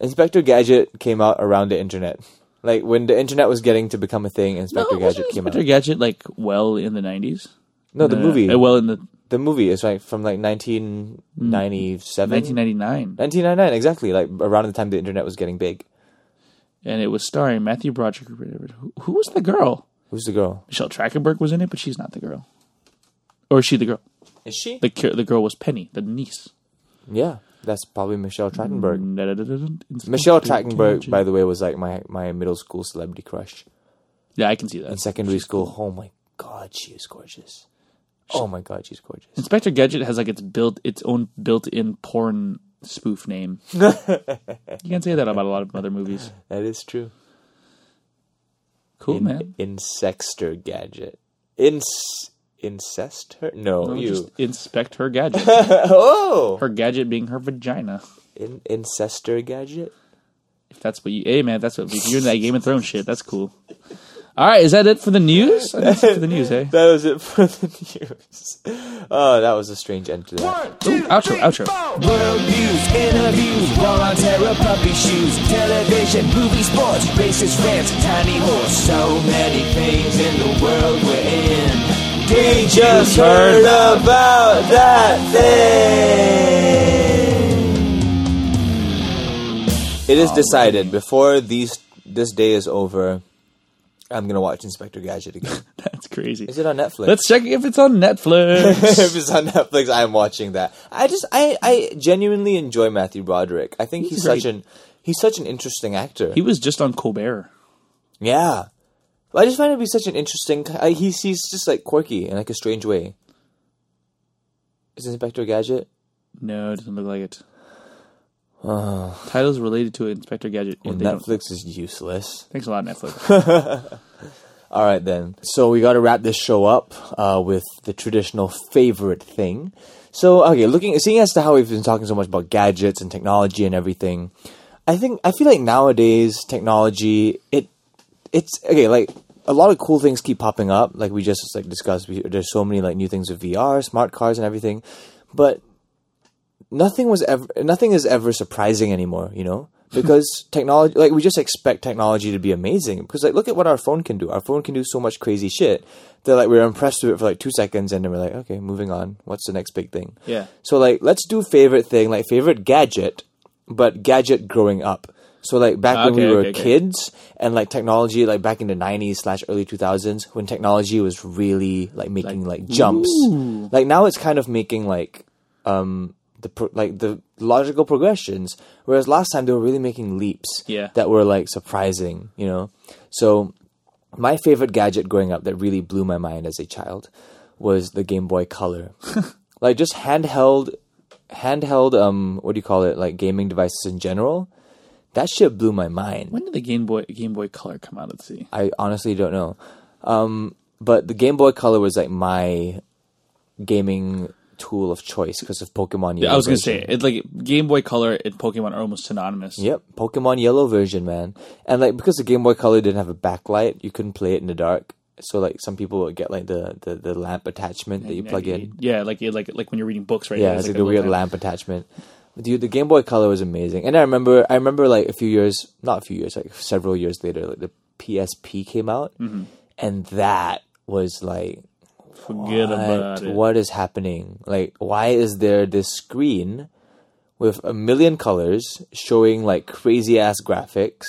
S1: Inspector Gadget came out around the internet. Like when the internet was getting to become a thing, Inspector
S2: no,
S1: Gadget
S2: wasn't
S1: came
S2: Inspector
S1: out.
S2: Gadget like well in the nineties. Uh,
S1: No, Oh, the movie.
S2: well, in the
S1: the movie is like from like 1997.
S2: Mm. nineteen ninety nine,
S1: 1999, exactly. Like around the time the internet was getting big.
S2: and it was starring Matthew Broderick. Who, who was the girl?
S1: Who's the girl?
S2: Michelle Trachtenberg was in it, but she's not the girl. Or is she the girl?
S1: Is she?
S2: The ki- the girl was Penny, the niece.
S1: yeah, that's probably Michelle Trachtenberg. Michelle
S2: Michelle
S1: Trachtenberg, by the way, was like my, my middle school celebrity crush.
S2: yeah, I can see
S1: In
S2: that.
S1: secondary school, oh my god, she is gorgeous. Oh my god, she's gorgeous.
S2: Inspector Gadget has like its built its own built-in porn spoof name. you can say that about a lot of other movies.
S1: That is true.
S2: Cool,
S1: In,
S2: man.
S1: Insexter gadget. In incest her? No,
S2: Well,
S1: you.
S2: Just inspect her gadget.
S1: oh,
S2: her gadget being her vagina.
S1: in incester gadget.
S2: If that's what you, hey man, that's what if you're in that Game of Thrones shit. That's cool. All right, is that it for the news? I think That's it for the news, eh?
S1: That was it for the news. Oh, that was a strange end to that.
S2: Ooh, outro, outro.
S4: World news, interviews, war on terror, puppy shoes, television, movie, sports, racist rants, tiny horse. So many things in the world we're in. They just
S1: heard about that thing. It is decided before these this day is over. I'm gonna watch Inspector Gadget again.
S2: That's crazy.
S1: Is it on Netflix?
S2: Let's check if it's on Netflix.
S1: if it's on Netflix, I'm watching that. I just I I genuinely enjoy Matthew Broderick. I think he's,
S2: great.
S1: such an he's such an interesting actor.
S2: he was just on Colbert.
S1: yeah. I just find him to be such an interesting. I, he's he's just like quirky in like a strange way. Is Inspector Gadget?
S2: No, it doesn't look like it. Titles related to Inspector Gadget.
S1: Well,
S2: they don't-
S1: Netflix is useless.
S2: Thanks a lot, Netflix.
S1: All right, then. So we got to wrap this show up uh, with the traditional favorite thing. So okay, looking, seeing as to how we've been talking so much about gadgets and technology and everything, I think I feel like nowadays technology it it's okay. Like a lot of cool things keep popping up. Like we just like discussed, we, there's so many like new things with VR, smart cars, and everything. But nothing was ever nothing is ever surprising anymore you know because technology like we just expect technology to be amazing because like look at what our phone can do our phone can do so much crazy shit that like we're impressed with it for like two seconds and then we're like okay moving on what's the next big thing
S2: Yeah.
S1: so like let's do favorite thing like favorite gadget but gadget growing up so like back when
S2: Okay,
S1: we were
S2: okay, okay.
S1: kids and like technology like back in the 90s slash early 2000s when technology was really like making like, jumps like now it's kind of making like um the pro- like the logical progressions whereas last time they were really making leaps
S2: Yeah.
S1: that were like surprising you know so my favorite gadget growing up that really blew my mind as a child was the Game Boy Color like just handheld handheld um what do you call it like gaming devices in general that shit blew my mind
S2: when did the Game Boy Game Boy Color come out? Let's see.
S1: I honestly don't know. Um, but the Game Boy Color was like my gaming tool of choice because of Pokemon. Yellow
S2: I was gonna
S1: version.
S2: say it's like Game Boy Color and Pokemon are almost synonymous.
S1: Yep, Pokemon Yellow version, man. And like because the Game Boy Color didn't have a backlight, you couldn't play it in the dark. So like some people would get like the the, the lamp attachment that you plug in.
S2: Yeah, like like like when you're reading books, right?
S1: Yeah,
S2: There's
S1: it's like
S2: a
S1: the weird
S2: little-
S1: lamp attachment. Dude, the Game Boy Color was amazing, and I remember, I remember like a few years, not a few years, like several years later, like the PSP came out, and that was like
S2: Forget about
S1: what,
S2: it.
S1: what is happening? Like, why is there this screen with a million colors showing like crazy ass graphics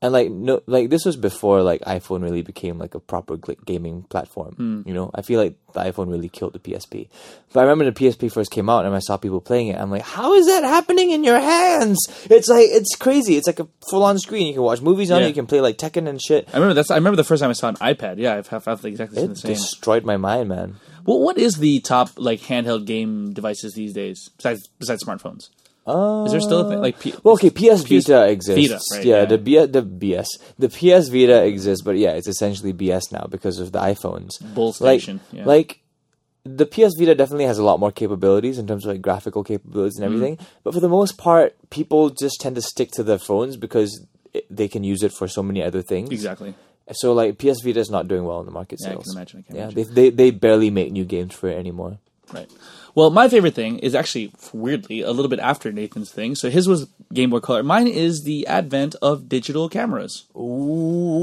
S1: and like no like this was before like iphone really became like a proper gl- gaming platform
S2: Hmm.
S1: you know i feel like the iphone really killed the psp but i remember the psp first came out and i saw people playing it i'm like how is that happening in your hands it's like it's crazy it's like a full-on screen you can watch movies on
S2: Yeah.
S1: it you can play like tekken and shit
S2: I remember that's. I remember the first time I saw an iPad. Yeah, I've have, have exactly seen
S1: it
S2: the same.
S1: destroyed my mind man
S2: Well, what is the top like handheld game devices these days besides besides smartphones? Uh, is there still a thing like P-
S1: Well, okay, PS Vita exists.
S2: Vita, right,
S1: yeah,
S2: yeah.
S1: the B- the BS, the PS Vita exists, but yeah, it's essentially BS now because of the iPhones.
S2: Bull
S1: Like-
S2: station, yeah.
S1: Like, the PS Vita definitely has a lot more capabilities in terms of like graphical capabilities and
S2: Mm-hmm.
S1: everything, but for the most part, people just tend to stick to their phones because it, they can use it for so many other things.
S2: exactly?
S1: So like, PS Vita is not doing well in the market
S2: Yeah, I
S1: sales.
S2: can imagine, I can
S1: yeah,
S2: imagine.
S1: They, they they barely make new games for it anymore.
S2: Right. Well, my favorite thing is actually weirdly a little bit after Nathan's thing. So his was Game Boy Color. Mine is the advent of digital cameras,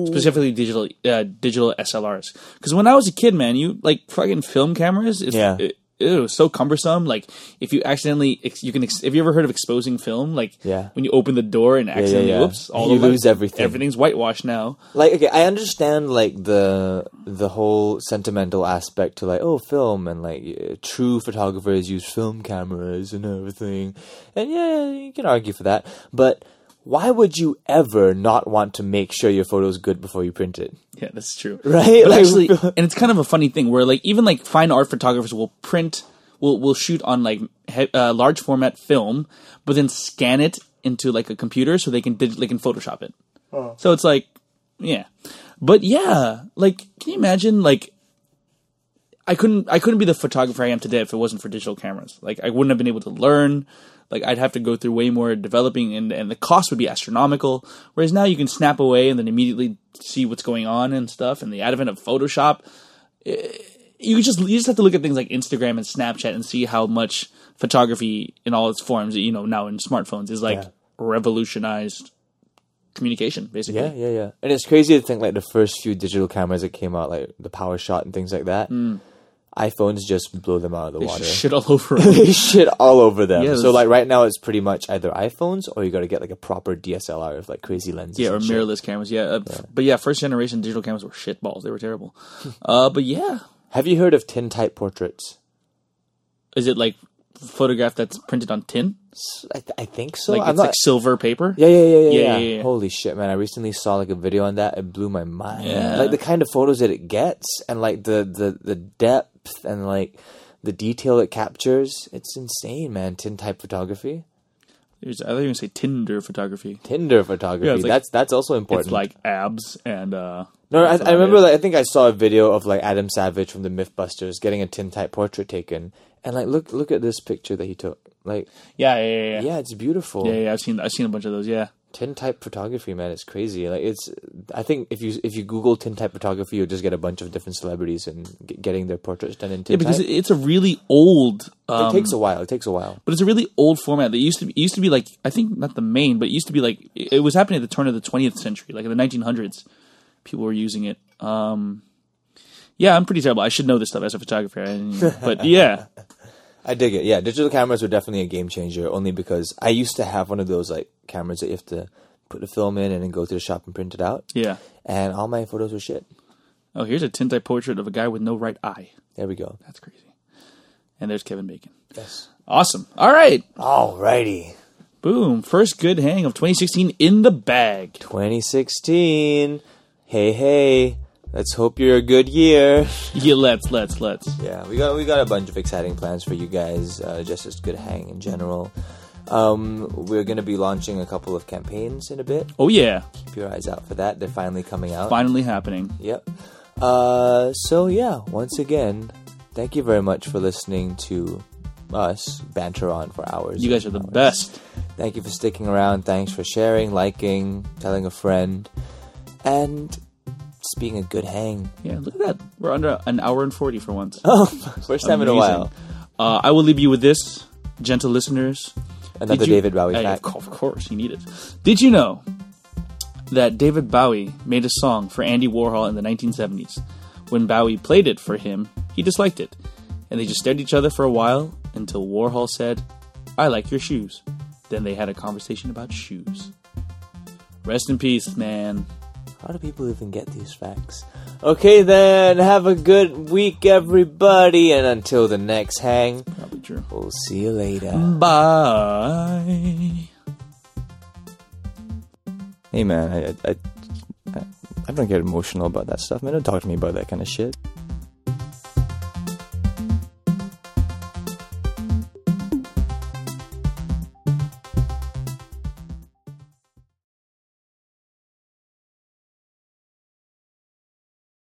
S2: specifically digital uh, digital SLRs. Because when I was a kid, man, you like fucking film cameras. It's,
S1: Yeah.
S2: It, it was so cumbersome. Like if you accidentally, ex- you can. Ex- have you ever heard of exposing film? Like
S1: Yeah.
S2: when you open the door and accidentally,
S1: yeah.
S2: whoops, all
S1: You
S2: of it-
S1: lose everything.
S2: Everything's whitewashed now.
S1: like okay i understand like the the whole sentimental aspect to like oh film and like uh, true photographers use film cameras and everything and yeah you can argue for that but why would you ever not want to make sure your photo's good before you print it
S2: Yeah, that's true.
S1: Right?
S2: But
S1: Like-
S2: actually, and it's kind of a funny thing where like even like fine art photographers will print, will will shoot on like he- uh, large format film, but then scan it into like a computer so they can dig- they can Photoshop it. So it's like, yeah, but yeah, like can you imagine like. I couldn't. I couldn't be the photographer I am today if it wasn't for digital cameras. Like I wouldn't have been able to learn. Like I'd have to go through way more developing, and and the cost would be astronomical. Whereas now you can snap away and then immediately see what's going on and stuff. And the advent of Photoshop, eh, you just you just have to look at things like Instagram and Snapchat and see how much photography in all its forms, you know, now in smartphones is like
S1: Yeah.
S2: revolutionized communication, basically.
S1: yeah yeah yeah and it's crazy to think like the first few digital cameras that came out like the power shot and things like that iphones just blow them out of the
S2: It's
S1: water
S2: just shit all over.
S1: They shit all over them.
S2: Yeah,
S1: so
S2: that's-
S1: like right now, it's pretty much either iPhones or you got to get like a proper DSLR with like crazy lenses.
S2: Yeah, or
S1: and shit.
S2: mirrorless cameras. Yeah, uh, f- but yeah, first generation digital cameras were shit balls. They were terrible. uh, but yeah,
S1: Have you heard of tintype portraits?
S2: is it like photograph that's printed on tin?
S1: I, th- I think so.
S2: Like
S1: I'm
S2: it's
S1: not.
S2: like silver paper.
S1: yeah, yeah, yeah, yeah,
S2: Yeah,
S1: yeah.
S2: yeah, yeah.
S1: Holy shit, man! I recently saw like a video on that. It blew my mind.
S2: Yeah.
S1: Like the kind of photos that it gets, and like the the the depth and like the detail it captures. It's insane, man. Tintype photography,
S2: There's, I thought you were gonna say Tinder photography.
S1: Tinder photography.
S2: Yeah, it's like-
S1: that's that's also important.
S2: It's like abs and uh,
S1: No, I,
S2: that's
S1: I
S2: about
S1: remember.
S2: it.
S1: Like, I think I saw a video of like Adam Savage from the MythBusters getting a tintype portrait taken, and like look look at this picture that he took. Like,
S2: yeah, yeah, yeah, yeah, yeah,
S1: yeah, it's beautiful.
S2: yeah, I've seen I've seen a bunch of those. Yeah,
S1: Tintype photography, man, it's crazy. Like, it's I think if you if you Google tintype photography, you'll just get a bunch of different celebrities and g- getting their portraits done in tintype.
S2: yeah, because it, it's a really old. Um,
S1: it takes a while. It takes a while.
S2: but it's a really old format. That used to be, it used to be like I think not the main, but it used to be like it it was happening at the turn of the 20th century, like in the 1900s. People were using it. Um, yeah, I'm pretty terrible. I should know this stuff as a photographer, I didn't- but yeah,
S1: I dig it. Yeah, digital cameras were definitely a game changer. Only because I used to have one of those like cameras that you have to put the film in and then go to the shop and print it out.
S2: yeah.
S1: And all my photos were shit.
S2: Oh, here's a tintype portrait of a guy with no right eye.
S1: There we go.
S2: That's crazy. And there's Kevin Bacon.
S1: Yes.
S2: Awesome. All right.
S1: Alrighty.
S2: Boom. First good hang of 2016 in the bag.
S1: 2016. Hey, hey. Let's hope you're a good year.
S2: Yeah, let's let's let's.
S1: Yeah, we got we got a bunch of exciting plans for you guys. Uh, just as good hang in general. Um, we're going to be launching a couple of campaigns in a bit.
S2: Oh yeah,
S1: Keep your eyes out for that. They're finally coming out.
S2: finally happening.
S1: Yep. Uh, so yeah, once again, thank you very much for listening to us banter on for hours.
S2: You guys are the best.
S1: Thank you for sticking around. Thanks for sharing, liking, telling a friend, and just being a good hang.
S2: Yeah, look at that. We're under an hour and 40 for once.
S1: First time in a
S2: Amazing.
S1: while.
S2: Uh, I will leave you with this, gentle listeners. Did
S1: Another
S2: you-
S1: David Bowie
S2: Hey,
S1: fact.
S2: Of, course, of course, you need it. Did you know that David Bowie made a song for Andy Warhol in the 1970s? When Bowie played it for him, he disliked it, and they just stared at each other for a while until Warhol said, "I like your shoes." Then they had a conversation about shoes. Rest in peace, man.
S1: How do people even get these facts? Okay, then, have a good week, everybody, and until the next hang,
S2: Probably true.
S1: we'll see you later.
S2: Bye.
S1: Hey man, I, I, I, I don't get emotional about that stuff, man. Don't talk to me about that kind of shit.